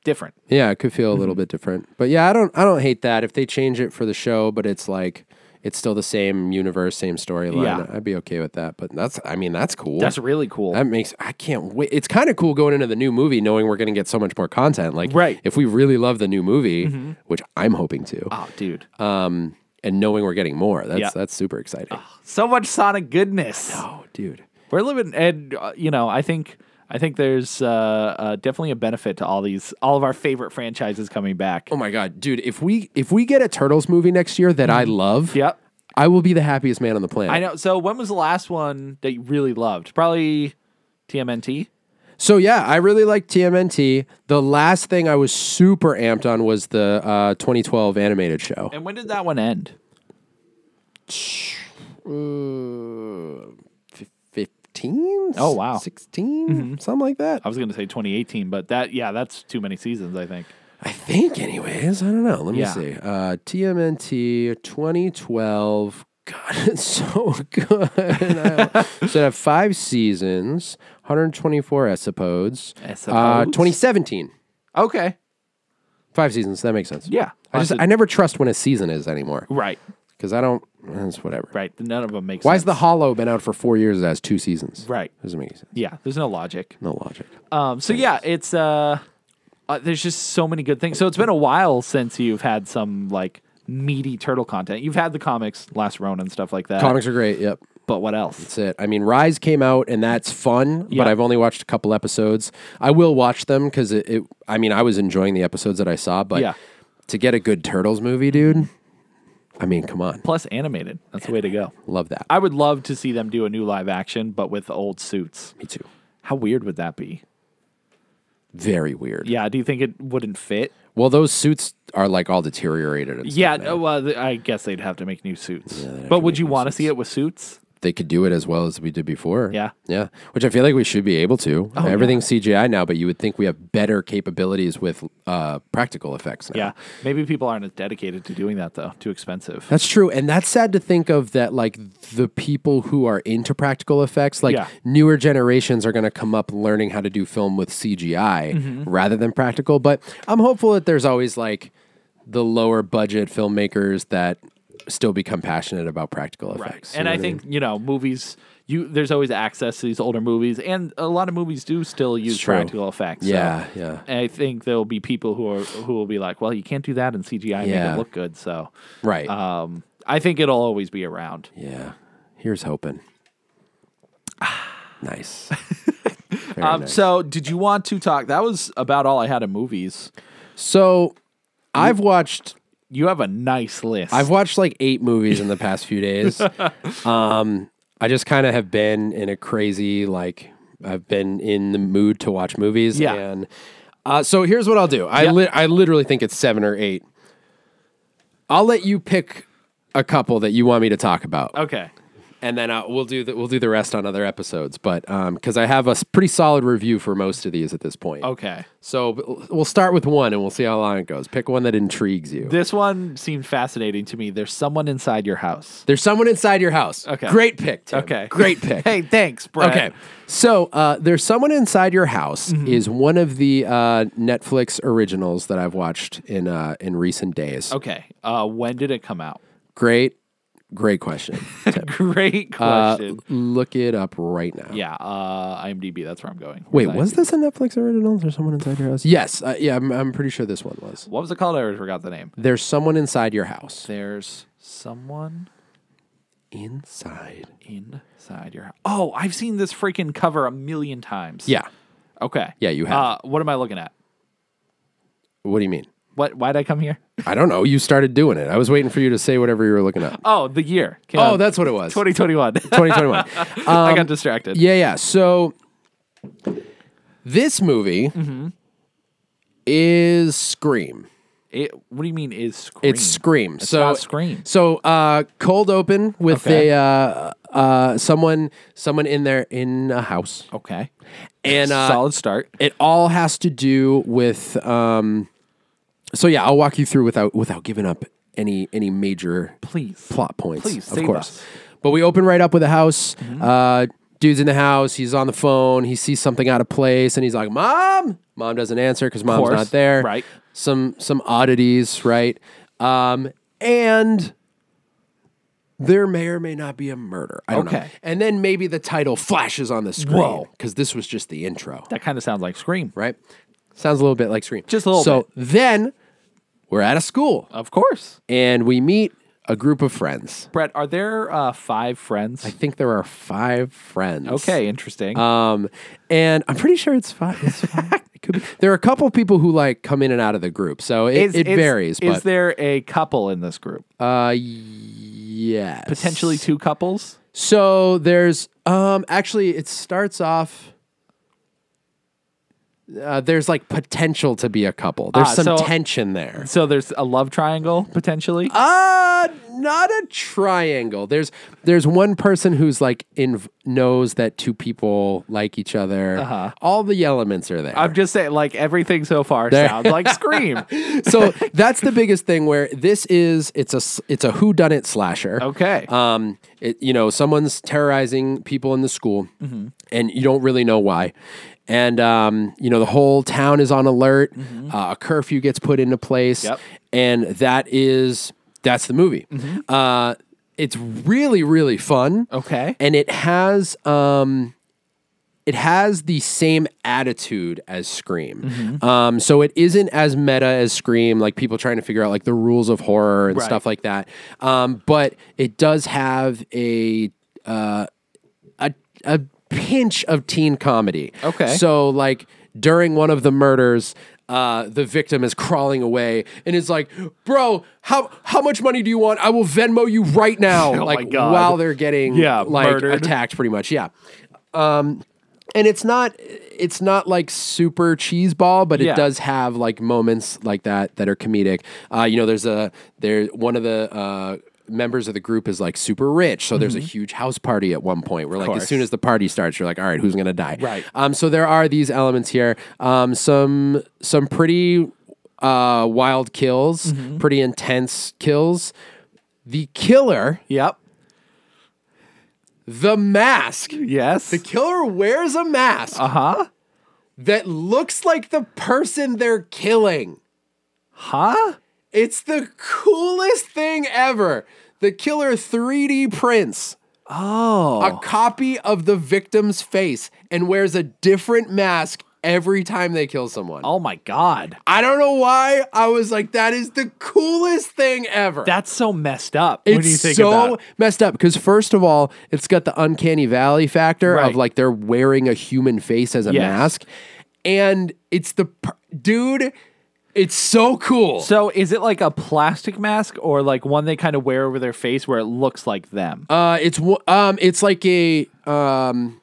[SPEAKER 2] different.
[SPEAKER 1] yeah, it could feel a
[SPEAKER 2] mm-hmm.
[SPEAKER 1] little bit different, but yeah, I don't. I don't hate that if they change it for the show, but it's like it's still the same universe, same storyline.
[SPEAKER 2] Yeah.
[SPEAKER 1] I'd be okay with that. But that's. I mean, that's cool.
[SPEAKER 2] That's really cool.
[SPEAKER 1] That makes I can't wait. It's kind of cool going into the new movie knowing we're going to get so much more content. Like,
[SPEAKER 2] Right. Mm-hmm.
[SPEAKER 1] If we really love the new movie, which I'm hoping to,
[SPEAKER 2] oh, dude.
[SPEAKER 1] um, and knowing we're getting more, that's
[SPEAKER 2] Yeah.
[SPEAKER 1] that's super exciting.
[SPEAKER 2] so much Sonic goodness.
[SPEAKER 1] Oh, dude.
[SPEAKER 2] We're living, and uh, you know, I think I think there's uh, uh, definitely a benefit to all these, all of our favorite franchises coming back.
[SPEAKER 1] Oh my god, dude. If we if we get a Turtles movie next year that I love,
[SPEAKER 2] Yep.
[SPEAKER 1] I will be the happiest man on the planet.
[SPEAKER 2] Mm. I know. So when was the last one that you really loved? Probably TMNT.
[SPEAKER 1] So yeah, I really like TMNT. The last thing I was super amped on was the uh, 2012 animated show.
[SPEAKER 2] And when did that one end?
[SPEAKER 1] Fifteen?
[SPEAKER 2] Oh, wow. Mm-hmm.
[SPEAKER 1] 16 something like that.
[SPEAKER 2] I was going to say 2018, but that yeah, that's too many seasons. I think.
[SPEAKER 1] I think, anyways. I don't know. Let me
[SPEAKER 2] Yeah.
[SPEAKER 1] see. Uh, TMNT 2012. God, it's so good. I- so I have five seasons, 124 episodes. Uh,
[SPEAKER 2] Episodes?
[SPEAKER 1] 2017.
[SPEAKER 2] Okay.
[SPEAKER 1] Five seasons. That makes sense.
[SPEAKER 2] Yeah.
[SPEAKER 1] I just I never trust when a season is anymore
[SPEAKER 2] right.
[SPEAKER 1] because I don't. It's whatever.
[SPEAKER 2] Right. None of them make
[SPEAKER 1] Why's
[SPEAKER 2] sense.
[SPEAKER 1] the Hollow been out for four years? It has two seasons.
[SPEAKER 2] Right.
[SPEAKER 1] Doesn't make any sense.
[SPEAKER 2] Yeah. There's no logic.
[SPEAKER 1] No logic.
[SPEAKER 2] Um, so yeah, it's uh, uh, there's just so many good things. So it's been a while since you've had some like meaty turtle content. You've had the comics, Last Ronin and stuff like that.
[SPEAKER 1] Comics are great. Yep.
[SPEAKER 2] but what else?
[SPEAKER 1] That's it. I mean, Rise came out and that's fun,
[SPEAKER 2] Yeah.
[SPEAKER 1] but I've only watched a couple episodes. I will watch them because it, it. I mean, I was enjoying the episodes that I saw, but
[SPEAKER 2] Yeah.
[SPEAKER 1] to get a good Turtles movie, dude. I mean, come on,
[SPEAKER 2] Plus animated. That's the way to go.
[SPEAKER 1] love that.
[SPEAKER 2] I would love to see them do a new live action, but with old suits.
[SPEAKER 1] Me too.
[SPEAKER 2] How weird would that be?
[SPEAKER 1] Very weird.
[SPEAKER 2] Yeah. Do you think it wouldn't fit?
[SPEAKER 1] Well, those suits are like all deteriorated. And stuff
[SPEAKER 2] Yeah.
[SPEAKER 1] now.
[SPEAKER 2] No, well, th- I guess they'd have to make new suits. but would you want to see it with suits?
[SPEAKER 1] they could do it as well as we did before.
[SPEAKER 2] Yeah. Oh,
[SPEAKER 1] Yeah. Which I feel like we should be able to. Everything's CGI now, but you would think we have better capabilities with uh, practical effects now.
[SPEAKER 2] Yeah. Maybe people aren't as dedicated to doing that though. Too expensive.
[SPEAKER 1] That's true, and that's sad to think of. That like the people who are into practical effects, like
[SPEAKER 2] Yeah.
[SPEAKER 1] newer generations, are going to come up learning how to do film with CGI
[SPEAKER 2] Mm-hmm.
[SPEAKER 1] rather than practical. But I'm hopeful that there's always like the lower budget filmmakers that still become passionate about practical effects. you
[SPEAKER 2] And
[SPEAKER 1] know
[SPEAKER 2] I
[SPEAKER 1] what mean?
[SPEAKER 2] think you know movies. You there's always access to these older movies, and a lot of movies do still use
[SPEAKER 1] true.
[SPEAKER 2] practical effects. so
[SPEAKER 1] Yeah, yeah.
[SPEAKER 2] I think there'll be people who are who will be like, well, you can't do that in CGI and make
[SPEAKER 1] Yeah.
[SPEAKER 2] it look good. So,
[SPEAKER 1] right.
[SPEAKER 2] um, I think it'll always be around.
[SPEAKER 1] yeah. Here's hoping. nice. Very
[SPEAKER 2] Um,
[SPEAKER 1] nice.
[SPEAKER 2] So, did you want to talk? That was about all I had in movies.
[SPEAKER 1] So I've watched
[SPEAKER 2] You have a nice list.
[SPEAKER 1] I've watched like eight movies in the past few days. um, I just kind of have been in a crazy like I've been in the mood to watch movies.
[SPEAKER 2] Yeah.
[SPEAKER 1] And Uh, so here's what I'll do. I
[SPEAKER 2] Yeah.
[SPEAKER 1] li- I literally think it's seven or eight. I'll let you pick a couple that you want me to talk about,
[SPEAKER 2] Okay.
[SPEAKER 1] and then uh, we'll do the, we'll do the rest on other episodes. But because I have a s- pretty solid review for most of these at this point.
[SPEAKER 2] Okay.
[SPEAKER 1] So b- we'll start with one, and we'll see how long it goes. Pick one that intrigues you.
[SPEAKER 2] This one seemed fascinating to me. There's someone inside your house.
[SPEAKER 1] There's someone inside your house.
[SPEAKER 2] Okay.
[SPEAKER 1] Great pick. Tim.
[SPEAKER 2] Okay.
[SPEAKER 1] Great pick.
[SPEAKER 2] Hey, thanks, Brett.
[SPEAKER 1] Okay. So uh, there's someone inside your house
[SPEAKER 2] Mm-hmm.
[SPEAKER 1] is one of the uh, Netflix originals that I've watched in uh, in recent days.
[SPEAKER 2] Okay. Uh, when did it come out?
[SPEAKER 1] Great, great question.
[SPEAKER 2] Great
[SPEAKER 1] Uh,
[SPEAKER 2] question.
[SPEAKER 1] look it up right now.
[SPEAKER 2] yeah. Uh, IMDb. That's where I'm going.
[SPEAKER 1] Wait,
[SPEAKER 2] With
[SPEAKER 1] was
[SPEAKER 2] IMDb.
[SPEAKER 1] this a Netflix original? There's someone inside your house. Yes. Uh, yeah, I'm, I'm pretty sure this one was.
[SPEAKER 2] What was it called? I already forgot the name.
[SPEAKER 1] There's someone inside your house.
[SPEAKER 2] There's someone
[SPEAKER 1] Inside.
[SPEAKER 2] inside your house. Oh, I've seen this freaking cover a million times.
[SPEAKER 1] Yeah.
[SPEAKER 2] Okay.
[SPEAKER 1] Yeah, you have.
[SPEAKER 2] Uh, what am I looking at?
[SPEAKER 1] What do you mean?
[SPEAKER 2] What? Why'd I come here?
[SPEAKER 1] I don't know. You started doing it. I was waiting for you to say whatever you were looking up.
[SPEAKER 2] Oh, the year. Came
[SPEAKER 1] Oh,
[SPEAKER 2] out
[SPEAKER 1] that's what it was.
[SPEAKER 2] 2021.
[SPEAKER 1] 2021.
[SPEAKER 2] I got distracted.
[SPEAKER 1] Yeah, yeah. So this movie is Scream.
[SPEAKER 2] It, what do you mean? Is scream?
[SPEAKER 1] It's Scream. so
[SPEAKER 2] not Scream.
[SPEAKER 1] So uh, cold open with
[SPEAKER 2] Okay.
[SPEAKER 1] a uh, uh, someone someone in there in a house,
[SPEAKER 2] okay.
[SPEAKER 1] and uh,
[SPEAKER 2] Solid start.
[SPEAKER 1] it all has to do with. Um, so yeah, I'll walk you through without without giving up any any major
[SPEAKER 2] Please.
[SPEAKER 1] plot points.
[SPEAKER 2] Please, Mm-hmm.
[SPEAKER 1] of
[SPEAKER 2] save
[SPEAKER 1] course.
[SPEAKER 2] us.
[SPEAKER 1] But we open right up with a house. Uh, dude's in the house. He's on the phone. He sees something out of place, and he's like, "Mom." Mom doesn't answer because mom's
[SPEAKER 2] course,
[SPEAKER 1] not there.
[SPEAKER 2] right.
[SPEAKER 1] Some some oddities. Right. Um, and there may or may not be a murder. I don't know.
[SPEAKER 2] Okay.
[SPEAKER 1] And then maybe the title flashes on the screen
[SPEAKER 2] Whoa.
[SPEAKER 1] because this was just the intro
[SPEAKER 2] That kind of sounds like Scream.
[SPEAKER 1] right? Sounds a little bit like Scream.
[SPEAKER 2] Just a little
[SPEAKER 1] So then we're at a school
[SPEAKER 2] Of course.
[SPEAKER 1] and we meet a group of friends.
[SPEAKER 2] Brett, are there uh, five friends?
[SPEAKER 1] I think there are five friends.
[SPEAKER 2] okay, interesting.
[SPEAKER 1] Um, and I'm pretty sure it's five. It's five. it could be. There are a couple people who like come in and out of the group, so it,
[SPEAKER 2] Is-
[SPEAKER 1] it
[SPEAKER 2] is-
[SPEAKER 1] varies.
[SPEAKER 2] Is
[SPEAKER 1] but
[SPEAKER 2] there a couple in this group?
[SPEAKER 1] uh, yes,
[SPEAKER 2] Potentially two couples.
[SPEAKER 1] So there's um actually it starts off uh, there's like potential to be a couple. There's
[SPEAKER 2] Ah,
[SPEAKER 1] some
[SPEAKER 2] so-
[SPEAKER 1] tension there.
[SPEAKER 2] So there's a love triangle potentially.
[SPEAKER 1] Uh not a triangle. There's there's one person who's like in knows that two people like each other. Uh-huh. All the elements are there.
[SPEAKER 2] I'm just saying, like everything so far sounds like Scream.
[SPEAKER 1] so that's the biggest thing where this is it's a s- it's a who done it slasher.
[SPEAKER 2] Okay.
[SPEAKER 1] Um it, you know, someone's terrorizing people in the school
[SPEAKER 2] Mm-hmm.
[SPEAKER 1] and you don't really know why. And um, you know, the whole town is on alert. Uh, a curfew gets put into place
[SPEAKER 2] Mm-hmm. Yep.
[SPEAKER 1] and that is that's the movie. Uh it's really really fun.
[SPEAKER 2] Mm-hmm. Okay.
[SPEAKER 1] And it has um it has the same attitude as Scream.
[SPEAKER 2] Mm-hmm.
[SPEAKER 1] Um, so it isn't as meta as Scream, like people trying to figure out like the rules of horror and
[SPEAKER 2] Right.
[SPEAKER 1] stuff like that. Um, but it does have a uh, a a pinch of teen comedy.
[SPEAKER 2] Okay.
[SPEAKER 1] So like during one of the murders. Uh, the victim is crawling away and is like, "Bro, how how much money do you want? I will Venmo you right now!"
[SPEAKER 2] Oh my
[SPEAKER 1] like
[SPEAKER 2] God.
[SPEAKER 1] while they're getting
[SPEAKER 2] Yeah,
[SPEAKER 1] like
[SPEAKER 2] murdered.
[SPEAKER 1] attacked, pretty much. Yeah Um, and it's not it's not like super cheese ball but
[SPEAKER 2] Yeah.
[SPEAKER 1] it does have like moments like that that are comedic uh, you know there's a there one of the uh, members of the group is like super rich so
[SPEAKER 2] Mm-hmm.
[SPEAKER 1] there's a huge house party at one point where like as soon as the party starts you're like all right who's gonna die
[SPEAKER 2] Right.
[SPEAKER 1] um, so there are these elements here um, some some pretty uh, wild kills
[SPEAKER 2] Mm-hmm.
[SPEAKER 1] pretty intense kills the killer
[SPEAKER 2] yep.
[SPEAKER 1] the mask
[SPEAKER 2] Yes.
[SPEAKER 1] the killer wears a mask
[SPEAKER 2] Uh huh.
[SPEAKER 1] that looks like the person they're killing.
[SPEAKER 2] Huh?
[SPEAKER 1] It's the coolest thing ever. The killer 3D prints
[SPEAKER 2] Oh.
[SPEAKER 1] a copy of the victim's face and wears a different mask every time they kill someone.
[SPEAKER 2] Oh my God.
[SPEAKER 1] I don't know why. I was like, that is the coolest thing ever.
[SPEAKER 2] That's so messed up.
[SPEAKER 1] it's
[SPEAKER 2] when you think
[SPEAKER 1] so
[SPEAKER 2] about it.
[SPEAKER 1] messed up because first of all, it's got the uncanny valley factor
[SPEAKER 2] Right.
[SPEAKER 1] of like they're wearing a human face as a
[SPEAKER 2] Yes.
[SPEAKER 1] mask, and it's the per- dude. It's so cool.
[SPEAKER 2] So is it like a plastic mask or like one they kind of wear over their face where it looks like them?
[SPEAKER 1] Uh, it's wo- um, it's like a um,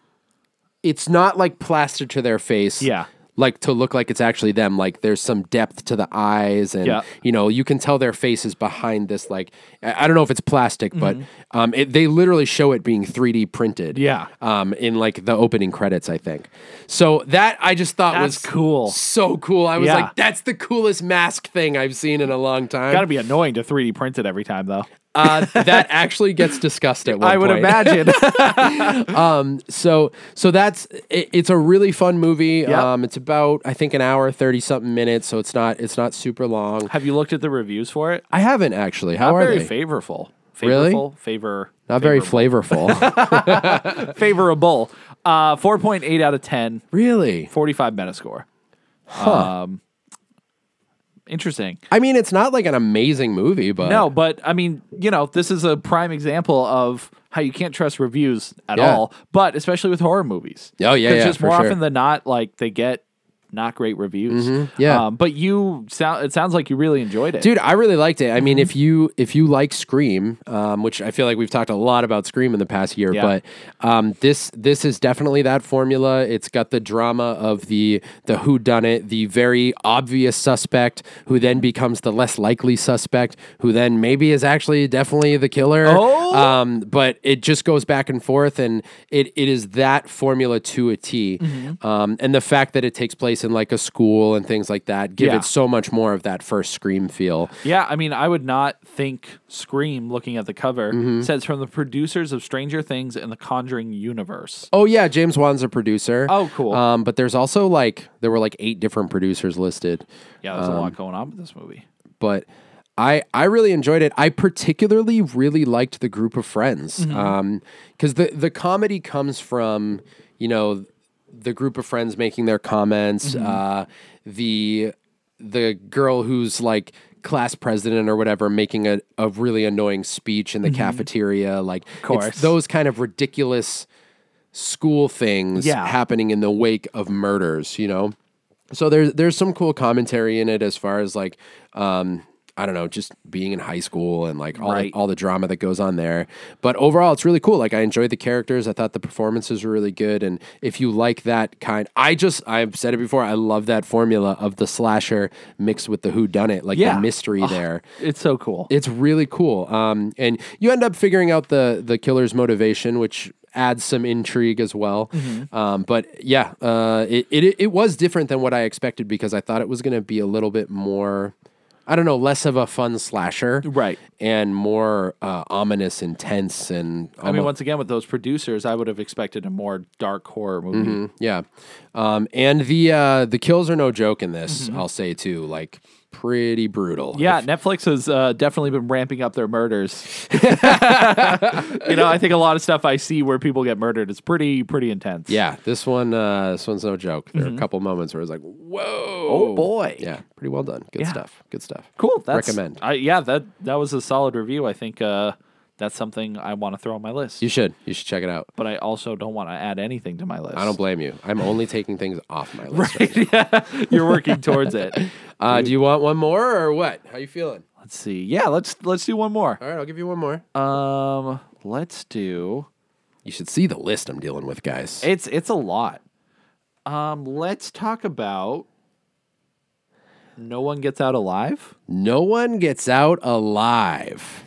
[SPEAKER 1] it's not like plastered to their face.
[SPEAKER 2] Yeah.
[SPEAKER 1] like to look like it's actually them. Like there's some depth to the eyes, and
[SPEAKER 2] Yeah.
[SPEAKER 1] you know you can tell their faces behind this. Like I I don't know if it's plastic, but um, it, they literally show it being 3D printed.
[SPEAKER 2] Mm-hmm. Yeah.
[SPEAKER 1] um, in like the opening credits, I think. So that I just thought was
[SPEAKER 2] That's cool.
[SPEAKER 1] So cool. I was
[SPEAKER 2] Yeah.
[SPEAKER 1] like, that's the coolest mask thing I've seen in a long time.
[SPEAKER 2] Got to be annoying to 3D print it every time though.
[SPEAKER 1] Uh, that actually gets discussed at one
[SPEAKER 2] I would
[SPEAKER 1] point.
[SPEAKER 2] imagine.
[SPEAKER 1] So so that's it, it's a really fun movie.
[SPEAKER 2] Yeah.
[SPEAKER 1] Um, it's about I think an hour thirty something minutes, so it's not it's not super long.
[SPEAKER 2] Have you looked at the reviews for it?
[SPEAKER 1] I haven't actually. How
[SPEAKER 2] Not
[SPEAKER 1] are
[SPEAKER 2] very
[SPEAKER 1] they?
[SPEAKER 2] favorable.
[SPEAKER 1] Really?
[SPEAKER 2] Favorable, favor.
[SPEAKER 1] not very flavorful.
[SPEAKER 2] favorable. Uh, 4.8 out of 10,
[SPEAKER 1] really?
[SPEAKER 2] 45 Metascore. Um, interesting.
[SPEAKER 1] I mean, it's not like an amazing movie, but
[SPEAKER 2] No, but I mean, you know, this is a prime example of how you can't trust reviews at
[SPEAKER 1] Yeah.
[SPEAKER 2] all, but especially with horror movies.
[SPEAKER 1] Oh, yeah,
[SPEAKER 2] 'Cause
[SPEAKER 1] yeah,
[SPEAKER 2] just
[SPEAKER 1] for
[SPEAKER 2] more
[SPEAKER 1] sure.
[SPEAKER 2] often than not, like they get not great reviews.
[SPEAKER 1] Mm-hmm. yeah.
[SPEAKER 2] um, but you sound. It sounds like you really enjoyed it. Mm-hmm.
[SPEAKER 1] dude i really liked it i mean if you if you like scream um, which i feel like we've talked a lot about scream in the past year
[SPEAKER 2] Yeah.
[SPEAKER 1] but um, this this is definitely that formula it's got the drama of the the who done it the very obvious suspect who then becomes the less likely suspect who then maybe is actually definitely the killer
[SPEAKER 2] Oh.
[SPEAKER 1] um, but it just goes back and forth and it, it is that formula to a T.
[SPEAKER 2] Mm-hmm.
[SPEAKER 1] um, and the fact that it takes place in like a school and things like that give
[SPEAKER 2] Yeah.
[SPEAKER 1] it so much more of that first scream feel
[SPEAKER 2] Yeah, I mean, I would not think Scream looking at the cover says from the producers of Stranger Things and the Conjuring universe.
[SPEAKER 1] Oh yeah, James Wan's a producer.
[SPEAKER 2] Oh, cool.
[SPEAKER 1] Um, but there's also like there were like eight different producers listed.
[SPEAKER 2] Yeah, there's a lot going on with this movie.
[SPEAKER 1] But I I really enjoyed it. I particularly really liked the group of friends.
[SPEAKER 2] Mm-hmm.
[SPEAKER 1] Um, because the the comedy comes from you know the group of friends making their comments.
[SPEAKER 2] Mm-hmm.
[SPEAKER 1] Uh, the the girl who's like class president or whatever making a, a really annoying speech in the cafeteria like of
[SPEAKER 2] Mm-hmm. course.
[SPEAKER 1] those kind of ridiculous school things
[SPEAKER 2] Yeah.
[SPEAKER 1] happening in the wake of murders, you know? So there's there's some cool commentary in it as far as like um I don't know, just being in high school and like all
[SPEAKER 2] Right.
[SPEAKER 1] the, all the drama that goes on there. But overall, it's really cool. Like I enjoyed the characters. I thought the performances were really good. And if you like that kind, I just I've said it before. I love that formula of the slasher mixed with the who done it, like
[SPEAKER 2] Yeah.
[SPEAKER 1] the mystery there.
[SPEAKER 2] It's so cool.
[SPEAKER 1] It's really cool. Um, and you end up figuring out the the killer's motivation, which adds some intrigue as well.
[SPEAKER 2] Mm-hmm.
[SPEAKER 1] Um, but yeah, uh, it, it it was different than what I expected because I thought it was going to be a little bit more. I don't know, less of a fun slasher,
[SPEAKER 2] Right.
[SPEAKER 1] And more uh, ominous, intense, and
[SPEAKER 2] I mean,
[SPEAKER 1] almo-
[SPEAKER 2] once again, with those producers, I would have expected a more dark horror movie.
[SPEAKER 1] yeah. Um, and the uh, the kills are no joke in this. I'll say too, like pretty brutal.
[SPEAKER 2] Mm-hmm. Yeah, Netflix has uh, definitely been ramping up their murders. you know, I think a lot of stuff I see where people get murdered is pretty, pretty intense.
[SPEAKER 1] Yeah, this one, uh, this one's no joke. There are a couple moments where it's like, whoa,
[SPEAKER 2] Mm-hmm. Oh, boy.
[SPEAKER 1] yeah, pretty well done, good
[SPEAKER 2] Yeah.
[SPEAKER 1] stuff, good stuff.
[SPEAKER 2] cool. That's,
[SPEAKER 1] Recommend.
[SPEAKER 2] I, yeah, that that was a solid review. I think uh, that's something I want to throw on my list.
[SPEAKER 1] You should, you should check it out.
[SPEAKER 2] but I also don't want to add anything to my list.
[SPEAKER 1] I don't blame you. I'm only taking things off my list. right
[SPEAKER 2] You're working towards it.
[SPEAKER 1] now. Uh, do you want one more or what? How you feeling?
[SPEAKER 2] Let's see. Yeah, let's let's do one more.
[SPEAKER 1] All right, I'll give you one more.
[SPEAKER 2] Um, let's do.
[SPEAKER 1] you should see the list I'm dealing with, guys.
[SPEAKER 2] It's it's a lot. Um, let's talk about. No one gets out alive.
[SPEAKER 1] No one gets out alive.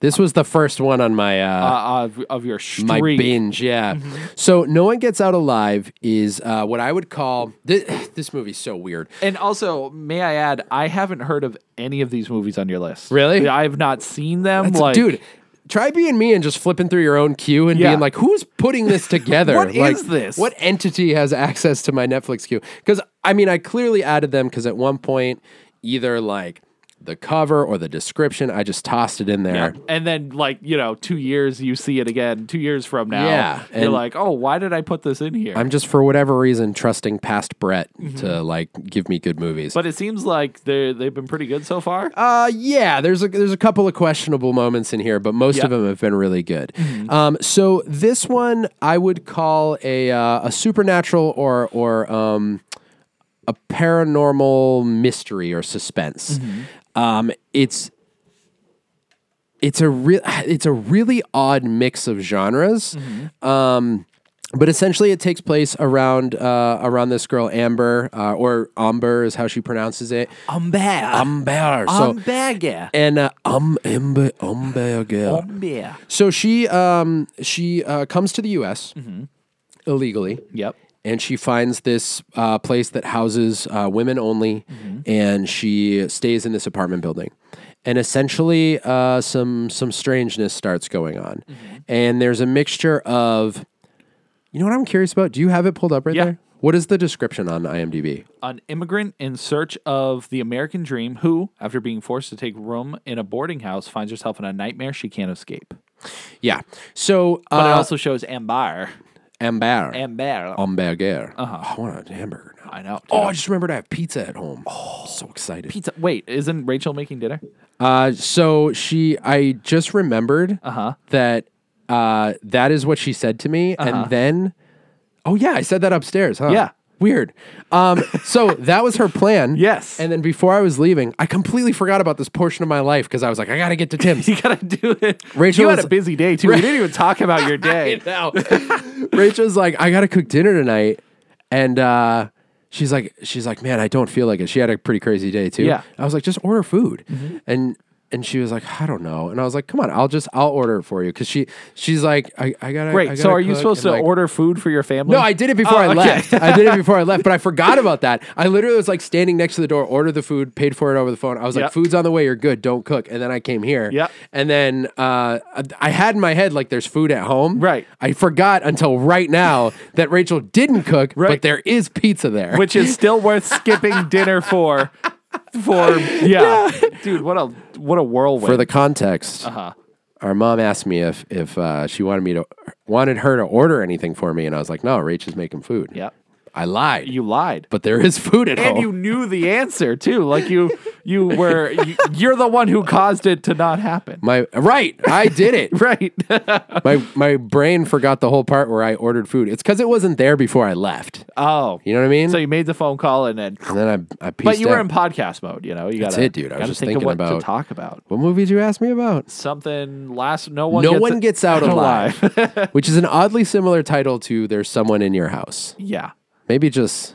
[SPEAKER 1] This was the first one on my uh,
[SPEAKER 2] Uh, Mm-hmm. of, of your streak.
[SPEAKER 1] my binge. Yeah. So no one gets out alive is uh, what I would call this. This movie's so weird.
[SPEAKER 2] And also, may I add, I haven't heard of any of these movies on your list.
[SPEAKER 1] Really?
[SPEAKER 2] I have not seen them.
[SPEAKER 1] It's-
[SPEAKER 2] like,
[SPEAKER 1] dude, try being me and just flipping through your own queue and
[SPEAKER 2] Yeah.
[SPEAKER 1] being like, who's putting this together?
[SPEAKER 2] What
[SPEAKER 1] like,
[SPEAKER 2] is this?
[SPEAKER 1] What entity has access to my Netflix queue? Because I mean, I clearly added them because at one point, either like the cover or the description, I just tossed it in there.
[SPEAKER 2] And then, like you know, two years you see it again. Two years from now,
[SPEAKER 1] Yeah,
[SPEAKER 2] you're
[SPEAKER 1] and-
[SPEAKER 2] like, oh, why did I put this in here?
[SPEAKER 1] I'm just for whatever reason trusting past Brett
[SPEAKER 2] Mm-hmm.
[SPEAKER 1] to like give me good movies.
[SPEAKER 2] but it seems like they they've been pretty good so far.
[SPEAKER 1] Uh, yeah, there's a there's a couple of questionable moments in here, but most
[SPEAKER 2] Yeah.
[SPEAKER 1] of them have been really good. Um, so this one I would call a uh, a supernatural or or um, a paranormal mystery or suspense. Um, it's it's a real it's a really odd mix of genres Um, but essentially it takes place around uh, around this girl Amber uh, or Amber is how she pronounces it.
[SPEAKER 2] I'm back.
[SPEAKER 1] Amber. So
[SPEAKER 2] back.
[SPEAKER 1] and uh, um Amber Amber girl.
[SPEAKER 2] Um.
[SPEAKER 1] So she um she uh, comes to the U.S. illegally.
[SPEAKER 2] Yep.
[SPEAKER 1] And she finds this uh, place that houses uh, women only, and she stays in this apartment building. And essentially, uh, some some strangeness starts going on, and there's a mixture of, you know what I'm curious about? Do you have it pulled up right
[SPEAKER 2] Yeah.
[SPEAKER 1] there? What is the description on IMDb?
[SPEAKER 2] An immigrant in search of the American dream who, after being forced to take room in a boarding house, finds herself in a nightmare she can't escape.
[SPEAKER 1] Yeah. So
[SPEAKER 2] But it
[SPEAKER 1] uh,
[SPEAKER 2] also shows Amber.
[SPEAKER 1] Amber.
[SPEAKER 2] Amber.
[SPEAKER 1] Hamburger. Uh-huh. I want a hamburger now.
[SPEAKER 2] I know.
[SPEAKER 1] Oh, I
[SPEAKER 2] dude.
[SPEAKER 1] just remembered I have pizza at home. Oh, so excited.
[SPEAKER 2] pizza. Wait, isn't Rachel making dinner?
[SPEAKER 1] Uh, so she, I just remembered that uh, that is what she said to me, and then, oh yeah, I said that upstairs, huh?
[SPEAKER 2] Yeah.
[SPEAKER 1] Weird. Um, so that was her plan.
[SPEAKER 2] Yes.
[SPEAKER 1] And then before I was leaving, I completely forgot about this portion of my life because I was like, I gotta get to Tim's.
[SPEAKER 2] You gotta do it.
[SPEAKER 1] Rachel
[SPEAKER 2] you had
[SPEAKER 1] was-
[SPEAKER 2] a busy day too. We didn't even talk about your day.
[SPEAKER 1] now. Rachel's like, I gotta cook dinner tonight, and uh, she's like, she's like, man, I don't feel like it. She had a pretty crazy day too.
[SPEAKER 2] Yeah. Mm-hmm.
[SPEAKER 1] I was like, just order food, and and she was like, I don't know, and I was like, come on, I'll just I'll order it for you because she she's like, I, I gotta. I
[SPEAKER 2] Great. So,
[SPEAKER 1] gotta
[SPEAKER 2] are you
[SPEAKER 1] cook,"
[SPEAKER 2] supposed
[SPEAKER 1] and,
[SPEAKER 2] to
[SPEAKER 1] like-
[SPEAKER 2] order food for your family?
[SPEAKER 1] No, I did it before
[SPEAKER 2] Oh,
[SPEAKER 1] I
[SPEAKER 2] okay.
[SPEAKER 1] left. I did it before I left, but I forgot about that. I literally was like standing next to the door, ordered the food, paid for it over the phone. I was like,
[SPEAKER 2] Yep.
[SPEAKER 1] "Food's on the way. You're good. Don't cook." And then I came here.
[SPEAKER 2] Yep.
[SPEAKER 1] And then uh, I- I had in my head like, "There's food at home."
[SPEAKER 2] Right.
[SPEAKER 1] I forgot until right now that Rachel didn't cook, but
[SPEAKER 2] Right.
[SPEAKER 1] there is pizza there.
[SPEAKER 2] Which is still worth skipping dinner for. For yeah. dude, what a what a whirlwind.
[SPEAKER 1] for the context,
[SPEAKER 2] Uh-huh.
[SPEAKER 1] our mom asked me if if uh, she wanted me to wanted her to order anything for me, and I was like, "No, Rachel's making food."
[SPEAKER 2] Yep.
[SPEAKER 1] I lied.
[SPEAKER 2] you lied.
[SPEAKER 1] but there is food at home.
[SPEAKER 2] and you knew the answer too. Like you, you were, you, you're the one who caused it to not happen.
[SPEAKER 1] my right, I did it.
[SPEAKER 2] Right.
[SPEAKER 1] my my brain forgot the whole part where I ordered food. It's because it wasn't there before I left.
[SPEAKER 2] oh,
[SPEAKER 1] You know what I mean?
[SPEAKER 2] so you made the phone call and then,
[SPEAKER 1] and then I I pieced
[SPEAKER 2] but you were
[SPEAKER 1] out.
[SPEAKER 2] in podcast mode. You know, you got
[SPEAKER 1] That's
[SPEAKER 2] to,
[SPEAKER 1] it, dude. I was just
[SPEAKER 2] think of
[SPEAKER 1] thinking
[SPEAKER 2] what
[SPEAKER 1] about-
[SPEAKER 2] to talk about.
[SPEAKER 1] what movie did you ask me about?
[SPEAKER 2] Something last. No one.
[SPEAKER 1] no
[SPEAKER 2] gets
[SPEAKER 1] one
[SPEAKER 2] a-
[SPEAKER 1] gets out alive, which is an oddly similar title to "There's Someone in Your House."
[SPEAKER 2] yeah.
[SPEAKER 1] Maybe just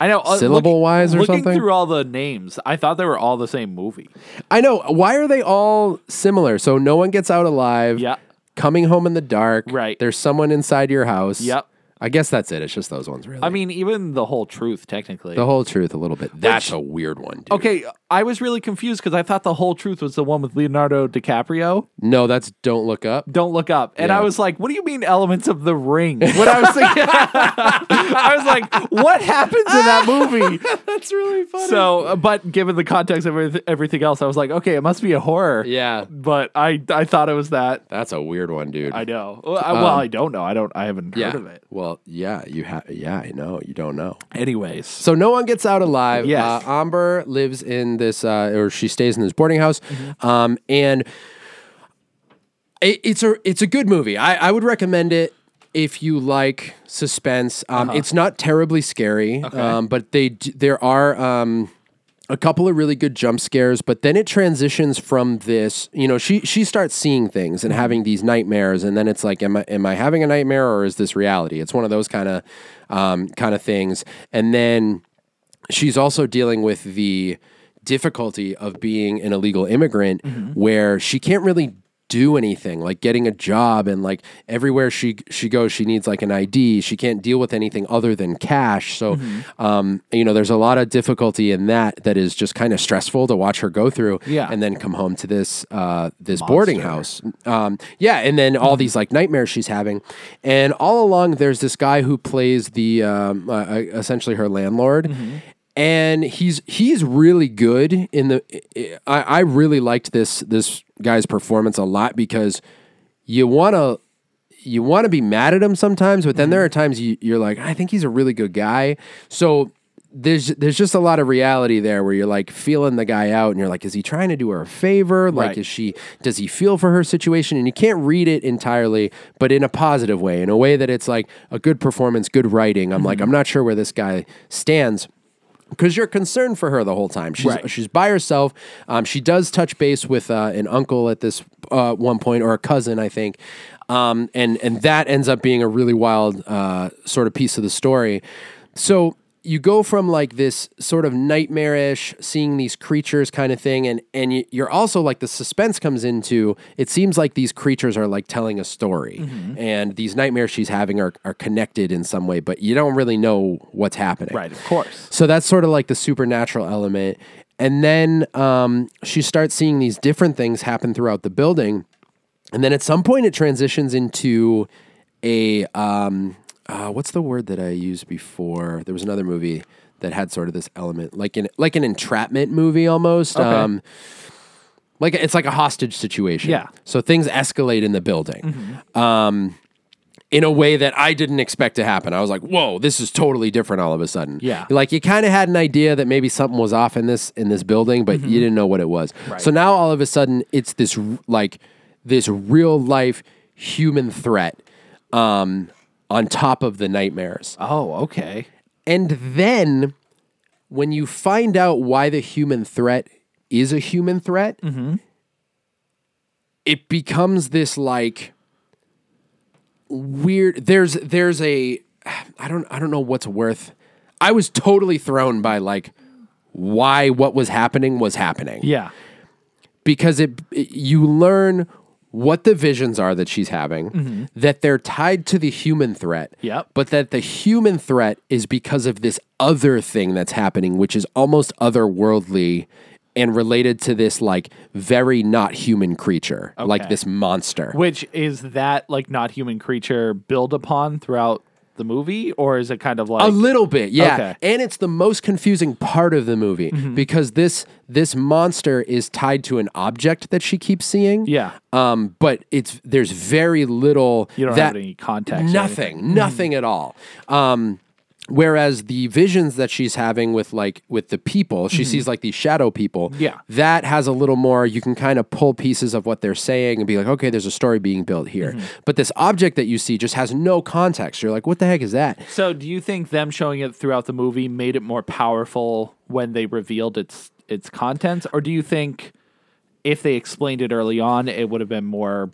[SPEAKER 2] I know. uh, looking-
[SPEAKER 1] Syllable-wise or
[SPEAKER 2] looking
[SPEAKER 1] something?
[SPEAKER 2] through all the names, I thought they were all the same movie.
[SPEAKER 1] I know why are they all similar? So no one gets out alive.
[SPEAKER 2] Yeah.
[SPEAKER 1] coming home in the dark.
[SPEAKER 2] Right.
[SPEAKER 1] there's someone inside your house.
[SPEAKER 2] Yep.
[SPEAKER 1] I guess that's it. It's just those ones, really.
[SPEAKER 2] I mean, even the whole truth, technically.
[SPEAKER 1] the whole truth, a little bit. That's a weird one. Dude.
[SPEAKER 2] okay, I was really confused because I thought the whole truth was the one with Leonardo DiCaprio.
[SPEAKER 1] No, that's don't look up.
[SPEAKER 2] don't look up. And
[SPEAKER 1] Yeah.
[SPEAKER 2] I was like, what do you mean elements of the ring? What I was thinking, I was like, what happens in that movie?
[SPEAKER 1] That's really funny.
[SPEAKER 2] So, uh, but given the context of everyth- everything else, I was like, okay, it must be a horror.
[SPEAKER 1] yeah,
[SPEAKER 2] But I, I thought it was that.
[SPEAKER 1] that's a weird one, dude.
[SPEAKER 2] I know. Well, I, well, I don't know. I don't. I haven't
[SPEAKER 1] Um, yeah.
[SPEAKER 2] heard of it.
[SPEAKER 1] Well, yeah, you have. Yeah, I know. You don't know.
[SPEAKER 2] Anyways,
[SPEAKER 1] So no one gets out alive.
[SPEAKER 2] Yes.
[SPEAKER 1] Uh, Amber lives in this, uh, or she stays in this boarding house, um, and it, it's a it's a good movie. I, I would recommend it if you like suspense. Um, It's not terribly scary, um, but they d- there are. Um, a couple of really good jump scares, but then it transitions from this. You know, she she starts seeing things and having these nightmares, and then it's like, am I am I having a nightmare or is this reality? It's one of those kind of um, kind of things, and then she's also dealing with the difficulty of being an illegal immigrant where she can't really do anything like getting a job and like everywhere she she goes she needs like an ID she can't deal with anything other than cash so um you know there's a lot of difficulty in that that is just kind of stressful to watch her go through
[SPEAKER 2] Yeah.
[SPEAKER 1] and then come home to this uh this boarding house um yeah and then all these like nightmares she's having and all along there's this guy who plays the um uh, uh, essentially her landlord and he's he's really good in the. I, I really liked this this guy's performance a lot because you want to you want to be mad at him sometimes, but then there are times you, you're like, I think he's a really good guy. So there's there's just a lot of reality there where you're like feeling the guy out, and you're like, is he trying to do her a favor? Like,
[SPEAKER 2] Right.
[SPEAKER 1] is she does he feel for her situation? And you can't read it entirely, but in a positive way, in a way that it's like a good performance, good writing. I'm like, I'm not sure where this guy stands because you're concerned for her the whole time. She's
[SPEAKER 2] Right.
[SPEAKER 1] she's by herself. Um, she does touch base with uh, an uncle at this uh, one point or a cousin, I think. um, and and that ends up being a really wild uh, sort of piece of the story. So you go from like this sort of nightmarish seeing these creatures kind of thing and and y- you're also like the suspense comes into it seems like these creatures are like telling a story
[SPEAKER 2] Mm-hmm.
[SPEAKER 1] and these nightmares she's having are, are connected in some way but you don't really know what's happening
[SPEAKER 2] Right, of course.
[SPEAKER 1] so that's sort of like the supernatural element and then um, she starts seeing these different things happen throughout the building and then at some point, it transitions into a um, uh, what's the word that I used before? There was another movie that had sort of this element, like an like an entrapment movie almost. Um, like it's like a hostage situation.
[SPEAKER 2] Yeah.
[SPEAKER 1] So things escalate in the building. Um, in a way that I didn't expect to happen. I was like, "Whoa, this is totally different all of a sudden."
[SPEAKER 2] Yeah.
[SPEAKER 1] Like you kind of had an idea that maybe something was off in this in this building, but you didn't know what it was. So now all of a sudden it's this r- like this real life human threat um on top of the nightmares.
[SPEAKER 2] Oh, okay.
[SPEAKER 1] And then when you find out why the human threat is a human threat, it becomes this like weird there's there's a I don't I don't know what's worth. I was totally thrown by like why what was happening was happening
[SPEAKER 2] Yeah.
[SPEAKER 1] because it, it- you learn what the visions are that she's having that they're tied to the human threat
[SPEAKER 2] Mm-hmm. Yep.
[SPEAKER 1] but that the human threat is because of this other thing that's happening which is almost otherworldly and related to this like very not human creature like
[SPEAKER 2] Okay.
[SPEAKER 1] this monster
[SPEAKER 2] Which is that like not human creature build upon throughout the movie, or is it kind of like
[SPEAKER 1] a little bit yeah
[SPEAKER 2] Okay. Mm-hmm.
[SPEAKER 1] and it's the most confusing part of the movie because this this monster is tied to an object that she keeps seeing
[SPEAKER 2] yeah?
[SPEAKER 1] um but it's there's very little
[SPEAKER 2] You Hmm. don't
[SPEAKER 1] that
[SPEAKER 2] have any context. or anything.
[SPEAKER 1] nothing nothing at all um whereas the visions that she's having with like with the people she sees like these shadow people
[SPEAKER 2] Mm-hmm. Yeah.
[SPEAKER 1] that has a little more you can kind of pull pieces of what they're saying and be like okay there's a story being built here
[SPEAKER 2] Mm-hmm.
[SPEAKER 1] but this object that you see just has no context you're like what the heck is that
[SPEAKER 2] So, do you think them showing it throughout the movie made it more powerful when they revealed its its contents, or do you think if they explained it early on, it would have been more?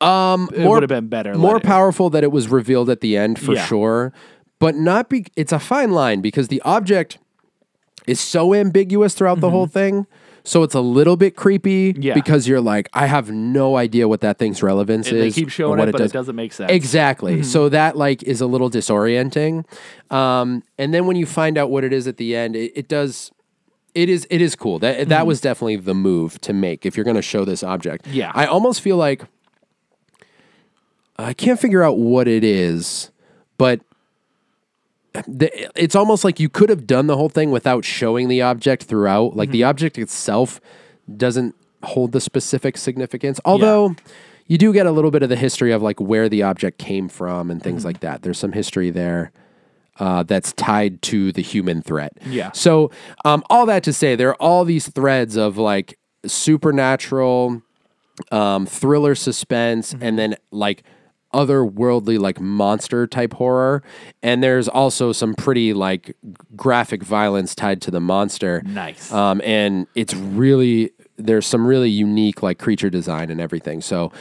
[SPEAKER 2] Um, it
[SPEAKER 1] more-
[SPEAKER 2] would have been better.
[SPEAKER 1] more
[SPEAKER 2] later?
[SPEAKER 1] powerful that it was revealed at the end for
[SPEAKER 2] Yeah.
[SPEAKER 1] sure but not be it's a fine line because the object is so ambiguous throughout the whole thing so it's a little bit creepy
[SPEAKER 2] Mm-hmm. Yeah.
[SPEAKER 1] because you're like i have no idea what that thing's relevance
[SPEAKER 2] And
[SPEAKER 1] is
[SPEAKER 2] they keep
[SPEAKER 1] or
[SPEAKER 2] showing
[SPEAKER 1] what
[SPEAKER 2] it, but
[SPEAKER 1] does.
[SPEAKER 2] it doesn't make sense.
[SPEAKER 1] Exactly. So that like is a little disorienting. Um, and then when you find out what it is at the end, it, it does. It is. It is cool. That that was definitely the move to make if you're going to show this object.
[SPEAKER 2] Yeah.
[SPEAKER 1] I almost feel like I can't figure out what it is, but. The, it's almost like you could have done the whole thing without showing the object throughout. Like the object itself doesn't hold the specific significance. Although you do get a little bit of the history of like where the object came from and things like that. There's some history there uh, that's tied to the human threat.
[SPEAKER 2] Yeah.
[SPEAKER 1] So um, all that to say, there are all these threads of like supernatural, um, thriller suspense,
[SPEAKER 2] Mm-hmm.
[SPEAKER 1] and then like otherworldly like monster type horror and there's also some pretty like g- graphic violence tied to the monster
[SPEAKER 2] Nice.
[SPEAKER 1] um, and it's really there's some really unique like creature design and everything so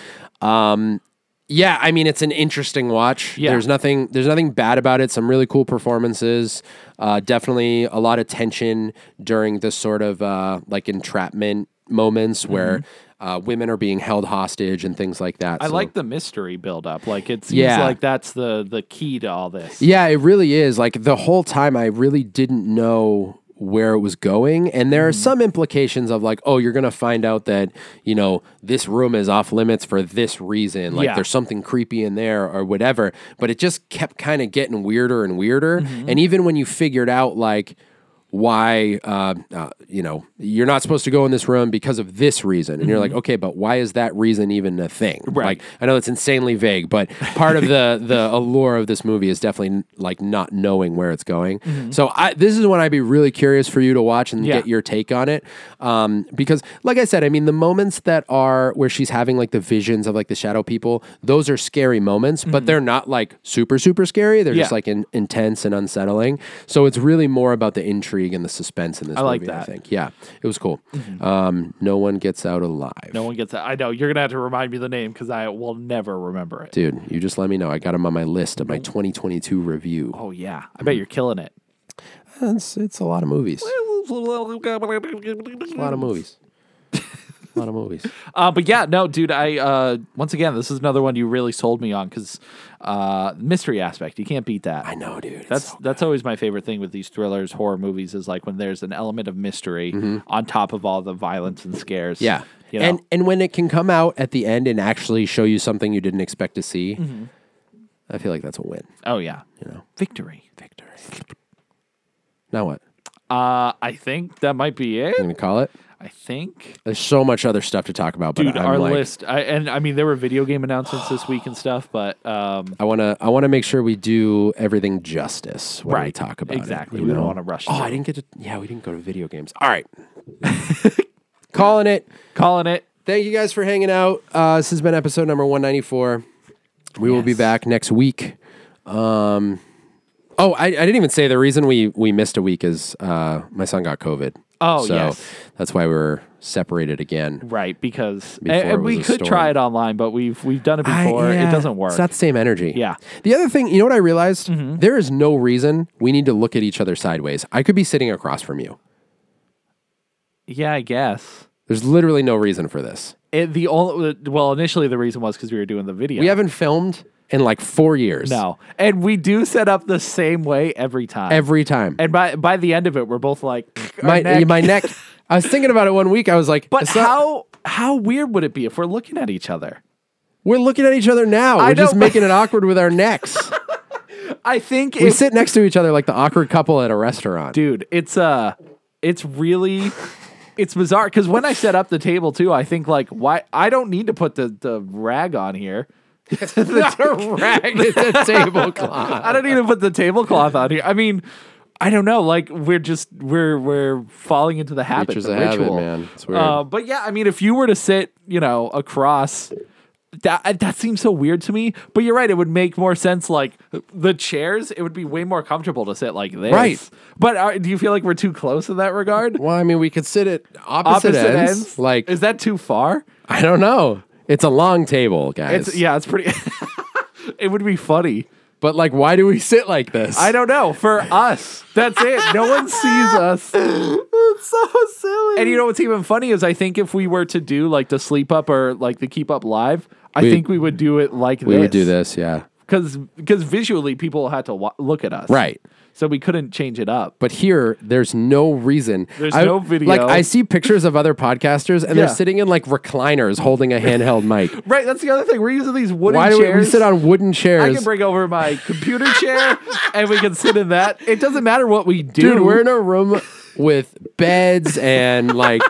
[SPEAKER 1] um, yeah i mean it's an interesting watch
[SPEAKER 2] Yeah.
[SPEAKER 1] there's nothing there's nothing bad about it some really cool performances uh, definitely a lot of tension during this sort of uh, like entrapment moments
[SPEAKER 2] Mm-hmm.
[SPEAKER 1] where uh, women are being held hostage and things like that
[SPEAKER 2] I
[SPEAKER 1] so-
[SPEAKER 2] like the mystery build up. Like it seems
[SPEAKER 1] Yeah.
[SPEAKER 2] like that's the the key to all this.
[SPEAKER 1] Yeah, it really is. Like the whole time, I really didn't know where it was going. And there are
[SPEAKER 2] Mm-hmm.
[SPEAKER 1] some implications of like, oh, you're going to find out that, you know, this room is off limits for this reason. Like
[SPEAKER 2] Yeah.
[SPEAKER 1] there's something creepy in there or whatever. But it just kept kind of getting weirder and weirder.
[SPEAKER 2] Mm-hmm.
[SPEAKER 1] And even when you figured out, like, why uh, uh, you know you're not supposed to go in this room because of this reason and you're like okay but why is that reason even a thing
[SPEAKER 2] Mm-hmm. Right.
[SPEAKER 1] like i know it's insanely vague but part of the the allure of this movie is definitely like not knowing where it's going so i this is when i'd be really curious for you to watch and
[SPEAKER 2] Mm-hmm. Yeah.
[SPEAKER 1] get your take on it um, because like i said i mean the moments that are where she's having like the visions of like the shadow people those are scary moments but they're not like super super scary they're just
[SPEAKER 2] Mm-hmm. Yeah.
[SPEAKER 1] like in, intense and unsettling so it's really more about the intrigue intrigue and the suspense in this
[SPEAKER 2] I
[SPEAKER 1] movie.
[SPEAKER 2] like
[SPEAKER 1] I
[SPEAKER 2] that. Mm-hmm.
[SPEAKER 1] think, yeah, it was cool. Um, no one gets out alive.
[SPEAKER 2] No one gets that. I know you're gonna have to remind me the name because I will never remember it.
[SPEAKER 1] Dude, you just let me know. I got him on my list of my 2022 review.
[SPEAKER 2] Oh yeah, I bet you're killing it.
[SPEAKER 1] It's, it's a lot of movies. A lot of movies. a lot of movies.
[SPEAKER 2] Uh, but yeah, no, dude. I uh, once again, this is another one you really sold me on because uh, mystery aspect. You can't beat that.
[SPEAKER 1] I know, dude. It's
[SPEAKER 2] That's
[SPEAKER 1] so-
[SPEAKER 2] that's always my favorite thing with these thrillers, horror movies is like when there's an element of mystery on top of all the violence and scares.
[SPEAKER 1] Mm-hmm. yeah.
[SPEAKER 2] you know?
[SPEAKER 1] And and when it can come out at the end and actually show you something you didn't expect to see,
[SPEAKER 2] Mm-hmm.
[SPEAKER 1] I feel like that's a win.
[SPEAKER 2] oh yeah,
[SPEAKER 1] You know.
[SPEAKER 2] victory.
[SPEAKER 1] Victory. Now what?
[SPEAKER 2] Uh, I think that might be it.
[SPEAKER 1] I'm gonna call it.
[SPEAKER 2] I think,
[SPEAKER 1] There's so much other stuff to talk about, but
[SPEAKER 2] dude,
[SPEAKER 1] I'm
[SPEAKER 2] our
[SPEAKER 1] like,
[SPEAKER 2] list. I, and I mean, there were video game announcements this week and stuff, but um,
[SPEAKER 1] I wanna I wanna make sure we do everything justice when we
[SPEAKER 2] Right.
[SPEAKER 1] talk about it,
[SPEAKER 2] Exactly.
[SPEAKER 1] you
[SPEAKER 2] We don't
[SPEAKER 1] know?
[SPEAKER 2] wanna rush
[SPEAKER 1] Oh,
[SPEAKER 2] through.
[SPEAKER 1] I didn't get to. Yeah, we didn't go to video games. All right, calling it.
[SPEAKER 2] calling it.
[SPEAKER 1] Thank you guys for hanging out. Uh, this has been episode number 194. We will be
[SPEAKER 2] Yes.
[SPEAKER 1] back next week. Um, oh, I, I didn't even say the reason we, we missed a week is uh, my son got COVID.
[SPEAKER 2] Oh,
[SPEAKER 1] so
[SPEAKER 2] yes.
[SPEAKER 1] that's why we were separated again.
[SPEAKER 2] Right, because and,
[SPEAKER 1] Before it
[SPEAKER 2] and we
[SPEAKER 1] was a
[SPEAKER 2] could try
[SPEAKER 1] story.
[SPEAKER 2] it online, but we've we've done it before.
[SPEAKER 1] yeah,
[SPEAKER 2] it doesn't work.
[SPEAKER 1] It's not the same energy.
[SPEAKER 2] Yeah.
[SPEAKER 1] The other thing, you know what I realized? There is no reason we need to look at each other sideways. I could be sitting across from you.
[SPEAKER 2] yeah, I guess.
[SPEAKER 1] There's literally no reason for this.
[SPEAKER 2] It, the only well, initially the reason was because we were doing the video.
[SPEAKER 1] We haven't filmed in like four years.
[SPEAKER 2] no, and we do set up the same way every time.
[SPEAKER 1] Every time.
[SPEAKER 2] and by by the end of it, we're both like our
[SPEAKER 1] my
[SPEAKER 2] neck.
[SPEAKER 1] my neck. I was thinking about it one week. I was like,
[SPEAKER 2] But
[SPEAKER 1] it's not-
[SPEAKER 2] how how weird would it be if we're looking at each other?
[SPEAKER 1] we're looking at each other now.
[SPEAKER 2] I
[SPEAKER 1] We're just
[SPEAKER 2] know, but-
[SPEAKER 1] making it awkward with our necks.
[SPEAKER 2] I think
[SPEAKER 1] we
[SPEAKER 2] if,
[SPEAKER 1] sit next to each other like the awkward couple at a restaurant.
[SPEAKER 2] dude, it's uh it's really it's bizarre because when I set up the table too, I think like why I don't need to put the the rag on here.
[SPEAKER 1] It's a rag. It's a tablecloth.
[SPEAKER 2] I don't need to put the tablecloth on here. I mean, I don't know. Like we're just we're we're falling into the habit,
[SPEAKER 1] Nature's
[SPEAKER 2] the
[SPEAKER 1] a habit,
[SPEAKER 2] ritual.
[SPEAKER 1] man. It's weird.
[SPEAKER 2] Uh, but yeah, I mean, if you were to sit, you know, across, that that seems so weird to me. But you're right; it would make more sense. Like the chairs, it would be way more comfortable to sit like this.
[SPEAKER 1] Right.
[SPEAKER 2] But are, do you feel like we're too close in that regard?
[SPEAKER 1] well, I mean, we could sit at opposite, ends. Like
[SPEAKER 2] is that too far?
[SPEAKER 1] I don't know. It's a long table, guys.
[SPEAKER 2] It's yeah, it's pretty. it would be funny.
[SPEAKER 1] But like, why do we sit like this?
[SPEAKER 2] I don't know. For us, that's it. No one sees us.
[SPEAKER 1] It's so silly.
[SPEAKER 2] And you know what's even funny is I think if we were to do like the sleep up or like the keep up live, I
[SPEAKER 1] We-
[SPEAKER 2] think we would do it like this.
[SPEAKER 1] we would do this, yeah.
[SPEAKER 2] because because visually people had to wa- look at us,
[SPEAKER 1] Right.
[SPEAKER 2] So we couldn't change it up.
[SPEAKER 1] But here, there's no reason.
[SPEAKER 2] There's
[SPEAKER 1] I-
[SPEAKER 2] no video.
[SPEAKER 1] Like I see pictures of other podcasters, and
[SPEAKER 2] Yeah.
[SPEAKER 1] they're sitting in like recliners, holding a handheld mic.
[SPEAKER 2] Right, that's the other thing. We're using these wooden
[SPEAKER 1] Why do we, we
[SPEAKER 2] chairs.
[SPEAKER 1] sit on wooden
[SPEAKER 2] I
[SPEAKER 1] chairs?
[SPEAKER 2] can bring over my computer chair, and we can sit in that. It doesn't matter what we do.
[SPEAKER 1] Dude, we're in a room with beds and like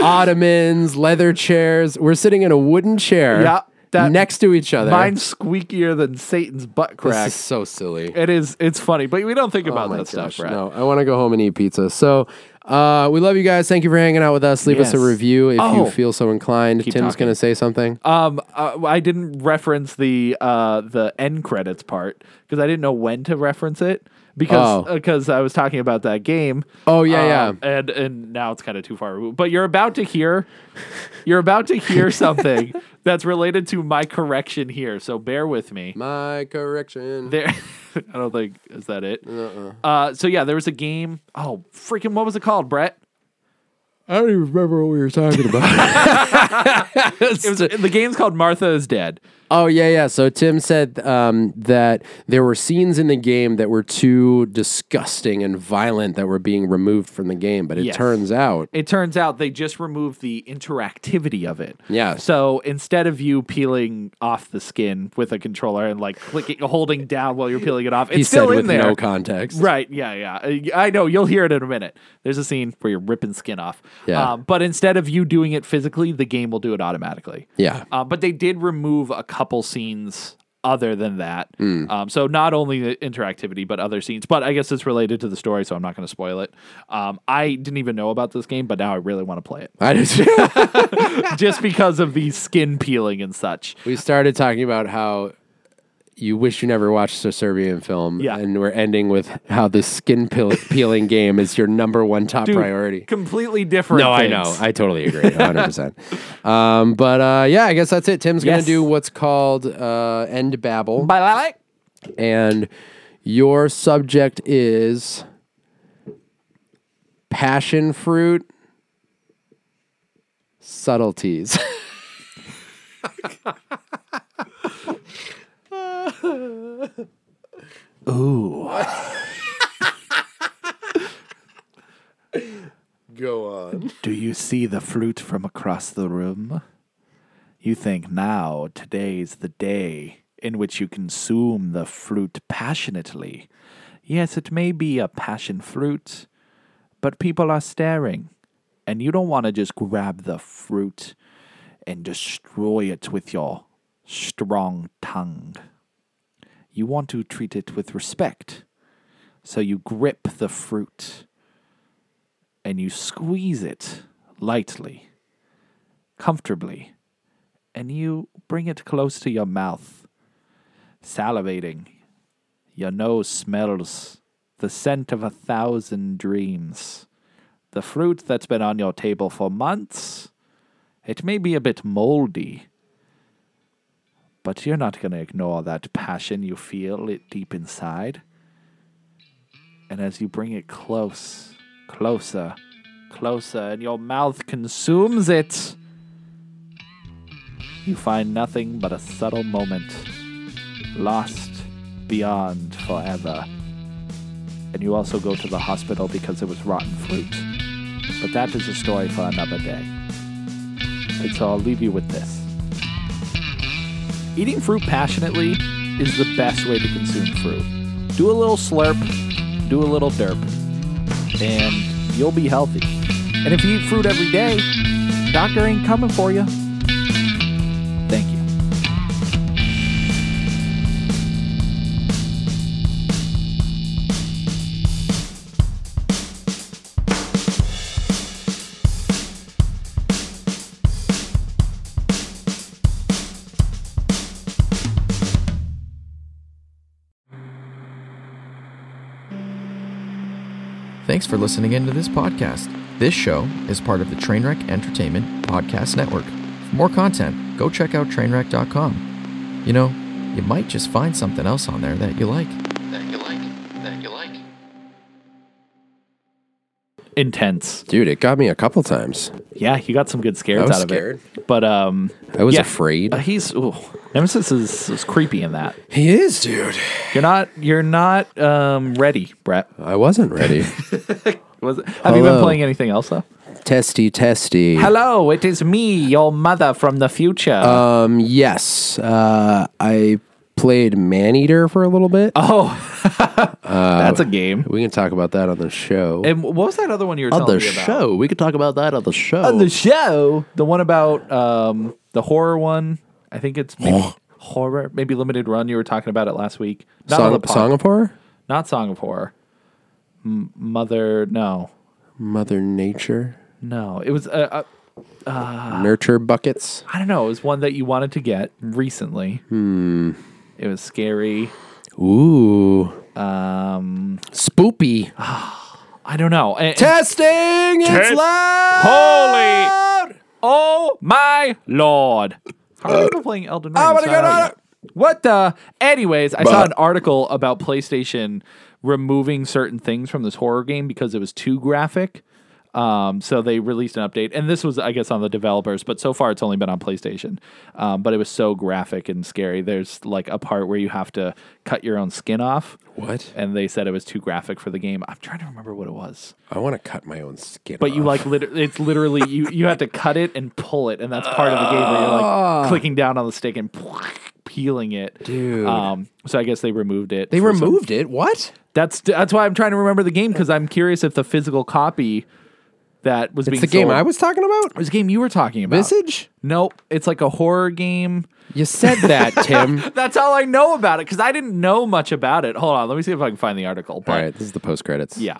[SPEAKER 1] ottomans, leather chairs. We're sitting in a wooden chair
[SPEAKER 2] Yeah, that-
[SPEAKER 1] next to each other.
[SPEAKER 2] mine's squeakier than Satan's butt
[SPEAKER 1] this
[SPEAKER 2] crack.
[SPEAKER 1] is so silly.
[SPEAKER 2] It is. It's funny, but we don't think
[SPEAKER 1] Oh
[SPEAKER 2] about
[SPEAKER 1] my
[SPEAKER 2] that stuff,
[SPEAKER 1] gosh,
[SPEAKER 2] right?
[SPEAKER 1] No, I want to go home and eat pizza. So uh, we love you guys. Thank you for hanging out with us. Leave us
[SPEAKER 2] Yes.
[SPEAKER 1] a review if
[SPEAKER 2] Oh.
[SPEAKER 1] you feel so inclined. Tim's
[SPEAKER 2] talking.
[SPEAKER 1] going to say something.
[SPEAKER 2] Um, uh, I didn't reference the uh the end credits part because I didn't know when to reference it because
[SPEAKER 1] Oh.
[SPEAKER 2] because I was talking about that game.
[SPEAKER 1] Oh, yeah,
[SPEAKER 2] Um, And and now it's kind of too far removed. But you're about to hear, you're about to hear something that's related to my correction here. So bear with me.
[SPEAKER 1] My correction.
[SPEAKER 2] There, I don't think is that it.
[SPEAKER 1] Uh-uh.
[SPEAKER 2] Uh, so yeah, there was a game. Oh, freaking, what was it called, Brett?
[SPEAKER 1] I don't even remember what we were talking about.
[SPEAKER 2] It was the game's called Martha is Dead.
[SPEAKER 1] oh yeah, yeah. So Tim said um, that there were scenes in the game that were too disgusting and violent that were being removed from the game, but it
[SPEAKER 2] Yes.
[SPEAKER 1] turns out
[SPEAKER 2] it turns out they just removed the interactivity of it.
[SPEAKER 1] Yeah.
[SPEAKER 2] So instead of you peeling off the skin with a controller and like clicking, holding down while you're peeling it off, it's
[SPEAKER 1] he
[SPEAKER 2] still
[SPEAKER 1] said
[SPEAKER 2] in
[SPEAKER 1] with
[SPEAKER 2] there.
[SPEAKER 1] no context.
[SPEAKER 2] Right. Yeah. Yeah. I I know. You'll hear it in a minute. There's a scene where you're ripping skin off.
[SPEAKER 1] Yeah.
[SPEAKER 2] Um, but instead of you doing it physically, the game will do it automatically.
[SPEAKER 1] Yeah.
[SPEAKER 2] Um, but they did remove a couple scenes other than that.
[SPEAKER 1] Hmm.
[SPEAKER 2] Um, so not only the interactivity, but other scenes. But I guess it's related to the story, so I'm not going to spoil it. Um, I didn't even know about this game, but now I really want to play it
[SPEAKER 1] I just
[SPEAKER 2] just because of the skin peeling and such.
[SPEAKER 1] we started talking about how you wish you never watched a Serbian film.
[SPEAKER 2] Yeah.
[SPEAKER 1] And we're ending with how the skin peel- peeling game is your number one top
[SPEAKER 2] Dude,
[SPEAKER 1] priority.
[SPEAKER 2] Completely different.
[SPEAKER 1] No, I
[SPEAKER 2] things.
[SPEAKER 1] know. I totally agree. 100%. um, but uh, yeah, I guess that's it. Tim's going
[SPEAKER 2] Yes.
[SPEAKER 1] to do what's called uh, End Babble.
[SPEAKER 2] Bye, bye, bye.
[SPEAKER 1] And your subject is passion fruit subtleties.
[SPEAKER 2] Do you see the flute from across the room? You think now, today's the day in which you consume the fruit passionately. Yes, it may be a passion fruit, but people are staring, and you don't want to just grab the fruit and destroy it with your strong tongue. You want to treat it with respect, so you grip the fruit and you squeeze it lightly, comfortably, and you bring it close to your mouth, salivating. Your nose smells the scent of a thousand dreams. The fruit that's been on your table for months, it may be a bit moldy, but you're not going to ignore that passion you feel it deep inside. And as you bring it close, closer, closer, and your mouth consumes it, you find nothing but a subtle moment, lost beyond forever. And you also go to the hospital because it was rotten fruit. But that is a story for another day. And so I'll leave you with this. Eating fruit passionately is the best way to consume fruit. Do a little slurp, do a little derp, and you'll be healthy. And if you eat fruit every day, doctor ain't coming for you. Thank you.
[SPEAKER 6] Thanks for listening in to this podcast. This show is part of the Trainwreck Entertainment Podcast Network. For more content, go check out trainwreck.com. You know, you might just find something else on there that you like. That you like. That you like.
[SPEAKER 2] Intense.
[SPEAKER 1] Dude, it got me a couple times.
[SPEAKER 2] Yeah, you got some good scares
[SPEAKER 1] I was
[SPEAKER 2] out of
[SPEAKER 1] scared.
[SPEAKER 2] it. But um,
[SPEAKER 1] I was
[SPEAKER 2] yeah.
[SPEAKER 1] afraid.
[SPEAKER 2] Uh, he's ooh, Nemesis is, is creepy in that.
[SPEAKER 1] He is, dude.
[SPEAKER 2] You're not. You're not um ready, Brett.
[SPEAKER 1] I wasn't ready.
[SPEAKER 2] Was it, have you been
[SPEAKER 1] Hello.
[SPEAKER 2] playing anything else though?
[SPEAKER 1] testy, testy.
[SPEAKER 2] Hello, it is me, your mother from the future.
[SPEAKER 1] Um, yes. Uh, I played Maneater for a little bit.
[SPEAKER 2] oh,
[SPEAKER 1] Uh,
[SPEAKER 2] that's a game.
[SPEAKER 1] we can talk about that on the show.
[SPEAKER 2] And what was that other one you were
[SPEAKER 1] on
[SPEAKER 2] telling
[SPEAKER 1] the
[SPEAKER 2] me about?
[SPEAKER 1] show. We could talk about that on the show.
[SPEAKER 2] on the show. The one about um, the horror one. I think it's maybe horror, maybe limited run. You were talking about it last week. Not on
[SPEAKER 1] Song,
[SPEAKER 2] the pod-
[SPEAKER 1] Song of Horror?
[SPEAKER 2] not song of horror. M- Mother, no,
[SPEAKER 1] Mother Nature?
[SPEAKER 2] no. It was uh, uh, Ah.
[SPEAKER 1] Nurture Buckets?
[SPEAKER 2] I don't know. It was one that you wanted to get recently. Hmm. It was scary.
[SPEAKER 1] Ooh. Um, spoopy.
[SPEAKER 2] I don't know. And- and-
[SPEAKER 1] Testing. It's
[SPEAKER 2] Test-
[SPEAKER 1] loud. Holy.
[SPEAKER 2] oh my lord! Ah, How are people playing Elden Ring?
[SPEAKER 1] my
[SPEAKER 2] It's not
[SPEAKER 1] God.
[SPEAKER 2] out yet. What the? Anyways, I saw an article about PlayStation removing certain things from this horror game because it was too graphic. Um, so they released an update, and this was, I guess, on the developers, but so far it's only been on PlayStation. Um, but it was so graphic and scary. There's like a part where you have to cut your own skin off.
[SPEAKER 1] What?
[SPEAKER 2] And they said it was too graphic for the game. I'm trying to remember what it was,
[SPEAKER 1] I want to cut my own skin.
[SPEAKER 2] but you
[SPEAKER 1] off.
[SPEAKER 2] like, liter- it's literally you you have to cut it and pull it, and that's part of the game where you're like clicking down on the stick and peeling it.
[SPEAKER 1] Ah. Dude.
[SPEAKER 2] Um, so I guess they removed it.
[SPEAKER 1] They
[SPEAKER 2] for some-
[SPEAKER 1] removed it. What?
[SPEAKER 2] that's that's why I'm trying to remember the game because I'm curious if the physical copy that was
[SPEAKER 1] It's
[SPEAKER 2] being
[SPEAKER 1] the game
[SPEAKER 2] sold-
[SPEAKER 1] I was talking
[SPEAKER 2] It
[SPEAKER 1] about.
[SPEAKER 2] was the game you were talking about.
[SPEAKER 1] Visage.
[SPEAKER 2] Nope, it's like a horror game.
[SPEAKER 1] You said that, Tim. All
[SPEAKER 2] That's all I know about it because I didn't know much about it. Hold on, let me see if I can find the article. But
[SPEAKER 1] right. This is the post credits.
[SPEAKER 2] yeah,